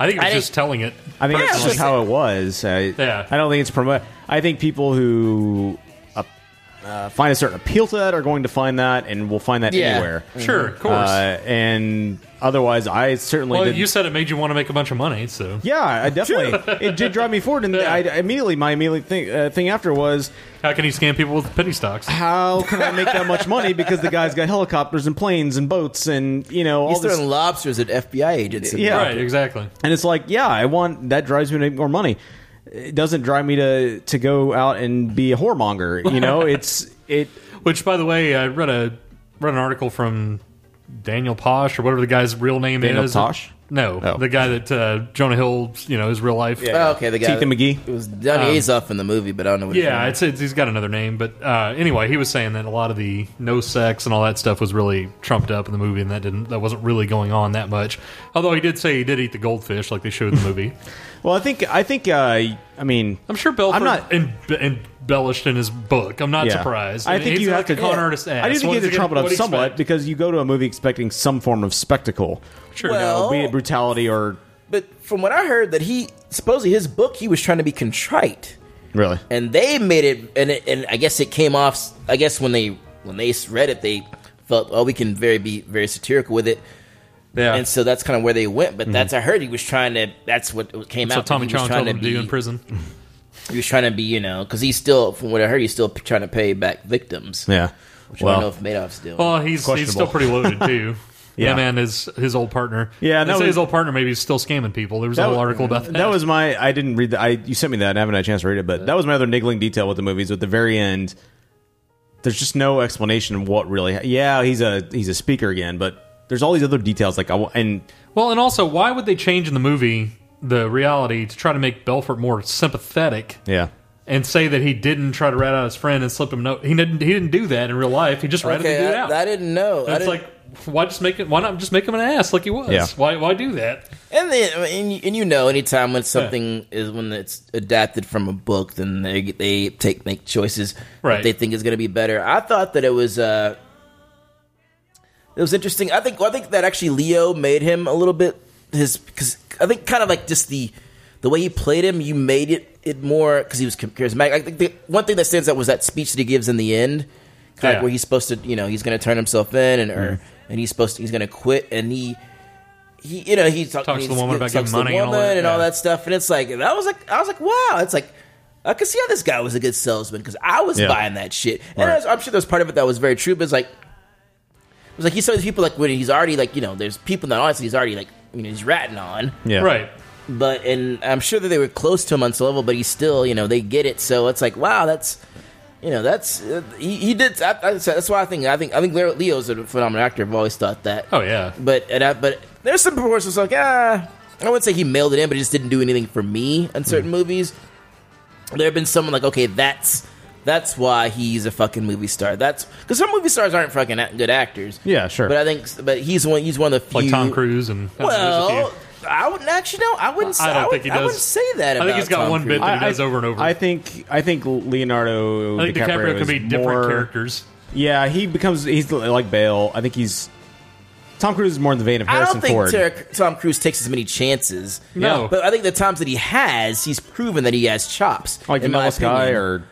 [SPEAKER 3] I think it
[SPEAKER 10] I
[SPEAKER 3] was
[SPEAKER 10] didn't-
[SPEAKER 3] just telling it.
[SPEAKER 1] I think that's
[SPEAKER 3] personally.
[SPEAKER 1] just how it was. I,
[SPEAKER 3] Yeah.
[SPEAKER 1] I don't think it's promote. I think people who uh, uh, find a certain appeal to that are going to find that, and will find that
[SPEAKER 3] Yeah.
[SPEAKER 1] anywhere.
[SPEAKER 3] Sure, of course.
[SPEAKER 1] Uh, and otherwise, I certainly
[SPEAKER 3] Well,
[SPEAKER 1] did.
[SPEAKER 3] you said it made you want to make a bunch of money, so
[SPEAKER 1] yeah, I definitely. it did drive me forward, and I immediately my immediate thing, uh, thing after was
[SPEAKER 3] how can you scam people with penny stocks?
[SPEAKER 1] How can I make that much money? Because the guy's got helicopters and planes and boats, and you know all
[SPEAKER 10] He's
[SPEAKER 1] this
[SPEAKER 10] throwing lobsters at FBI agents. in
[SPEAKER 1] Yeah.
[SPEAKER 10] there.
[SPEAKER 1] Right,
[SPEAKER 3] exactly.
[SPEAKER 1] And it's like, yeah, I want that drives me to make more money. It doesn't drive me to to go out and be a whoremonger. You know, it's it.
[SPEAKER 3] Which, by the way, I read a read an article from Daniel Posh or whatever the guy's real name
[SPEAKER 1] Daniel
[SPEAKER 3] is.
[SPEAKER 1] Tosh?
[SPEAKER 3] No,
[SPEAKER 1] Oh.
[SPEAKER 3] the guy that uh, Jonah Hill, you know, his real life.
[SPEAKER 10] Oh, okay, the guy. that- It was Donny
[SPEAKER 3] Um,
[SPEAKER 10] Azoff in the movie, but I don't know. What his name
[SPEAKER 3] Yeah,
[SPEAKER 10] is.
[SPEAKER 3] it's, it's he's got another name, but uh, anyway, he was saying that a lot of the no sex and all that stuff was really trumped up in the movie, and that didn't that wasn't really going on that much. Although he did say he did eat the goldfish, like they showed in the movie.
[SPEAKER 1] Well, I think I think uh, I mean
[SPEAKER 3] I'm sure Belfort
[SPEAKER 1] I'm not-
[SPEAKER 3] em- embellished in his book. I'm not
[SPEAKER 1] Yeah.
[SPEAKER 3] surprised.
[SPEAKER 1] I
[SPEAKER 3] mean,
[SPEAKER 1] think
[SPEAKER 3] he's
[SPEAKER 1] you have
[SPEAKER 3] like
[SPEAKER 1] to
[SPEAKER 3] a con artist. Ass.
[SPEAKER 1] I do think
[SPEAKER 3] What
[SPEAKER 1] you
[SPEAKER 3] is
[SPEAKER 1] have to
[SPEAKER 3] he gonna-
[SPEAKER 1] trump it up
[SPEAKER 3] what do you
[SPEAKER 1] somewhat
[SPEAKER 3] expect?
[SPEAKER 1] because you go to a movie expecting some form of spectacle. Sure,
[SPEAKER 10] Well-
[SPEAKER 1] be it brutality or
[SPEAKER 10] But from what I heard, that he supposedly his book he was trying to be contrite,
[SPEAKER 1] really.
[SPEAKER 10] and they made it, and it, and I guess it came off. I guess when they when they read it, they felt, oh, we can very be very satirical with it.
[SPEAKER 3] Yeah.
[SPEAKER 10] And so that's kind of where they went. But that's
[SPEAKER 3] Mhm.
[SPEAKER 10] I heard he was trying to. That's what it came
[SPEAKER 3] That's
[SPEAKER 10] out.
[SPEAKER 3] what Tommy
[SPEAKER 10] he was
[SPEAKER 3] Chong
[SPEAKER 10] trying
[SPEAKER 3] told him to do in prison.
[SPEAKER 10] He was trying to be, you know, because he's still, from what I heard, he's still p- trying to pay back victims.
[SPEAKER 1] Yeah.
[SPEAKER 10] Which I
[SPEAKER 1] Well-
[SPEAKER 10] don't know if Madoff's doing.
[SPEAKER 3] Well, he's he's still pretty loaded too.
[SPEAKER 1] Yeah.
[SPEAKER 3] yeah. man, is his old partner.
[SPEAKER 1] Yeah,
[SPEAKER 3] and say
[SPEAKER 1] that was-
[SPEAKER 3] his old partner maybe is still scamming people. There was a whole
[SPEAKER 1] wa-
[SPEAKER 3] article about that.
[SPEAKER 1] was my. I didn't read that. I you sent me that. and I haven't had a chance to read it, but that was my other niggling detail with the movies. At the very end, there's just no explanation of what really. Yeah, he's a he's a speaker again, but there's all these other details like I wa- and
[SPEAKER 3] Well, and also, why would they change in the movie the reality to try to make Belfort more sympathetic?
[SPEAKER 1] yeah.
[SPEAKER 3] And say that he didn't try to rat out his friend and slip him a note. He didn't. He didn't do that in real life. He just ratted
[SPEAKER 10] Okay,
[SPEAKER 3] the dude
[SPEAKER 10] I-
[SPEAKER 3] out.
[SPEAKER 10] I didn't know. I
[SPEAKER 3] It's
[SPEAKER 10] didn't-
[SPEAKER 3] like why just make it? Why not just make him an ass like he was?
[SPEAKER 10] Yeah.
[SPEAKER 3] Why? Why do that?
[SPEAKER 10] And then, and you, and you know, anytime when something is when it's adapted from a book, then they they take make choices
[SPEAKER 3] Right.
[SPEAKER 10] that they think is going to be better. I thought that it was uh, it was interesting. I think I think that actually Leo made him a little bit his because I think kind of like just the the way he played him, you made it it more because he was charismatic. I think the one thing that stands out was that speech that he gives in the end, kind of
[SPEAKER 3] Yeah. Mm-hmm.
[SPEAKER 10] where he's supposed to, you know, he's going to turn himself in and or, and he's supposed to, he's going to quit, and he he, you know, he talk,
[SPEAKER 3] Talks to
[SPEAKER 10] he's-
[SPEAKER 3] the woman about
[SPEAKER 10] talks
[SPEAKER 3] giving
[SPEAKER 10] to the
[SPEAKER 3] money and all
[SPEAKER 10] woman
[SPEAKER 3] that, yeah.
[SPEAKER 10] stuff, and it's like and I was like, I was like, wow, it's like. I could see how this guy was a good salesman because I was
[SPEAKER 3] Yeah.
[SPEAKER 10] buying that shit, and
[SPEAKER 3] Right.
[SPEAKER 10] I was, I'm sure there's part of it that was very true. But it's like, it was like he saw these people like when he's already like you know there's people in the audience he's already like you know he's ratting on,
[SPEAKER 3] Yeah. Right.
[SPEAKER 10] But and I'm sure that they were close to him on some level, but he's still you know they get it, so it's like wow that's you know that's uh, he, he did I, I, that's why I think I think I think Leo- Leo's a phenomenal actor. I've always thought that.
[SPEAKER 3] Oh yeah.
[SPEAKER 10] But and I, but there's some proportions like ah, I wouldn't say he mailed it in, but he just didn't do anything for me
[SPEAKER 3] Hmm.
[SPEAKER 10] in certain movies. There have been someone like okay, that's that's why he's a fucking movie star. That's because some movie stars aren't fucking a- good actors.
[SPEAKER 3] Yeah, sure.
[SPEAKER 10] But I think but he's one he's one of the few
[SPEAKER 3] Like Tom Cruise and
[SPEAKER 10] Well. I wouldn't actually know. I wouldn't. Say,
[SPEAKER 3] I
[SPEAKER 10] I
[SPEAKER 3] don't
[SPEAKER 10] would,
[SPEAKER 3] think he
[SPEAKER 10] I
[SPEAKER 3] does.
[SPEAKER 10] wouldn't say that.
[SPEAKER 3] I think
[SPEAKER 10] about
[SPEAKER 3] he's got
[SPEAKER 10] Tom
[SPEAKER 3] one bit
[SPEAKER 10] Cruise.
[SPEAKER 3] that he does over and over.
[SPEAKER 1] I think I think Leonardo
[SPEAKER 3] I think DiCaprio
[SPEAKER 1] DiCaprio,
[SPEAKER 3] could be
[SPEAKER 1] is
[SPEAKER 3] different
[SPEAKER 1] more-
[SPEAKER 3] characters.
[SPEAKER 1] Yeah, he becomes he's like Bale. I think he's Tom Cruise is more in the vein of
[SPEAKER 10] I
[SPEAKER 1] Harrison
[SPEAKER 10] don't think
[SPEAKER 1] Ford.
[SPEAKER 10] Ter- Tom Cruise takes as many chances.
[SPEAKER 1] No.
[SPEAKER 10] but I think the times that he has, hehe's proven that he has chops.
[SPEAKER 1] like
[SPEAKER 10] in my
[SPEAKER 1] Vanilla Sky
[SPEAKER 10] opinion.
[SPEAKER 1] or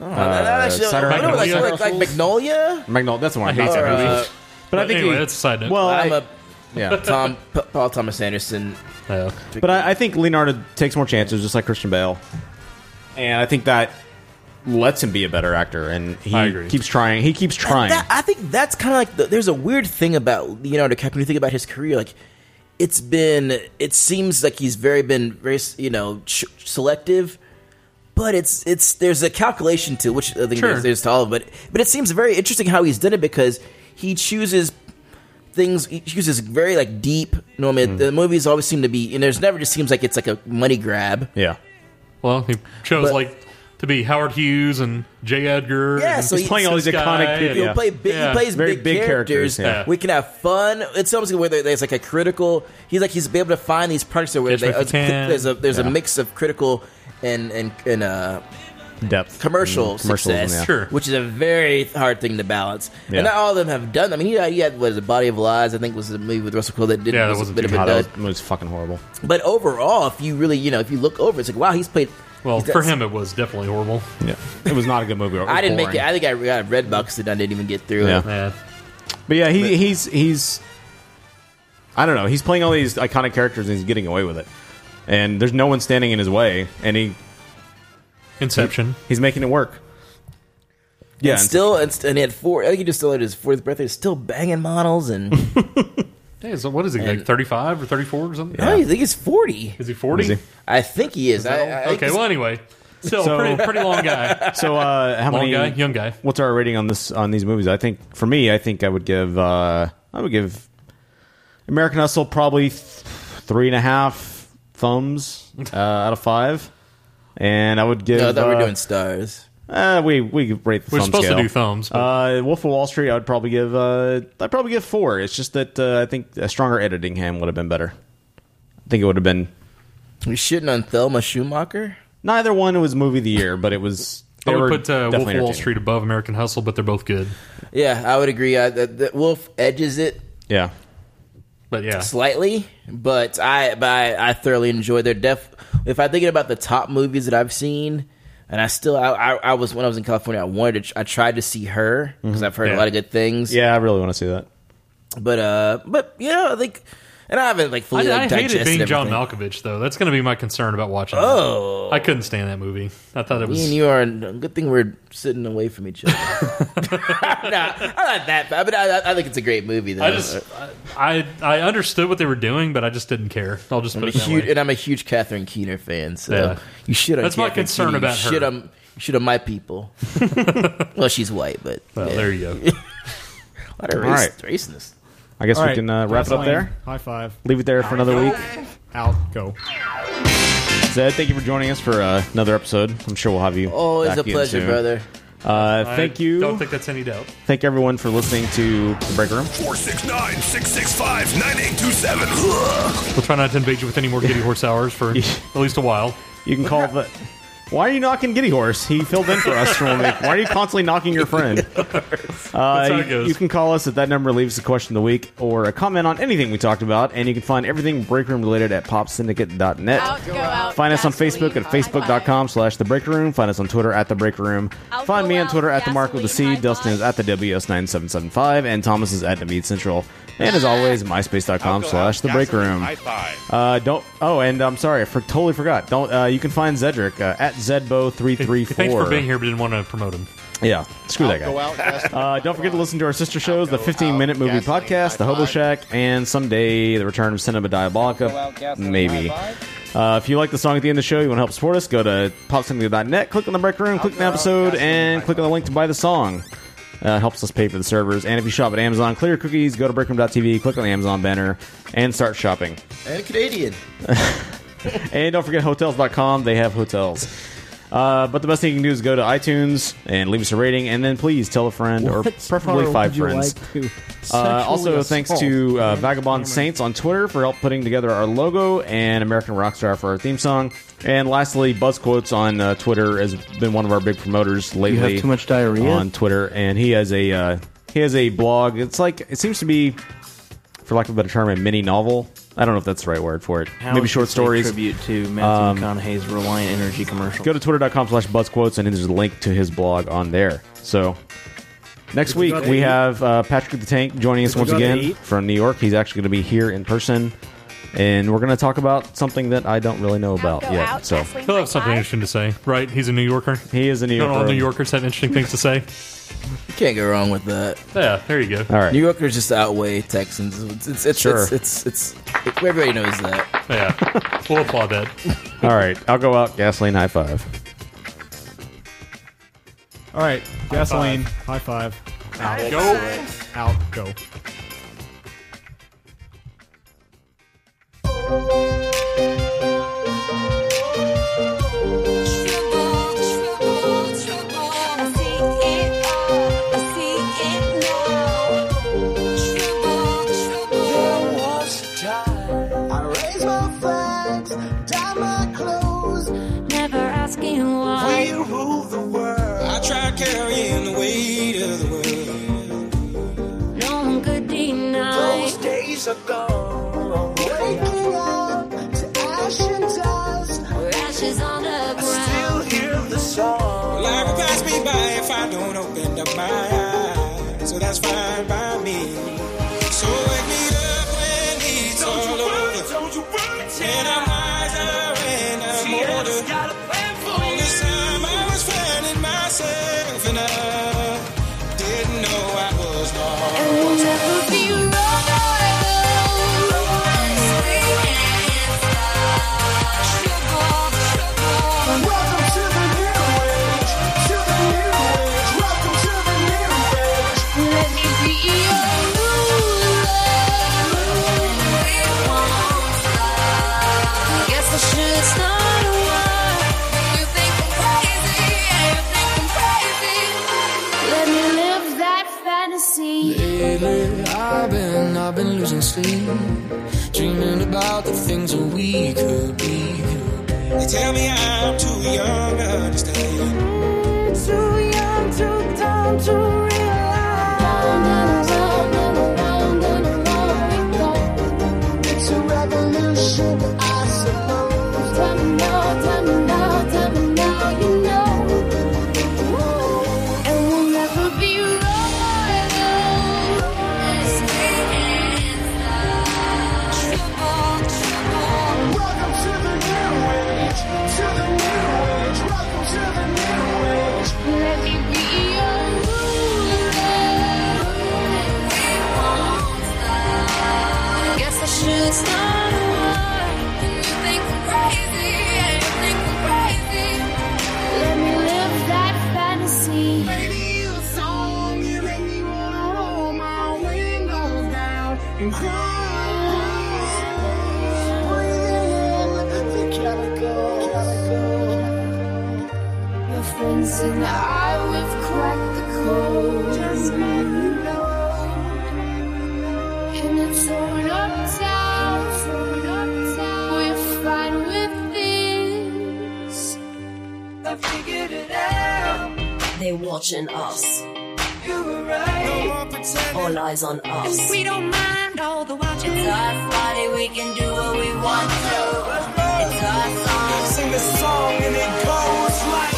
[SPEAKER 10] Oh,
[SPEAKER 1] uh,
[SPEAKER 10] that- that actually-
[SPEAKER 1] Saturday
[SPEAKER 10] I don't know, like,
[SPEAKER 1] Night
[SPEAKER 10] like, like Magnolia.
[SPEAKER 1] Magnolia. That's the one.
[SPEAKER 10] I hate that
[SPEAKER 1] Or,
[SPEAKER 10] movie.
[SPEAKER 1] uh, but I think he- Well,
[SPEAKER 10] I'm
[SPEAKER 1] I-
[SPEAKER 10] a
[SPEAKER 1] yeah.
[SPEAKER 10] Tom P- Paul Thomas Anderson.
[SPEAKER 1] But I, I think Leonardo takes more chances, just like Christian Bale, and I think that lets him be a better actor. And he
[SPEAKER 10] I agree.
[SPEAKER 1] keeps trying. He keeps trying.
[SPEAKER 10] That- I think that's kind of like the, there's a weird thing about Leonardo DiCaprio. When you think about his career, like it's been, it seems like he's very been very you know ch- selective, but it's it's there's a calculation to which I think
[SPEAKER 3] Sure.
[SPEAKER 10] there's, there's to all of it. But it seems very interesting how he's done it because he chooses things he uses very like deep normally the movies always seem to be and there's never just seems like it's like a money grab
[SPEAKER 1] yeah
[SPEAKER 3] Well, he chose
[SPEAKER 10] But-
[SPEAKER 3] like to be Howard Hughes and J. Edgar.
[SPEAKER 10] Yeah,
[SPEAKER 3] and
[SPEAKER 10] so he- this guy, He'll play big,
[SPEAKER 3] Yeah.
[SPEAKER 10] He plays big, characters. We can have fun. It's almost where there- there's like a critical. He's like he's been able to find these projects where
[SPEAKER 3] Catch
[SPEAKER 10] they, uh,
[SPEAKER 3] Me If You Can.
[SPEAKER 10] there's a there's
[SPEAKER 3] Yeah.
[SPEAKER 10] a mix of critical and and and uh,
[SPEAKER 1] depth
[SPEAKER 10] commercial
[SPEAKER 1] Mm, commercials,
[SPEAKER 10] success,
[SPEAKER 1] yeah. Sure.
[SPEAKER 10] which is a very hard thing to balance.
[SPEAKER 1] Yeah.
[SPEAKER 10] And not all of them have done. I mean, he, he had what is it, Body of Lies? I think was a movie with Russell Crowe that did
[SPEAKER 1] Yeah, that
[SPEAKER 10] was a
[SPEAKER 1] wasn't
[SPEAKER 10] bit
[SPEAKER 1] too
[SPEAKER 10] of a
[SPEAKER 1] bad. Ah, That
[SPEAKER 10] dud.
[SPEAKER 1] was- was fucking horrible.
[SPEAKER 10] But overall, if you really you know if you look over, it's like wow, he's played.
[SPEAKER 3] Well,
[SPEAKER 10] he's got
[SPEAKER 3] for him, it was definitely horrible.
[SPEAKER 1] Yeah, it was not a good movie.
[SPEAKER 10] I didn't make it. I think I got red box that I didn't even get through.
[SPEAKER 1] Yeah.
[SPEAKER 10] it.
[SPEAKER 1] But yeah, he, he's he's I don't know. He's playing all these iconic characters and he's getting away with it. And there's no one standing in his way, and he
[SPEAKER 3] Inception.
[SPEAKER 1] he- he's making it work. Yeah,
[SPEAKER 10] and still, and, st- and he had four. I think he just still had his fourth birthday. Still banging models, and
[SPEAKER 3] Yeah, so what is he like? Thirty-five or thirty-four or something?
[SPEAKER 10] I think he's forty.
[SPEAKER 3] Is he forty?
[SPEAKER 1] Is he?
[SPEAKER 10] I think he is. I, I think
[SPEAKER 3] okay.
[SPEAKER 10] he's-
[SPEAKER 3] Well, anyway, still
[SPEAKER 10] So-
[SPEAKER 3] pretty, pretty long guy.
[SPEAKER 1] So uh, how
[SPEAKER 3] long
[SPEAKER 1] many
[SPEAKER 3] guy, young guy?
[SPEAKER 1] What's our rating on this on these movies? I think for me, I think I would give uh, I would give American Hustle probably th- three and a half thumbs uh, out of five, and I would give.
[SPEAKER 10] No, I thought we were
[SPEAKER 1] uh,
[SPEAKER 10] doing stars.
[SPEAKER 1] Uh, we we could rate the
[SPEAKER 3] We're
[SPEAKER 1] thumb
[SPEAKER 3] supposed to
[SPEAKER 1] scale.
[SPEAKER 3] do thumbs, but-
[SPEAKER 1] Uh, Wolf of Wall Street, I would probably give uh, I'd probably give four. It's just that uh, I think a stronger editing hand would have been better. I think it would have been.
[SPEAKER 10] We shitting on Thelma Schumacher.
[SPEAKER 1] Neither one was movie of the year, but it was.
[SPEAKER 3] I
[SPEAKER 1] they were
[SPEAKER 3] would put uh, Wolf
[SPEAKER 1] definitely
[SPEAKER 3] of Wall
[SPEAKER 1] entertaining.
[SPEAKER 3] Street above American Hustle, but they're both good.
[SPEAKER 10] Yeah, I would agree. I, that, that Wolf edges it
[SPEAKER 1] Yeah,
[SPEAKER 3] but yeah,
[SPEAKER 10] slightly, but I but I, I thoroughly enjoy their def. If I'm thinking about the top movies that I've seen, and I still I, I, I was when I was in California, I wanted to, tr- I tried to see her because
[SPEAKER 3] Mm-hmm.
[SPEAKER 1] Mhm.
[SPEAKER 10] I've heard
[SPEAKER 1] Yeah.
[SPEAKER 10] a lot of good things.
[SPEAKER 1] Yeah, I really want to see that.
[SPEAKER 10] But uh, but you know, I think, and I haven't like fully
[SPEAKER 3] I, I
[SPEAKER 10] like,
[SPEAKER 3] hated
[SPEAKER 10] digested
[SPEAKER 3] being John
[SPEAKER 10] everything.
[SPEAKER 3] Malkovich though. That's going to be my concern about watching.
[SPEAKER 10] Oh.
[SPEAKER 3] that. I couldn't stand that movie. I thought it
[SPEAKER 10] Me
[SPEAKER 3] was.
[SPEAKER 10] and you are. Good thing we're sitting away from each other. nah, I'm not that bad, but I, I- I think it's a great movie. Though.
[SPEAKER 3] I just I I understood what they were doing, but I just didn't care. I'll just
[SPEAKER 10] I'm
[SPEAKER 3] put
[SPEAKER 10] a
[SPEAKER 3] it that
[SPEAKER 10] huge,
[SPEAKER 3] way.
[SPEAKER 10] and I'm a huge Catherine Keener fan. So
[SPEAKER 3] Yeah.
[SPEAKER 10] you should.
[SPEAKER 3] That's my concern about
[SPEAKER 10] you Shit
[SPEAKER 3] her.
[SPEAKER 10] on, you shit on my people. well, she's white, but
[SPEAKER 3] Well,
[SPEAKER 10] yeah.
[SPEAKER 3] there you go.
[SPEAKER 10] what a
[SPEAKER 1] All
[SPEAKER 10] race,
[SPEAKER 1] right.
[SPEAKER 10] raceness.
[SPEAKER 1] I guess
[SPEAKER 9] All
[SPEAKER 1] we
[SPEAKER 9] right,
[SPEAKER 1] can uh, wrap it up
[SPEAKER 9] gasoline.
[SPEAKER 1] there.
[SPEAKER 9] High five.
[SPEAKER 1] Leave it there for another week.
[SPEAKER 9] Out. Go.
[SPEAKER 1] Zed, thank you for joining us for uh, another episode. I'm sure we'll have you.
[SPEAKER 10] Always
[SPEAKER 1] back
[SPEAKER 10] a
[SPEAKER 1] again
[SPEAKER 10] pleasure,
[SPEAKER 1] soon.
[SPEAKER 10] brother.
[SPEAKER 1] Uh,
[SPEAKER 3] I
[SPEAKER 1] thank you.
[SPEAKER 3] Don't think that's any doubt.
[SPEAKER 1] Thank everyone for listening to the break room.
[SPEAKER 29] 469 665 9827.
[SPEAKER 3] We'll try not to invade you with any more giddy horse hours for at least a while.
[SPEAKER 1] You can call the Why are you knocking Giddy Horse? He filled in for us for one week. Why are you constantly knocking your friend?
[SPEAKER 3] That's how
[SPEAKER 1] Uh,
[SPEAKER 3] it
[SPEAKER 1] you,
[SPEAKER 3] goes.
[SPEAKER 1] you can call us at that number, leave us a question of the week or a comment on anything we talked about, and you can find everything break room related at popsyndicate.net.
[SPEAKER 30] Out, go out,
[SPEAKER 1] find us on Facebook at facebook.com slash the break room. Find us on Twitter at the break room. Find me on Twitter at the mark with the C. Dustin is at the WS9775, and Thomas is at Naveed Central. And as always, myspace.com slash the break room.
[SPEAKER 31] High five.
[SPEAKER 1] Uh, don't. Oh, and I'm sorry, I for, totally forgot. Don't. Uh, you can find Zedric uh, at Zedbo three three four.
[SPEAKER 3] Thanks for being here, but didn't want to promote him.
[SPEAKER 1] Yeah, screw that
[SPEAKER 3] I'll go out,
[SPEAKER 1] guy. Uh, don't forget to listen to our sister shows, the 15 Minute Movie Podcast, The Hobo Shack, and someday the return of Cinema Diabolica, maybe. Uh, if you like the song at the end of the show, you want to help support us, go to popsingly.net, click on the break room, click on the episode, and click on the link to buy the song. Uh, it helps us pay for the servers. And if you shop at Amazon, clear your cookies, go to breakroom.tv, click on the Amazon banner, and start shopping.
[SPEAKER 10] And Canadian.
[SPEAKER 1] and don't forget hotels.com they have hotels uh, but the best thing you can do is go to itunes and leave us a rating and then please tell a friend or preferably five friends uh, also thanks to uh, vagabond saints on twitter for help putting together our logo and american rockstar for our theme song and lastly buzz quotes on uh, twitter has been one of our big promoters lately
[SPEAKER 6] have too much diarrhea?
[SPEAKER 1] on twitter and he has a uh, he has a blog it's like it seems to be for lack of a better term a mini novel i don't know if that's the right word for it
[SPEAKER 6] How
[SPEAKER 1] maybe
[SPEAKER 6] is
[SPEAKER 1] short
[SPEAKER 6] this a
[SPEAKER 1] stories
[SPEAKER 6] tribute to Matthew
[SPEAKER 1] Um,
[SPEAKER 6] McConaughey's Reliant Energy commercial.
[SPEAKER 1] go to twitter.com slash buzzquotes and there's a link to his blog on there so next
[SPEAKER 6] we
[SPEAKER 1] week
[SPEAKER 6] got
[SPEAKER 1] we
[SPEAKER 6] eight.
[SPEAKER 1] have uh, patrick the tank joining us
[SPEAKER 6] If we
[SPEAKER 1] once
[SPEAKER 6] got
[SPEAKER 1] again
[SPEAKER 6] eight.
[SPEAKER 1] from new york he's actually going to be here in person and we're going to talk about something that i don't really know about yet so
[SPEAKER 3] He'll have something interesting to say, right? He's a New Yorker.
[SPEAKER 1] He is a New
[SPEAKER 3] Don't all
[SPEAKER 1] Yorker.
[SPEAKER 3] New Yorkers have interesting things to say.
[SPEAKER 10] You can't go wrong with that.
[SPEAKER 3] Yeah, there you go.
[SPEAKER 1] All right.
[SPEAKER 10] New Yorkers just outweigh Texans. It's it's it's
[SPEAKER 3] Sure.
[SPEAKER 10] it's, it's, it's, everybody knows that.
[SPEAKER 3] Yeah, we'll applaud that.
[SPEAKER 1] all right i'll go out gasoline high five
[SPEAKER 5] All right,
[SPEAKER 3] High
[SPEAKER 5] gasoline. High five.
[SPEAKER 3] High
[SPEAKER 5] Out.
[SPEAKER 3] Go. five.
[SPEAKER 5] Out. Go.
[SPEAKER 9] There was a time I raised my flags, dyed my clothes, never asking why. We rule the world. I tried carrying the weight of the world.
[SPEAKER 13] No one could deny.
[SPEAKER 9] Those days are gone. Waking up to ash and dust.
[SPEAKER 13] Ashes on the
[SPEAKER 9] I still hear the song.
[SPEAKER 4] Life will pass me by if I don't open up my eyes. So that's fine by me. So wake me up when it's
[SPEAKER 9] Don't you
[SPEAKER 4] all
[SPEAKER 9] worry,
[SPEAKER 4] over.
[SPEAKER 9] don't you worry,
[SPEAKER 4] And I'm wiser and I'm older. All this time I was finding myself and I didn't know I was wrong.
[SPEAKER 13] And we'll never be wrong.
[SPEAKER 9] Welcome to the new age. To the new age. Welcome to the new age.
[SPEAKER 13] Let me be your ruler. It won't stop. Guess I should start a war. You think I'm crazy? Yeah, you think I'm crazy. Let me live that fantasy.
[SPEAKER 4] Lately, I've been, I've been losing sleep, dreaming about the things that we could be. They tell me I'm too young to understand.
[SPEAKER 9] Too young, too dumb to realize. It's a revolution, I suppose. Tell me now, tell me now, tell me now, you know.
[SPEAKER 13] And we'll never be wrong.
[SPEAKER 9] Welcome to the new age, to the new age, welcome to the new age.
[SPEAKER 13] Let me be your ruler. It won't stop. Guess I should start a war. You think I'm crazy? Yeah, you think I'm crazy. Let me live that fantasy.
[SPEAKER 9] Maybe a song, you make me wanna roll my windows down and cry. Breathe in the chemicals.
[SPEAKER 13] My friends and I, we've cracked the code.
[SPEAKER 9] Just let me
[SPEAKER 13] And it's torn up town. We're fine with this. they watching us. All eyes on us.
[SPEAKER 9] And we don't mind all the watching.
[SPEAKER 13] It's our Friday, we can do what we want to. It's our song.
[SPEAKER 4] Sing the song and it goes like.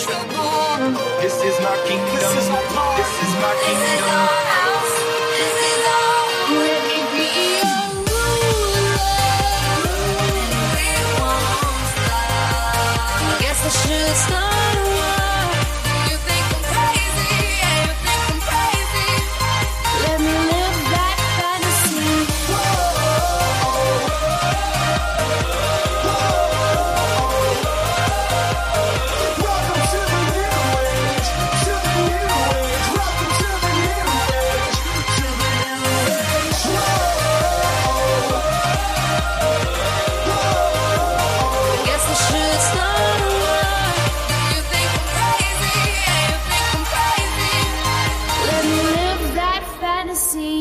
[SPEAKER 4] This is my kingdom. This is my part. This is my kingdom. This is our house. This is our. Let me be your
[SPEAKER 9] Guess I should start a war. You think I'm crazy? Yeah, you think I'm crazy. Let me live that fantasy. Guess I should start a war. You think I'm crazy? Yeah, you think I'm crazy. Let me live that fantasy.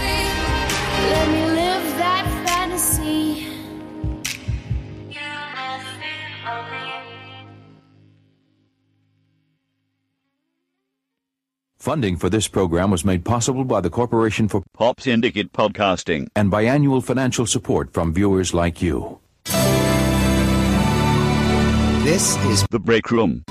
[SPEAKER 9] Let me live that fantasy.
[SPEAKER 8] Funding for this program was made possible by the Corporation for
[SPEAKER 32] Pop Syndicate Podcasting.
[SPEAKER 8] and by annual financial support from viewers like you.
[SPEAKER 32] This is The Break Room.